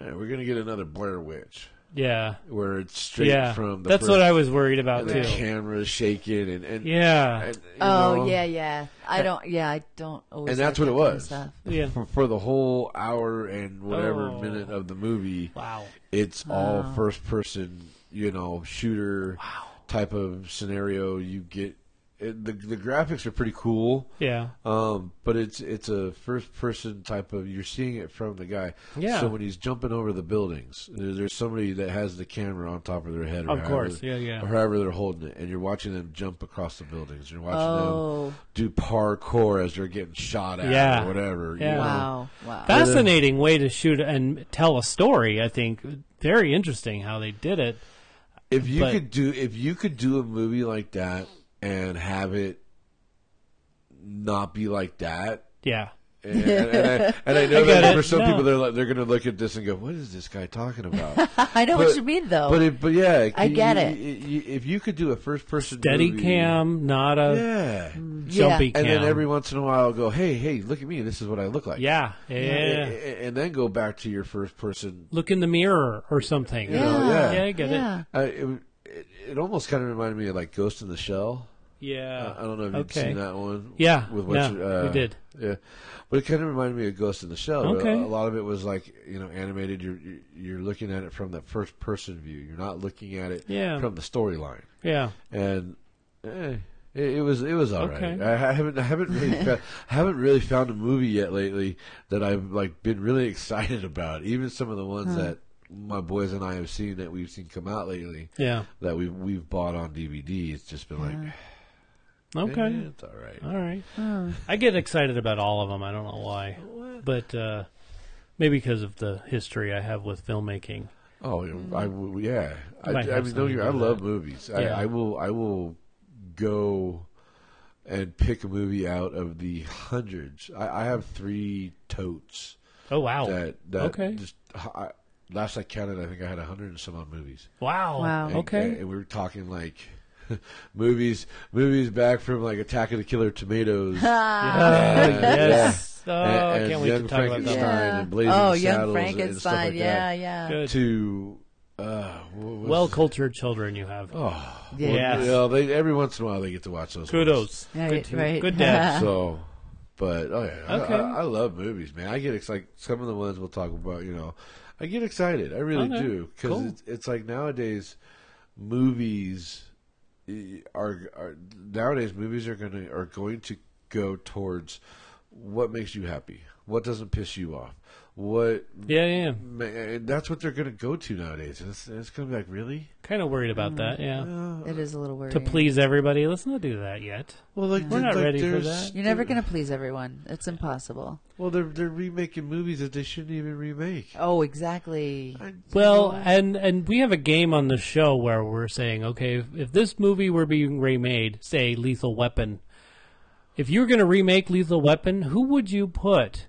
"Eh, we're gonna get another Blair Witch
Yeah.
where it's straight
Yeah.
from the
That's
first,
what I was worried
and
about
the
too.
camera's shaking and and
Yeah.
and, you
Oh
know,
yeah, yeah. I don't. Yeah, I don't always.
and that's
like
what it
that kind of
was
stuff.
Yeah.
for, for the whole hour and whatever
Oh.
minute of the movie.
Wow.
It's all first person, you know, shooter type of scenario. You get it, the the graphics are pretty cool.
Yeah.
Um, but it's it's a first person type of you're seeing it from the guy.
Yeah.
So when he's jumping over the buildings, there- there's somebody that has the camera on top of their head, or
Of
however-
course. Yeah, yeah.
or however they're holding it, and you're watching them jump across the buildings. You're watching
Oh.
them do parkour as they're getting shot at,
Yeah.
or whatever. you
Yeah.
know.
Wow, wow.
Fascinating way to shoot and tell a story. I think very interesting how they did it.
If you
But-
could do if you could do a movie like that and have it not be like that,
Yeah.
And, and, I, and I know
I get
that
it.
for some
No.
people, they're like, they're going to look at this and go, "What is this guy talking about?"
I know what you mean, though.
But it, but yeah,
I
you-
get
you-
it.
you- if you could do a first person
Steady cam, not a
yeah,
jumpy cam.
and then every once in a while, go, "Hey, hey, look at me! This is what I look like."
yeah. Yeah.
A- a- and then go back to your first person.
look in the mirror or something.
Yeah. know, yeah.
I get it.
yeah.
I, it, it, it almost kind of reminded me of like Ghost in the Shell.
Yeah.
Uh, I don't know if you've
Okay.
seen that one.
Yeah,
what's- uh,
no, we did.
Yeah, but it kind of reminded me of Ghost in the Shell. where
Okay.
A lot of it was like you know animated. You're you're- you're looking at it from the first person view. You're not looking at it
Yeah.
from the storyline.
Yeah.
And eh, it, it was it was all right.
Okay.
I, I haven't I haven't really fa- I haven't really found a movie yet lately that I've like been really excited about. Even some of the
Hmm.
ones that my boys and I have seen that we've seen come out lately.
Yeah. Hmm.
That we've we've bought on DVD, it's just been like
Okay.
eh, it's all right.
All right. I get excited about all of them. I don't know why, but uh, maybe because of the history I have with filmmaking.
Oh, yeah, I w- yeah. I,
Hmm. Might
I
have something
mean, don't
to
you,
do
I
with
love
that.
movies.
Yeah.
I, I will. I will go and pick a movie out of the hundreds. I, I have three totes
Oh wow!
that that
okay.
just. I, last I counted, I think I had a hundred and some odd movies.
wow.
Wow.
And-
Okay.
and we were talking like. movies, movies back from like Attack of the Killer Tomatoes,
Uh,
Uh,
yes. Oh,
and-
I
and
can't wait
Young
to talk about that.
Frankenstein.
one.
and Blazing
oh,
Saddles
young
and stuff
Frankenstein.
like
yeah,
that.
yeah,
Good.
to uh, what was
Well
the-
cultured children you have.
yeah.
Yeah.
You know, they, every once in a while they get to watch those. ones.
Kudos.
Right,
good, to-
right.
good dad.
So, but oh yeah,
Okay.
I, I, I love movies, man. I get ex- like some of the ones we'll talk about. You know, I get excited. I really
Okay.
do because
Cool.
it's, it's like nowadays movies eh, are, are nowadays movies are gonna are going to go towards what makes you happy, what doesn't piss you off, what.
Yeah, yeah. yeah.
ma- And that's what they're going to go to nowadays. And it's, it's going to be like, really?
Kind of worried about that. Yeah.
It is a little worrying.
to please everybody, let's not do that yet.
Well, like
We're not
like,
ready for
there's-
that.
You're never going to please everyone. It's impossible.
Well, they're they're remaking movies that they shouldn't even remake.
Oh, exactly.
Well, and and we have a game on the show where we're saying, okay, if, if this movie were being remade, say Lethal Weapon, if you were going to remake Lethal Weapon, who would you put?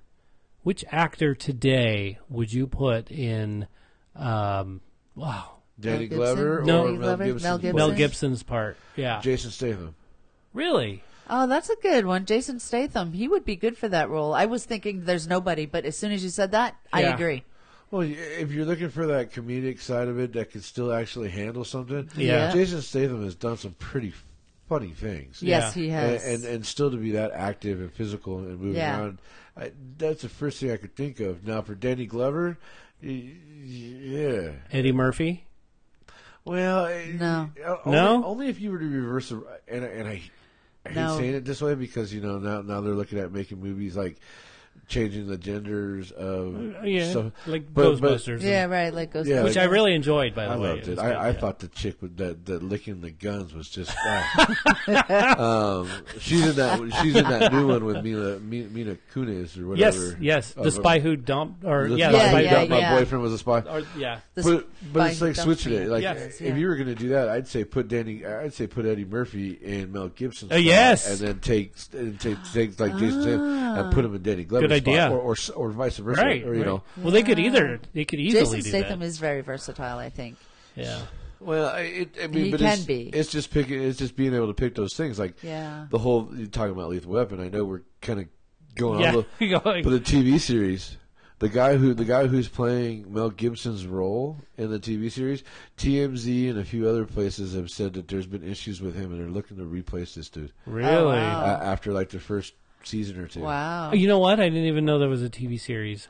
Which actor today would you put in? Um, wow,
Danny
Mel
Glover
Gibson?
No.
or
Danny
Mel
Glover?
Gibson?
Mel Gibson?
Mel Gibson's part. Yeah,
Jason Statham.
really?
Oh, that's a good one. Jason Statham. He would be good for that role. I was thinking there's nobody, but as soon as you said that, I
Yeah.
agree.
Well, y- if you're looking for that comedic side of it that can still actually handle something,
Yeah.
Jason Statham has done some pretty funny things.
Yes,
Yeah.
he
And,
has.
and and still to be that active and physical and moving
Yeah.
around, I, that's the first thing I could think of. Now for Danny Glover, y- yeah.
Eddie Murphy.
Well, I-
No.
uh, only,
No?
only if you were to reverse the and I- and I, I hate
No.
saying it this way because you know now now they're looking at making movies like changing the genders of
Uh, Yeah,
stuff.
like
But- but-
Ghostbusters, and-
yeah, right. Like Ghostbusters.
Oh, Yeah,
which I really enjoyed. By the
I
way,
loved it.
was
I,
good,
I
yeah.
thought the chick with that that licking the guns was just. wow. um, she's in that. She's in that new one with Mila Mi- Mina Kunis or
Yes,
whatever.
yes,
Of
the
a-
spy who dumped, or
the
yeah,
spy
the
who
spy
yeah,
dumped
who
my
dumped,
yeah.
boyfriend was a spy.
or yeah,
This
But
by
but it's like
Dumpy.
switching it. Like
Yes,
if
yeah.
you were going to do that, I'd say put Danny. I'd say put Eddie Murphy in Mel Gibson's.
Oh,
spot
yes.
and then take and take take like Jason Statham
Ah.
and put him in Danny Glover's
Good idea.
spot, or, or s- or vice versa,
right?
or you
right.
know.
well, they could either they could easily
Jason
do
Statham
that.
is very versatile. I think.
yeah,
Well, I- it, I mean,
He
but
can
it's,
be.
It's just picking. It's just being able to pick those things. Like
Yeah.
the whole you're talking about Lethal Weapon. I know we're kind of going on a
yeah.
little-
Going-
But the TV series, the guy who the guy who's playing Mel Gibson's role in the TV series, TMZ and a few other places have said that there's been issues with him, and they're looking to replace this dude
really?
Oh,
a-
wow.
after like the first season or two.
Wow.
You know what? I didn't even know there was a TV series.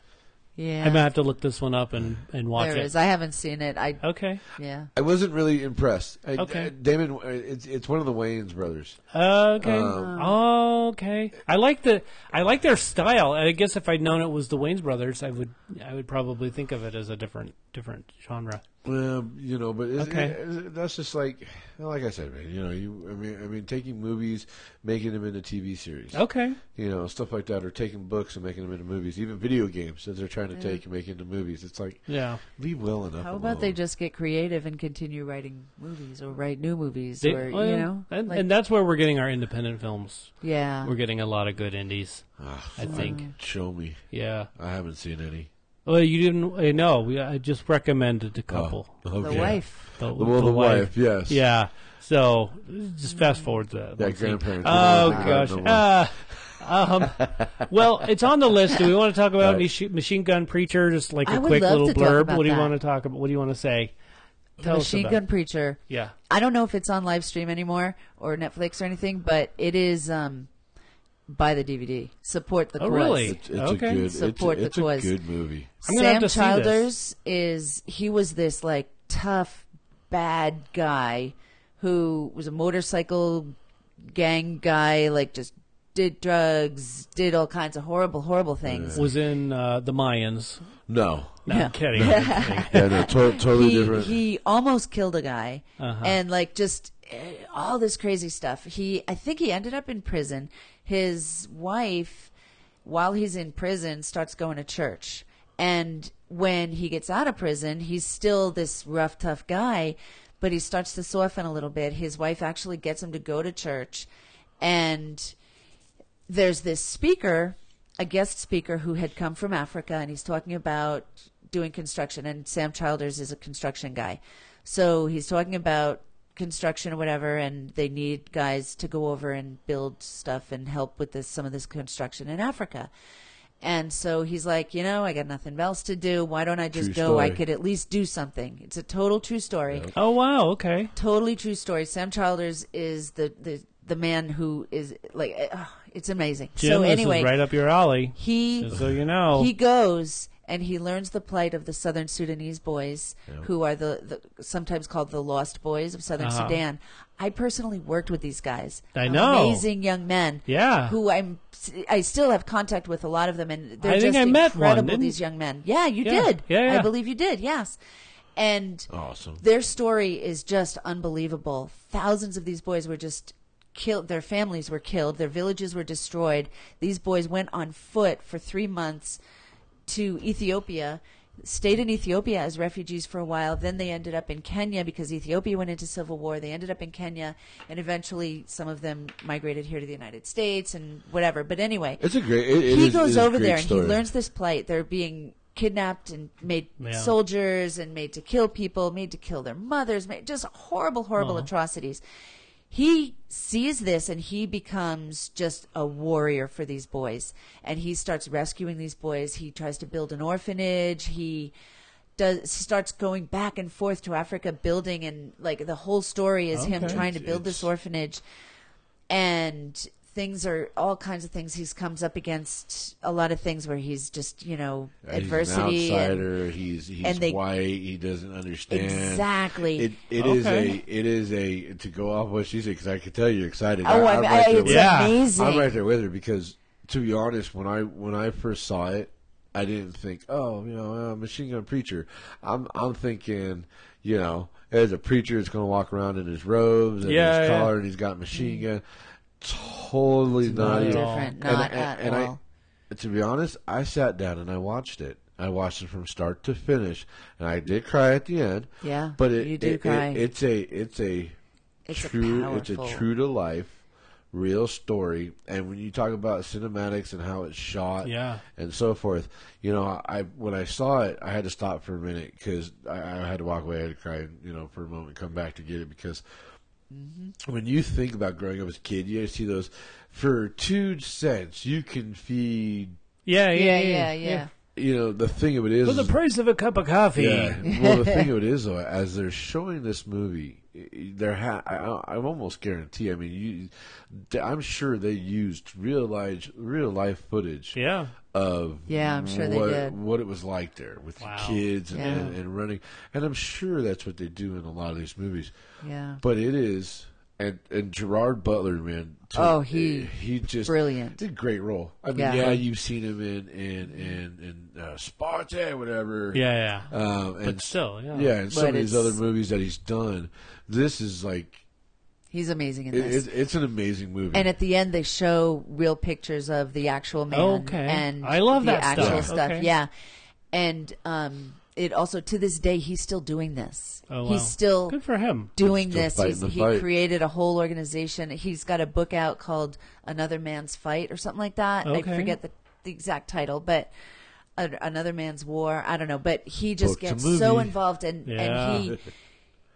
Yeah.
I'm gonna have to look this one up and and watch
there
it.
is. I haven't seen it. I.
Okay.
Yeah.
I wasn't really impressed. I,
Okay.
uh, Damon, uh, it's it's one of the Wayans brothers.
Okay.
Um,
okay. I like the I like their style. And I guess if I'd known it was the Wayne's Brothers, I would I would probably think of it as a different different genre.
Um, you know, but it's,
Okay.
it- that's just like, like I said, man. You know, you I mean, I mean, taking movies, making them into TV series.
Okay.
you know, stuff like that, or taking books and making them into movies, even video games that they're trying to take and make into movies. It's like
Yeah.
leave well enough.
How about they
alone.
just get creative and continue writing movies or write new movies
They-
or
well,
you know?
and,
like-
and that's where we're getting our independent films.
yeah.
We're getting a lot of good indies,
Ah,
I think.
Mm.
show me?
Yeah.
I haven't seen any.
Well, you didn't uh, no, we I just recommended a couple.
Oh,
The
okay.
wife.
The,
The, well, the, wife. Yes.
Yeah. So just fast forward to that.
That
one scene.
grandparents.
Oh
Oh,
gosh.
God,
Uh, um, well, it's on the list. Do we want to talk about
Right.
Machi- Machine Gun Preacher? Just like a
I would
quick
love
little
to talk
blurb.
about
What do you
that.
want to talk about? What do you want to say?
The
Tell us
Machine
about
Gun
it.
Preacher.
Yeah.
I don't know if it's on live stream anymore or Netflix or anything, but it is um buy the DVD. Support the
Oh,
cause.
really?
It's, it's
Okay.
a good.
Support the
it's, a-
cause.
it's a good movie.
I'm gonna have
Sam
to see this.
Childers is he was this like tough bad guy who was a motorcycle gang guy like just did drugs, did all kinds of horrible horrible things.
Was in uh, the Mayans.
No.
No,
Yeah.
I'm kidding.
Yeah, no, to- totally
he,
different. Uh-huh.
he almost killed a guy and like just uh, all this crazy stuff. He I think he ended up in prison. His wife while he's in prison starts going to church. And when he gets out of prison, he's still this rough tough guy, but he starts to soften a little bit. His wife actually gets him to go to church and there's this speaker, a guest speaker who had come from Africa, and he's talking about doing construction. And Sam Childers is a construction guy, so he's talking about construction or whatever, and they need guys to go over and build stuff and help with this some of this construction in Africa. And so he's like, you know, I got nothing else to do. Why don't I just
True
go? I
story.
could at least do something. It's a total true story
oh wow. Okay.
totally true story. Sam Childers is the the, the man who is like uh, it's amazing.
Jim,
so
this
anyway,
is right up your alley.
he
Just so you know.
he goes and he learns the plight of the Southern Sudanese boys, who are the, the sometimes called the lost boys of Southern
Uh-huh.
Sudan. I personally worked with these guys.
I know.
amazing young men.
Yeah.
who I'm I still have contact with a lot of them, and they're
I think
just
I met one,
incredible.
didn't-
these young men. Yeah, you
Yeah.
did.
Yeah, yeah. Oh,
I believe you did. Yes, and
Awesome.
their story is just unbelievable. Thousands of these boys were just killed. Their families were killed. Their villages were destroyed. These boys went on foot for three months to Ethiopia, stayed in Ethiopia as refugees for a while. Then they ended up in Kenya because Ethiopia went into civil war. They ended up in Kenya, and eventually some of them migrated here to the United States and whatever. But anyway,
It's a great. It, it
he
is- it
goes
is a
over
great
there and
story.
he learns this plight. They're being kidnapped and made
Yeah.
soldiers and made to kill people, made to kill their mothers, made just horrible, horrible
Uh-huh.
atrocities. He sees this and he becomes just a warrior for these boys. And he starts rescuing these boys. He tries to build an orphanage. He does starts going back and forth to Africa building and like the whole story is him
Okay.
trying to build
It's-
this orphanage and things are all kinds of things. He's comes up against a lot of things where he's just you know
Uh,
adversity.
He's an
and-
outsider. he's he's
and they-
white. He doesn't understand.
Exactly.
It it is
Okay.
a it is a to go off what she said because I could tell you're excited.
oh, I,
I'm
mean,
right
I-
there
it's
with-
Yeah.
amazing.
I'm right there with her because, to be honest, when I when I first saw it, I didn't think, oh, you know, uh, machine gun preacher. I'm I'm thinking, you know, as a preacher, it's going to walk around in his robes and
Yeah,
his
yeah.
collar, and he's got machine gun. Totally not,
not
even-
different,
and-
not
and-
at
and I-
all.
to be honest, I sat down and I watched it. I watched it from start to finish, and I did cry at the end.
Yeah,
but it,
you do
it- it-
cry.
it's a it's a
It's a
true it's a
powerful-
true to life real story and when you talk about cinematics and how it's shot
Yeah.
and so forth you know i when i saw it i had to stop for a minute because I, I had to walk away i had to cry you know for a moment come back to get it because
Mm-hmm.
when you think about growing up as a kid you see those for two cents you can feed
Yeah, yeah,
yeah, yeah, yeah.
you know the thing of it is
For the
is-
price of a cup of coffee.
yeah. well, the thing of it is, though, as they're showing this movie, there ha- I, I'm almost guarantee. I mean, you, I'm sure they used real life, real life footage
Yeah.
of
Yeah, I'm sure they
what,
did.
what it was like there with the
Wow.
kids and,
Yeah.
and, and running. And I'm sure that's what they do in a lot of these movies.
Yeah.
But it is, and and Gerard Butler, man. to-
Oh, he-
he just
brilliant.
Did a great role. I mean, yeah,
Yeah.
you've seen him in in in, in uh, Sparta, whatever.
Yeah, yeah.
Um, and
But still, yeah.
yeah, and some
But
of these
it's-
other movies that he's done, this is like
He's amazing in
it,
this.
it's it's an amazing movie.
and at the end, they show real pictures of the actual man.
Okay.
And
I love
the
that stuff.
actual
Yeah.
stuff.
Okay.
Yeah. And um, it also to this day he's still doing this.
Oh, wow.
He's still
Good for him.
doing
Still
this.
fighting
He's,
the
he
fight.
created a whole organization. He's got a book out called Another Man's Fight or something like that.
Okay.
I forget the, the exact title, but a, Another Man's War. I don't know. But he just
Book to
gets
movie.
so involved, and
Yeah.
and he.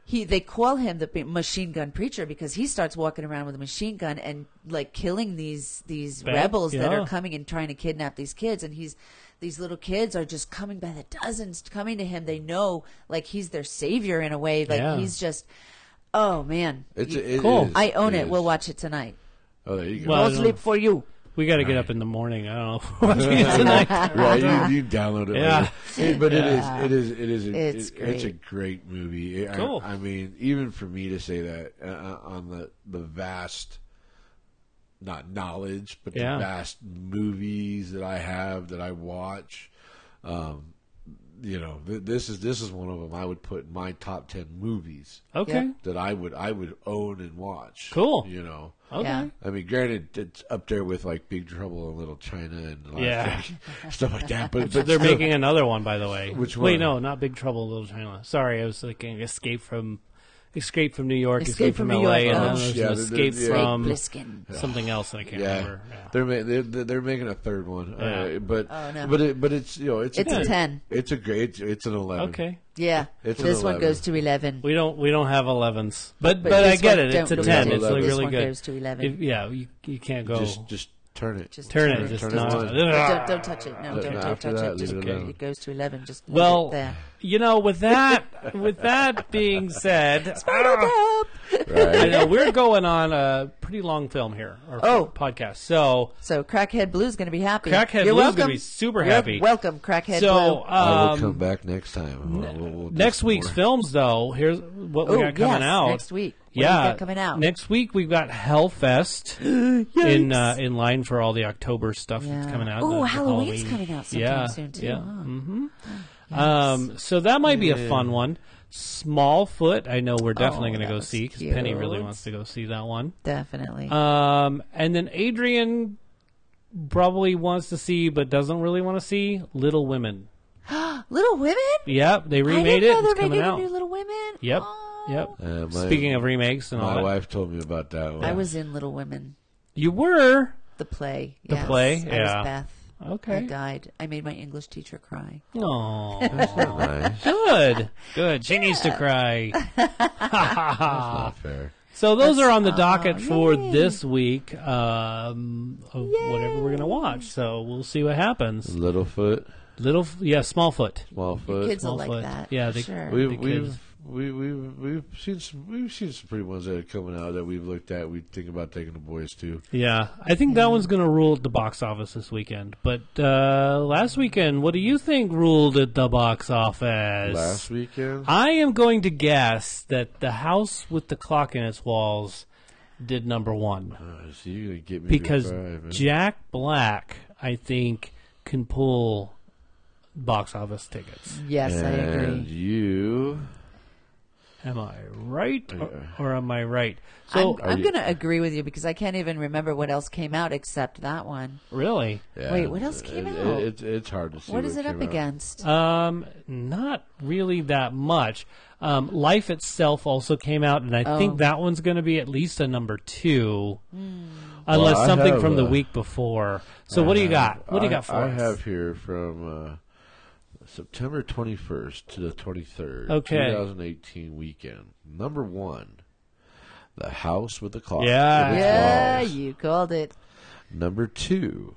He, they call him the b- machine gun preacher because he starts walking around with a machine gun and like killing these these
Bad-
rebels that
yeah.
are coming and trying to kidnap these kids and he's these little kids are just coming by the dozens coming to him they know like he's their savior in a way like
Yeah.
he's just oh man
it's
You-
it
Cool.
is,
i own it,
is.
we'll watch it tonight
Oh, there you go.
Well, I
no
don't-
sleep for you
We got to get up in the morning. I don't know. What's it tonight?
right, you, you download it.
Yeah.
later. Hey, but it is, it is, it is. A,
It's
it- it's a great movie. It- I-
Cool.
I, mean, even for me to say that uh, on the the vast, not knowledge, but
Yeah.
the vast movies that I have that I watch, um, you know, th- this is this is one of them I would put in my top ten movies
Okay.
that I would I would own and watch.
Cool.
You know.
Okay.
Yeah.
I mean, granted, it's up there with like Big Trouble in Little China and like,
Yeah.
stuff like that. But,
So
but
they're
still-
making another one, by the way.
Which
Wait,
one?
no, not Big Trouble in Little China. Sorry, I was thinking Escape from Escape from New York, Escape, from,
New
LA,
York.
and then
Oh,
there's
yeah,
an
they're-
Escape
they're- yeah.
from
bliskin
something else, and I can't
Yeah,
remember. Yeah.
they're, ma- they're they're making a third one,
Yeah.
uh, but
Oh, no.
but it, but it's you know it's
It's a
great-
10.
It's a great. It's, it's an eleven.
Okay.
yeah
It's an
this one
11.
goes to 11
We don't we don't have 11s, but but,
But
I
this
get
one
it. It's a
don't
go
ten.
to
It's
11.
like
This
really
one
good.
goes to 11.
If- yeah, you you can't go
Just just turn it.
Just
turn
turn
it.
it,
Just
turn it
not.
on.
don't, don't touch it no
Look,
don't,
no,
don't
after
touch
that,
it
leave
just
it
leave it,
alone.
goes to 11 just leave
Well,
it there
you know, with that with that being said, ah, I
right.
know we're going on a pretty long film here. Or
Oh.
podcast. So
so crackhead blue's gonna be happy
Crackhead
You're
Blue's
welcome.
gonna be super
You're
happy.
welcome crackhead
so
blue
I will
um,
come back next time. We'll- we'll- we'll do
next
some
week's
more.
films, though, here's what we
Oh,
got coming
yes,
out
next week. What do
yeah,
we got coming out? Mm,
next week. We've got Hellfest in uh, in line for all the October stuff that's
Yeah.
coming out.
Ooh,
the- the
Halloween's
Halloween.
coming out sometime
yeah,
soon, too,
Yeah.
huh?
hmm Um, so that might be a fun one. Smallfoot, I know we're definitely
Oh,
going to
that
go
was
see because Penny
cute.
really wants to go see that one.
definitely
Um, and then Adrian probably wants to see, but doesn't really want to see Little Women.
little women
Yep, they remade
I didn't know
it.
they're
it's coming
making
out.
a new Little Women.
Yep.
Oh.
Yep.
Uh, my,
Speaking of remakes and all
my
that,
wife told me about that one.
I was in Little Women,
you were
the play.
The
yes.
play?
I
Yeah.
was Beth. I
okay.
died. I made my English teacher cry.
Oh,
Nice.
good, good. She needs to cry.
Not fair.
So those are on the
That's-
docket
oh,
for
yay.
this week um, of whatever we're gonna watch. So we'll see what happens.
Littlefoot,
Little, yeah, Smallfoot.
Smallfoot.
Kids will like
Smallfoot.
that.
Yeah,
for
they-
sure.
We've
the kids.
we've We we we've seen some we've seen some pretty ones that are coming out that we've looked at. We think about taking the boys to.
Yeah, I think that one's going to rule at the box office this weekend. But uh, last weekend, what do you think ruled at the box office?
Last weekend,
I am going to guess that the house with the clock in its walls did number one
Uh, so you're gonna get me
because
to five, eh?
Jack Black, I think, can pull box office tickets.
Yes, I
and
agree.
you
Am I right or, or am I right? So
I'm, I'm going to agree with you because I can't even remember what else came out except that one.
really,
yeah,
Wait, what else came
it-
out?
it- it's it's hard to see.
what is it up
came out.
against?
um, not really that much. Um, Life itself also came out, and I
Oh.
think that one's going to be at least a number two,
Hmm.
unless
Well, I
something
have,
from the
uh,
week before. So what do you got? What do you
I-
got for
I
us?
have here from uh, September 21st to the 23rd,
Okay.
2018 weekend. Number one, The House with the Clock.
Yeah.
in Its
Yeah,
Walls.
you called it.
Number two,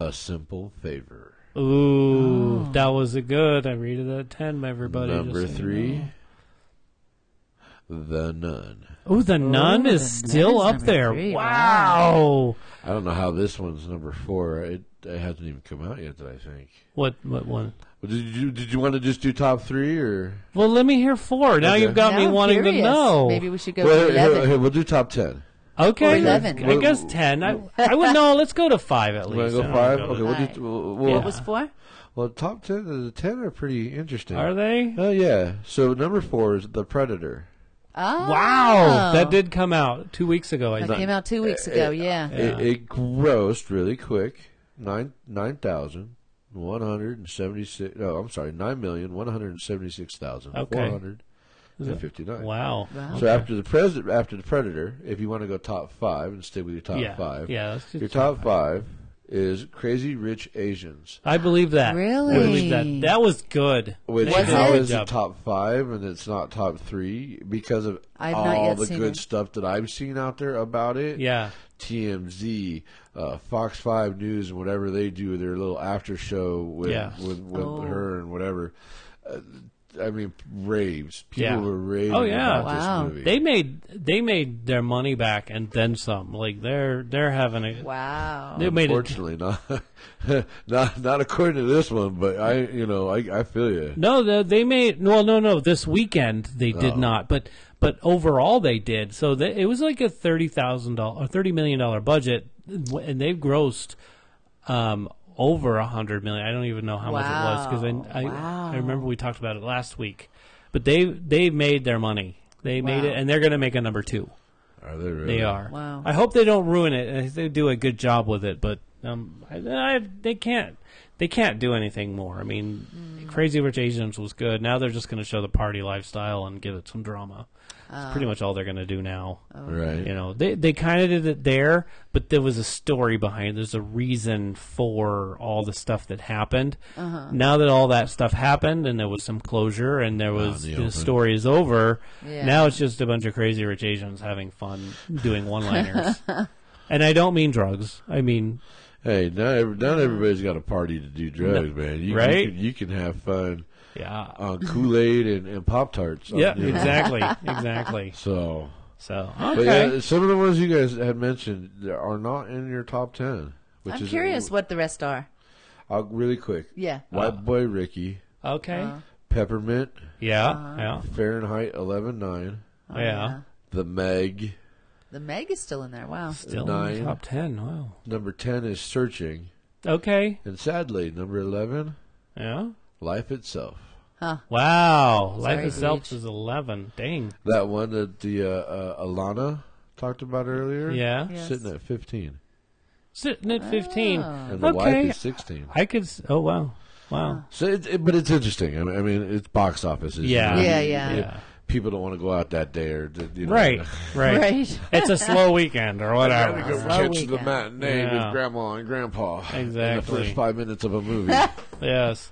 A Simple Favor.
Ooh,
Oh.
that was a good. I rated it a ten, everybody. just
Number
so you
three, The Nun.
know. Ooh, the nun
The
is
Nun
still
is
up
number
there.
three,
Wow.
I don't know how this one's number four. It, it hasn't even come out yet, I think.
What? What one?
Did you did you want to just do top three or?
Well, let me hear four. Now
Okay.
you've got
Now
me
I'm
wanting to
curious.
know.
Maybe we should go
Well,
to
here- here-
11.
here, we'll do top ten.
okay,
Or 11.
I guess ten. I, I would know. Let's go to five at
You want
least.
to go
I don't
five?
know.
Okay, we'll
Alright.
do. We'll,
Yeah.
What was four?
Well, top ten, of the ten are pretty interesting.
Are they?
Oh yeah. So number four is the Predator.
Oh.
Wow, that did come out two weeks ago. I
That
think.
came out two weeks ago, yeah.
It, it grossed really quick nine nine thousand one hundred and seventy six. No, I'm sorry, nine million one hundred and seventy six thousand four hundred and fifty nine.
Wow.
So after the pres after the Predator, if you want to go top five and stay with your top
Yeah.
five,
Yeah, let's do
your
top
top five is Crazy Rich Asians.
I believe that. I believe
Really?
that. That was good.
Which
They did a
how
good
is
job.
it top five and it's not top three because of
I've not
all
yet
the
seen
good
it.
stuff that I've seen out there about it.
Yeah.
TMZ, uh, Fox Five News, and whatever they do their little after show with
Yeah.
with, with
Oh.
her and whatever. Uh, I mean, raves. People
Yeah.
were raving
Oh, yeah.
about
Wow.
this movie.
They made they made their money back and then some. Like they're they're having a
Wow.
they made it.
Unfortunately, not not not according to this one, but I you know I I feel you.
No, the, they made well no no this weekend they did not. But but overall they did. So they, it was like a thirty thousand dollar or thirty million dollar budget, and they've grossed um over a hundred million. I don't even know how much it was because I I, I remember we talked about it last week. But they they made their money. They made it, and they're going to make a number two.
Are they really?
They are.
Wow.
I hope they don't ruin it. I think They do a good job with it, but um, I, I, they can't. They can't do anything more. I mean, Crazy Rich Asians was good. Now they're just going to show the party lifestyle and give it some drama. That's pretty much all they're going to do now.
right.
You know, they they kind of did it there, but there was a story behind. it. There's a reason for all the stuff that happened. Now that all that stuff happened, and there was some closure, and there was
in the
the,
open.
story is over.
Yeah.
Now it's just a bunch of crazy rich Asians having fun doing one liners. and I don't mean drugs. I mean,
Hey, not every, not everybody's got a party to do drugs, man. You,
right?
You can, you can have fun
yeah,
on Kool Aid and, and Pop Tarts.
yeah, exactly, exactly.
So,
So
but
okay,
yeah, some of the ones you guys had mentioned that are not in your top ten. Which
I'm
is,
curious what the rest are.
I'll, really quick.
Yeah.
White
Uh.
Boy Ricky,
okay,
Peppermint,
yeah, yeah,
Fahrenheit Eleven Nine,
yeah.
The Meg.
The Meg is still in there. Wow.
Still in
Nine.
the top ten. Wow.
Number ten is Searching,
Okay.
and sadly, number eleven,
Yeah.
Life Itself.
Wow, Life
Sorry,
itself
Beach.
is eleven. Dang.
That one that the uh, uh, Alana talked about earlier.
Yeah.
Yes.
Sitting at fifteen.
Sitting at fifteen.
Ah.
And the wife
Okay.
is 16.
I could. s- Oh wow. Wow.
So, it, it- but it's interesting. I mean, I mean, it's box offices. you
Yeah.
know.
Yeah, yeah.
Yeah.
People don't want to go out that day, or th- you know,
Right. Right.
Right.
It's a slow weekend or
Gotta go
whatever.
catch
weekend.
the matinee
Yeah.
with grandma and grandpa. In the
Exactly.
first five minutes of a movie.
yes.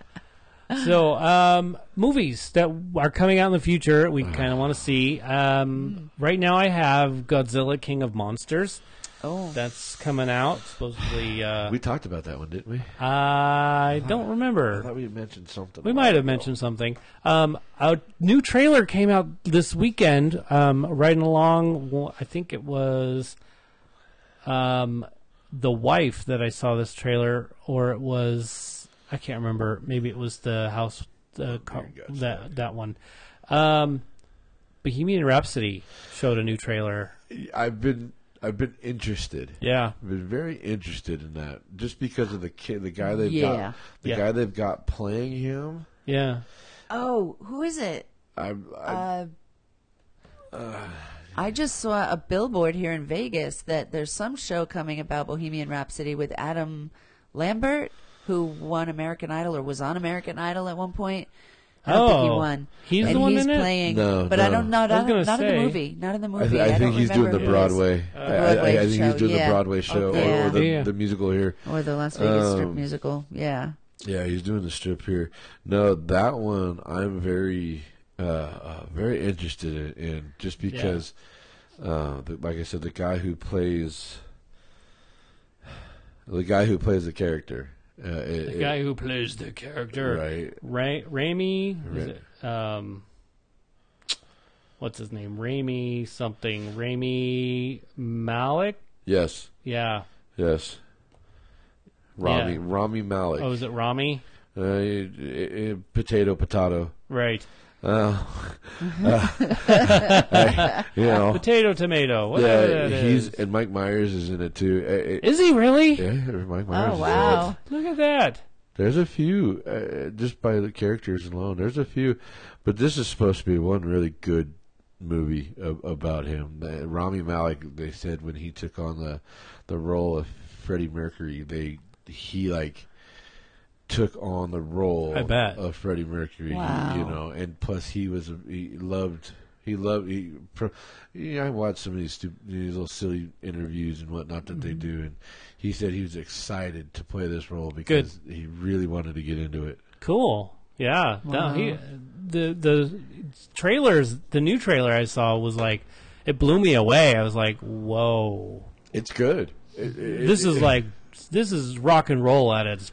So, um, movies that are coming out in the
Ah.
Hmm.
future, we kind of want to see. Um, right now, I have Godzilla, King of Monsters.
Oh,
That's coming out supposedly. Uh,
We talked about that one, didn't we?
I don't
I
remember.
thought we mentioned something.
We
a
might
while
have
ago.
mentioned something. Um, a new trailer came out this weekend. Um, riding along, wa- I think it was um, the wife that I saw this trailer, or it was I can't remember. Maybe it was the house, the co-
gotcha.
that that one. Um, Bohemian Rhapsody showed a new trailer.
I've been I've been interested.
Yeah,
I've been very interested in that just because of the kid, the guy they've
Yeah.
got, the
Yeah.
guy they've got playing him.
yeah.
oh, who is it?
I'm, I'm
Uh, I just saw a billboard here in Vegas that there's some show coming about Bohemian Rhapsody with Adam Lambert, who won American Idol or was on American Idol at one point. I don't think he
Oh,
won.
he's
and
the one
he's
in it?
playing,
No,
but I
no.
don't know.
was
Not,
gonna
not in
say.
the movie. Not in the
I,
movie.
th- I
Oh, don't
think he's doing
remember who
the
it is.
Broadway. I-
Broadway
I, I, think
show,
he's doing
yeah.
the Broadway show
Okay.
or, or the,
Uh, Yeah.
the musical here.
or the Las Vegas strip
Um,
musical. Yeah.
Yeah, he's doing the strip here. No, that one I'm very, uh, uh, very interested in, in just because, uh, the, like I said, the guy who plays, the guy who plays the character, uh, it,
The
it-
guy who plays the character,
right?
Ra- Raimi, is
Ra-
it, um, what's his name? Raimi something. Raimi Malik.
Yes,
Yeah.
yes. Rami,
Yeah.
Rami Malik.
Oh, is it Rami?
Uh, it- it- potato, potato.
Right.
Uh, uh, you know,
Potato, tomato. Whatever
yeah,
that
he's
is.
and Mike Myers is in it too. Uh, uh,
Is he really?
yeah, Mike Myers.
Oh
is in it.
wow.
Look at that.
There's a few uh, just by the characters alone. There's a few, but this is supposed to be one really good movie a- about him. Uh, Rami Malek, they said when he took on the the role of Freddie Mercury, they he like took on the role
I bet.
of Freddie Mercury.
Wow.
You know, Oh, and plus he was a- he loved. He loved. He, pro, yeah, I watched some of these, stup these little silly interviews and whatnot that
Mm-hmm.
they do, and he said he was excited to play this role because he really wanted to get into it.
Cool. Yeah. No, he the the trailers. The new trailer I saw was like it blew me away. I was like, whoa.
It's good. It, it-
This
it-
is like this is rock and roll at its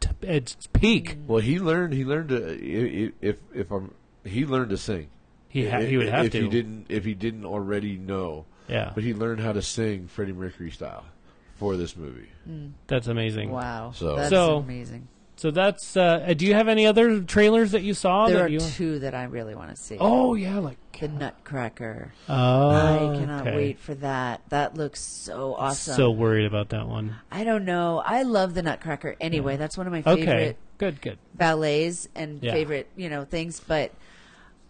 t- its peak.
well, he learned. He learned to i- i- if if I'm he learned to sing.
He ha-
I-
he would have
if
to.
he didn't if he didn't already know.
Yeah.
but he learned how to sing Freddie Mercury style for this movie.
That's amazing.
Wow.
So-
That's
So-
amazing.
So that's. Uh, do you have any other trailers that you saw
There
that
are
you?
two that I really want to see.
oh yeah, like.
The Nutcracker.
Oh,
I cannot
okay.
wait for that. That looks so awesome.
So worried about that one.
I don't know. I love the Nutcracker anyway. That's one of my
Okay.
favorite
Good. Good.
ballets and
Yeah.
favorite, you know, things, but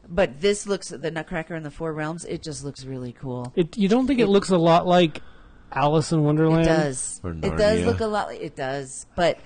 but this looks the Nutcracker in the Four Realms, it just looks really cool.
It, you don't think it, looks a lot like Alice in Wonderland?
It does.
Or
It does
Narnia.
look a lot like it does. But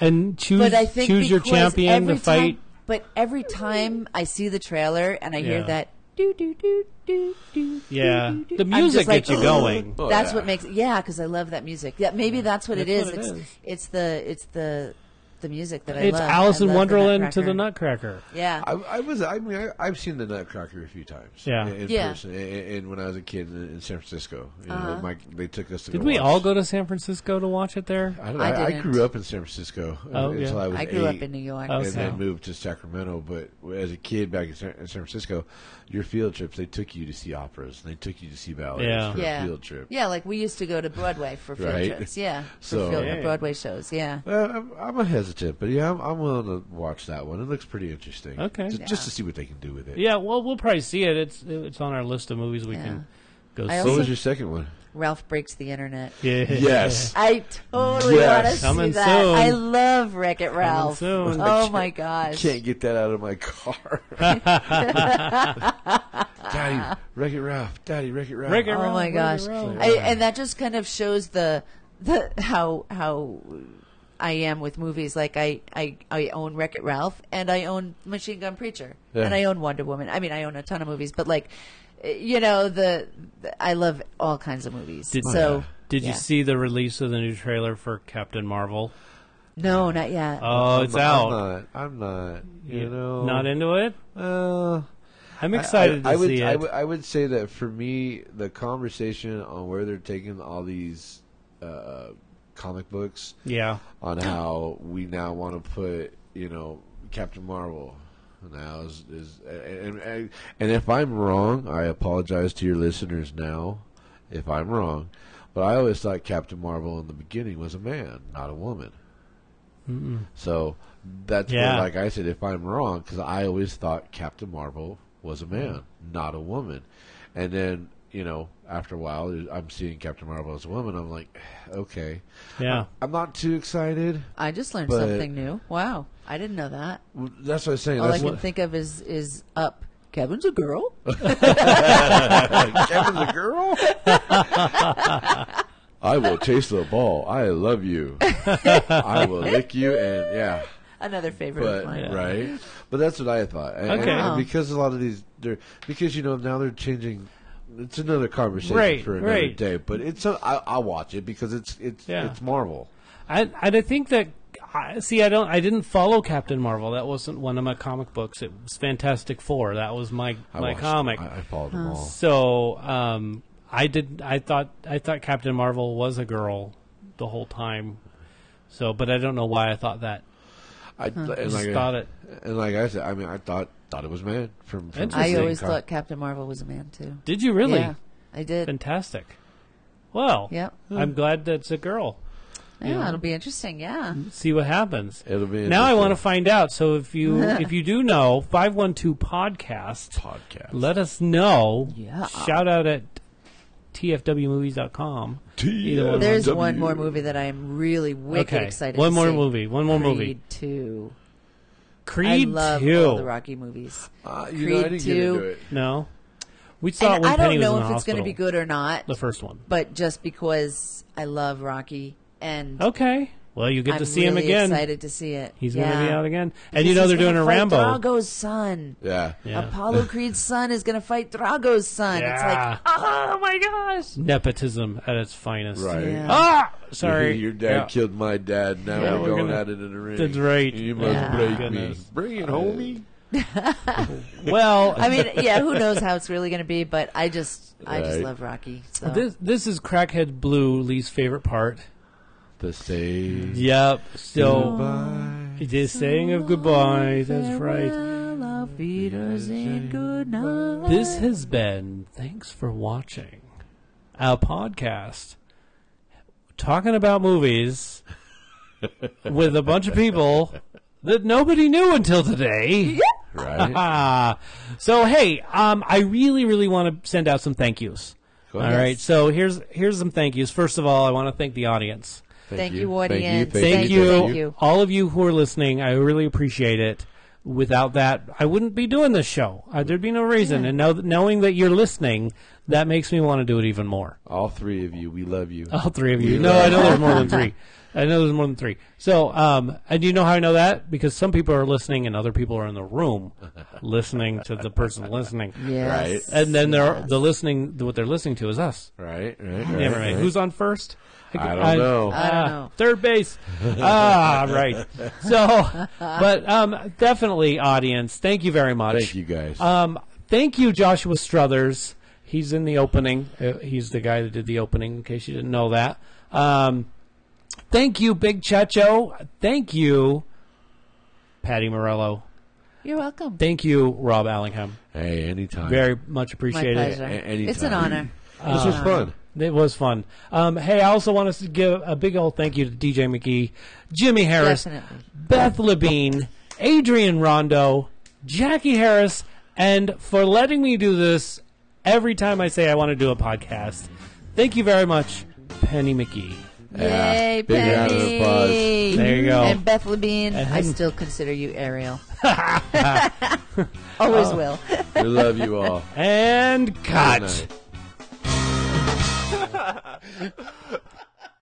And choose
but I think
choose your
because
champion
every
to fight.
Time, but every time I see the trailer and I hear
Yeah.
that do do do do do
Yeah.
do, do,
The
I'm just
music
like,
gets you going.
Oh,
that's
yeah.
what makes yeah, because I love that music. Yeah, maybe that's what
That's
it
what
is.
it
it's
is.
it's the it's the the music that I
It's
love.
Alice
I
in
love the
Wonderland to the
Nutcracker.
Nutcracker.
Yeah.
I, I was. I mean, I, I've seen the Nutcracker a few times.
Yeah.
in, in
Yeah. Uh-huh.
person. And, and when I was a kid in, in San Francisco, you know, Mike, they took us. To
Did
go
we
watch-
all go to San Francisco to watch it there?
I, don't know,
I
I, I
didn't.
grew up in San Francisco uh,
Oh, yeah.
until I was.
I grew
eight,
up in New York.
Oh,
and
Okay.
then moved to Sacramento. But as a kid back in San, in San Francisco, your field trips they took you to see operas and they took you to see ballets
Yeah.
for
yeah.
a field trip.
Yeah, like we used to go to Broadway for field
Right.
trips. Yeah, for
So-
field,
Yeah.
Broadway shows. Yeah,
Well, I'm, I'm a hesitant, but yeah, I'm, I'm willing to watch that one. It looks pretty interesting.
Okay.
J- just to see what they can do with it.
Yeah. Well, we'll probably see it. It's it's on our list of movies we can go
I
see.
What
also-
was your second one?
Ralph breaks the internet.
yeah.
Yes.
I totally
Yes.
want to see
Coming
that.
soon.
I love Wreck It Ralph.
soon.
Oh my gosh!
Can't get that out of my car. Daddy, Wreck It Ralph. Daddy, Wreck It Ralph.
Wreck-It
Oh my
Ralph,
gosh!
Wreck-It Ralph.
I, and that just kind of shows the the how how I am with movies. Like I I, I own Wreck It Ralph and I own Machine Gun Preacher
Yeah.
and I own Wonder Woman. I mean, I own a ton of movies, but like you know the, the- I love all kinds of movies.
Did-
so.
Did you
Yeah.
see the release of the new trailer for Captain Marvel?
No, not yet.
Oh, it's
I'm,
out.
I'm not. I'm not. You know.
Not into it?
Uh,
I'm excited
I, I
to
would,
see
I
it.
would- I would say that for me, the conversation on where they're taking all these uh, comic books
yeah.
on how we now want to put, you know, Captain Marvel now is, is and, and and if I'm wrong, I apologize to your listeners now if I'm wrong, but I always thought Captain Marvel in the beginning was a man, not a woman. So that's where,
Yeah.
like I said, if I'm wrong, because I always thought Captain Marvel was a man, not a woman. And then, you know, after a while, I'm seeing Captain Marvel as a woman. I'm like, okay.
Yeah.
I'm not too excited.
I just learned
But-
something new. Wow, I didn't know that.
That's what I'm saying.
All I
That's
can
what,
think of is is up. Kevin's a girl.
Kevin's a girl. I will chase the ball. I love you. I will lick you, and yeah,
Another favorite
but
of mine.
right. But that's what I thought. And, and-
Okay.
and because a lot of these, they're because you know now they're changing. It's another conversation
Right,
for another
right.
day. But it's a, I, I'll watch it because it's it's
Yeah.
it's Marvel.
I, and I think that I, see, I don't, I didn't follow Captain Marvel. That wasn't one of my comic books. It was Fantastic Four. That was my
I
my
watched-
comic.
I, I followed them all.
So um, I did. I thought I thought Captain Marvel was a girl the whole time. So, but I don't know why I thought that.
I and
I just
like I-
thought it.
and like I said, I mean, I thought thought it was man from. from
Interesting.
I
the
always
same
thought Captain Marvel was a man too.
Did you really?
Yeah, I did.
Fantastic. Well,
Yep.
I'm glad that's a girl.
yeah, it'll be interesting. Yeah.
See what happens.
It'll be
now. I
interesting.
want to find out. So if you if you do know five one two podcast,
podcast.
let us know.
Yeah.
Shout out at tfwmovies.com. Either one.
There's one more movie that I'm really wicked
okay.
excited.
One
to
more
see.
movie. One more movie.
Creed two.
Creed
I love
two.
all the Rocky movies.
Uh, you know, I
Creed
didn't get into
two.
it.
No, we saw it
And
when
I
Penny
don't know
was in
if
the
it's going to
hospital.
be good or not,
The first one.
but just because I love Rocky and
Okay. Well, you get
I'm
Oh, to see him
really
again.
excited to see it.
He's
yeah.
going to be out again, and you know they're
He's gonna
doing a
fight
Rambo.
Drago's son.
Yeah.
Yeah.
Apollo Creed's son is going to fight Drago's son.
Yeah.
It's like, oh my gosh.
Nepotism at its finest.
Right.
Yeah.
Ah, sorry.
Your dad
Yeah.
killed my dad. Now
Yeah,
we're,
we're
going
gonna-
at it in a ring.
That's right.
You must
Yeah.
break
Goodness. Uh,
me. Bring it, homie.
Well,
I mean, yeah, who knows how it's really going to be, but I just, I just
Right.
love Rocky. So.
this this is Crackhead Blue, Lee's favorite part.
The stage.
Yep.
Oh,
Oh,
So
Goodbye.
it is saying of goodbye. That's right.
Farewell, auf Wiedersehen, good night.
This has been thanks for watching our podcast talking about movies with a bunch of people that nobody knew until today.
Right.
Ah, so hey, um, I really, really want to send out some thank yous.
Go
All
ahead.
right, so here's here's some thank yous. First of all, I want to thank the audience.
Thank you, audience.
Thank,
Thank
you,
you, thank you.
all of you who are listening. I really appreciate it. Without that, I wouldn't be doing this show. Uh, there'd be no reason. And know, knowing that you're listening, that makes me want to do it even more.
All three of you. We love you.
All three of you. No, I know there's more than three. I know there's more than three. So, um, and you know how I know that because some people are listening and other people are in the room listening to the person listening.
Yes.
And then they're the listening. What they're listening to is us.
Right. Right. right,
Never
right.
mind. Who's on first?
I don't know.
I don't
Ah,
know.
Third base. ah, right. So, but um, definitely, audience. Thank you very much.
Thank you guys.
Um, thank you, Joshua Struthers. He's in the opening. Uh, he's the guy that did the opening. In case you didn't know that. Um, thank you, Big Checho. Thank you, Patty Morello.
You're welcome.
Thank you, Rob Allingham.
hey, anytime.
Very uh, much
My
appreciated.
pleasure.
A- anytime.
It's an honor.
This was fun.
It was fun. Um, hey, I also want to give a big old thank you to DJ McGee, Jimmy Harris,
Definitely.
Beth Labine, Adrian Rondo, Jackie Harris, and for letting me do this every time I say I want to do a podcast. Thank you very much, Penny McGee.
Yeah.
Yay,
Big round of
Penny.
applause.
There you go.
And Beth Labine, I
And-
still consider you Ariel. Always
Oh.
will.
We love you all.
And
Good
cut.
night.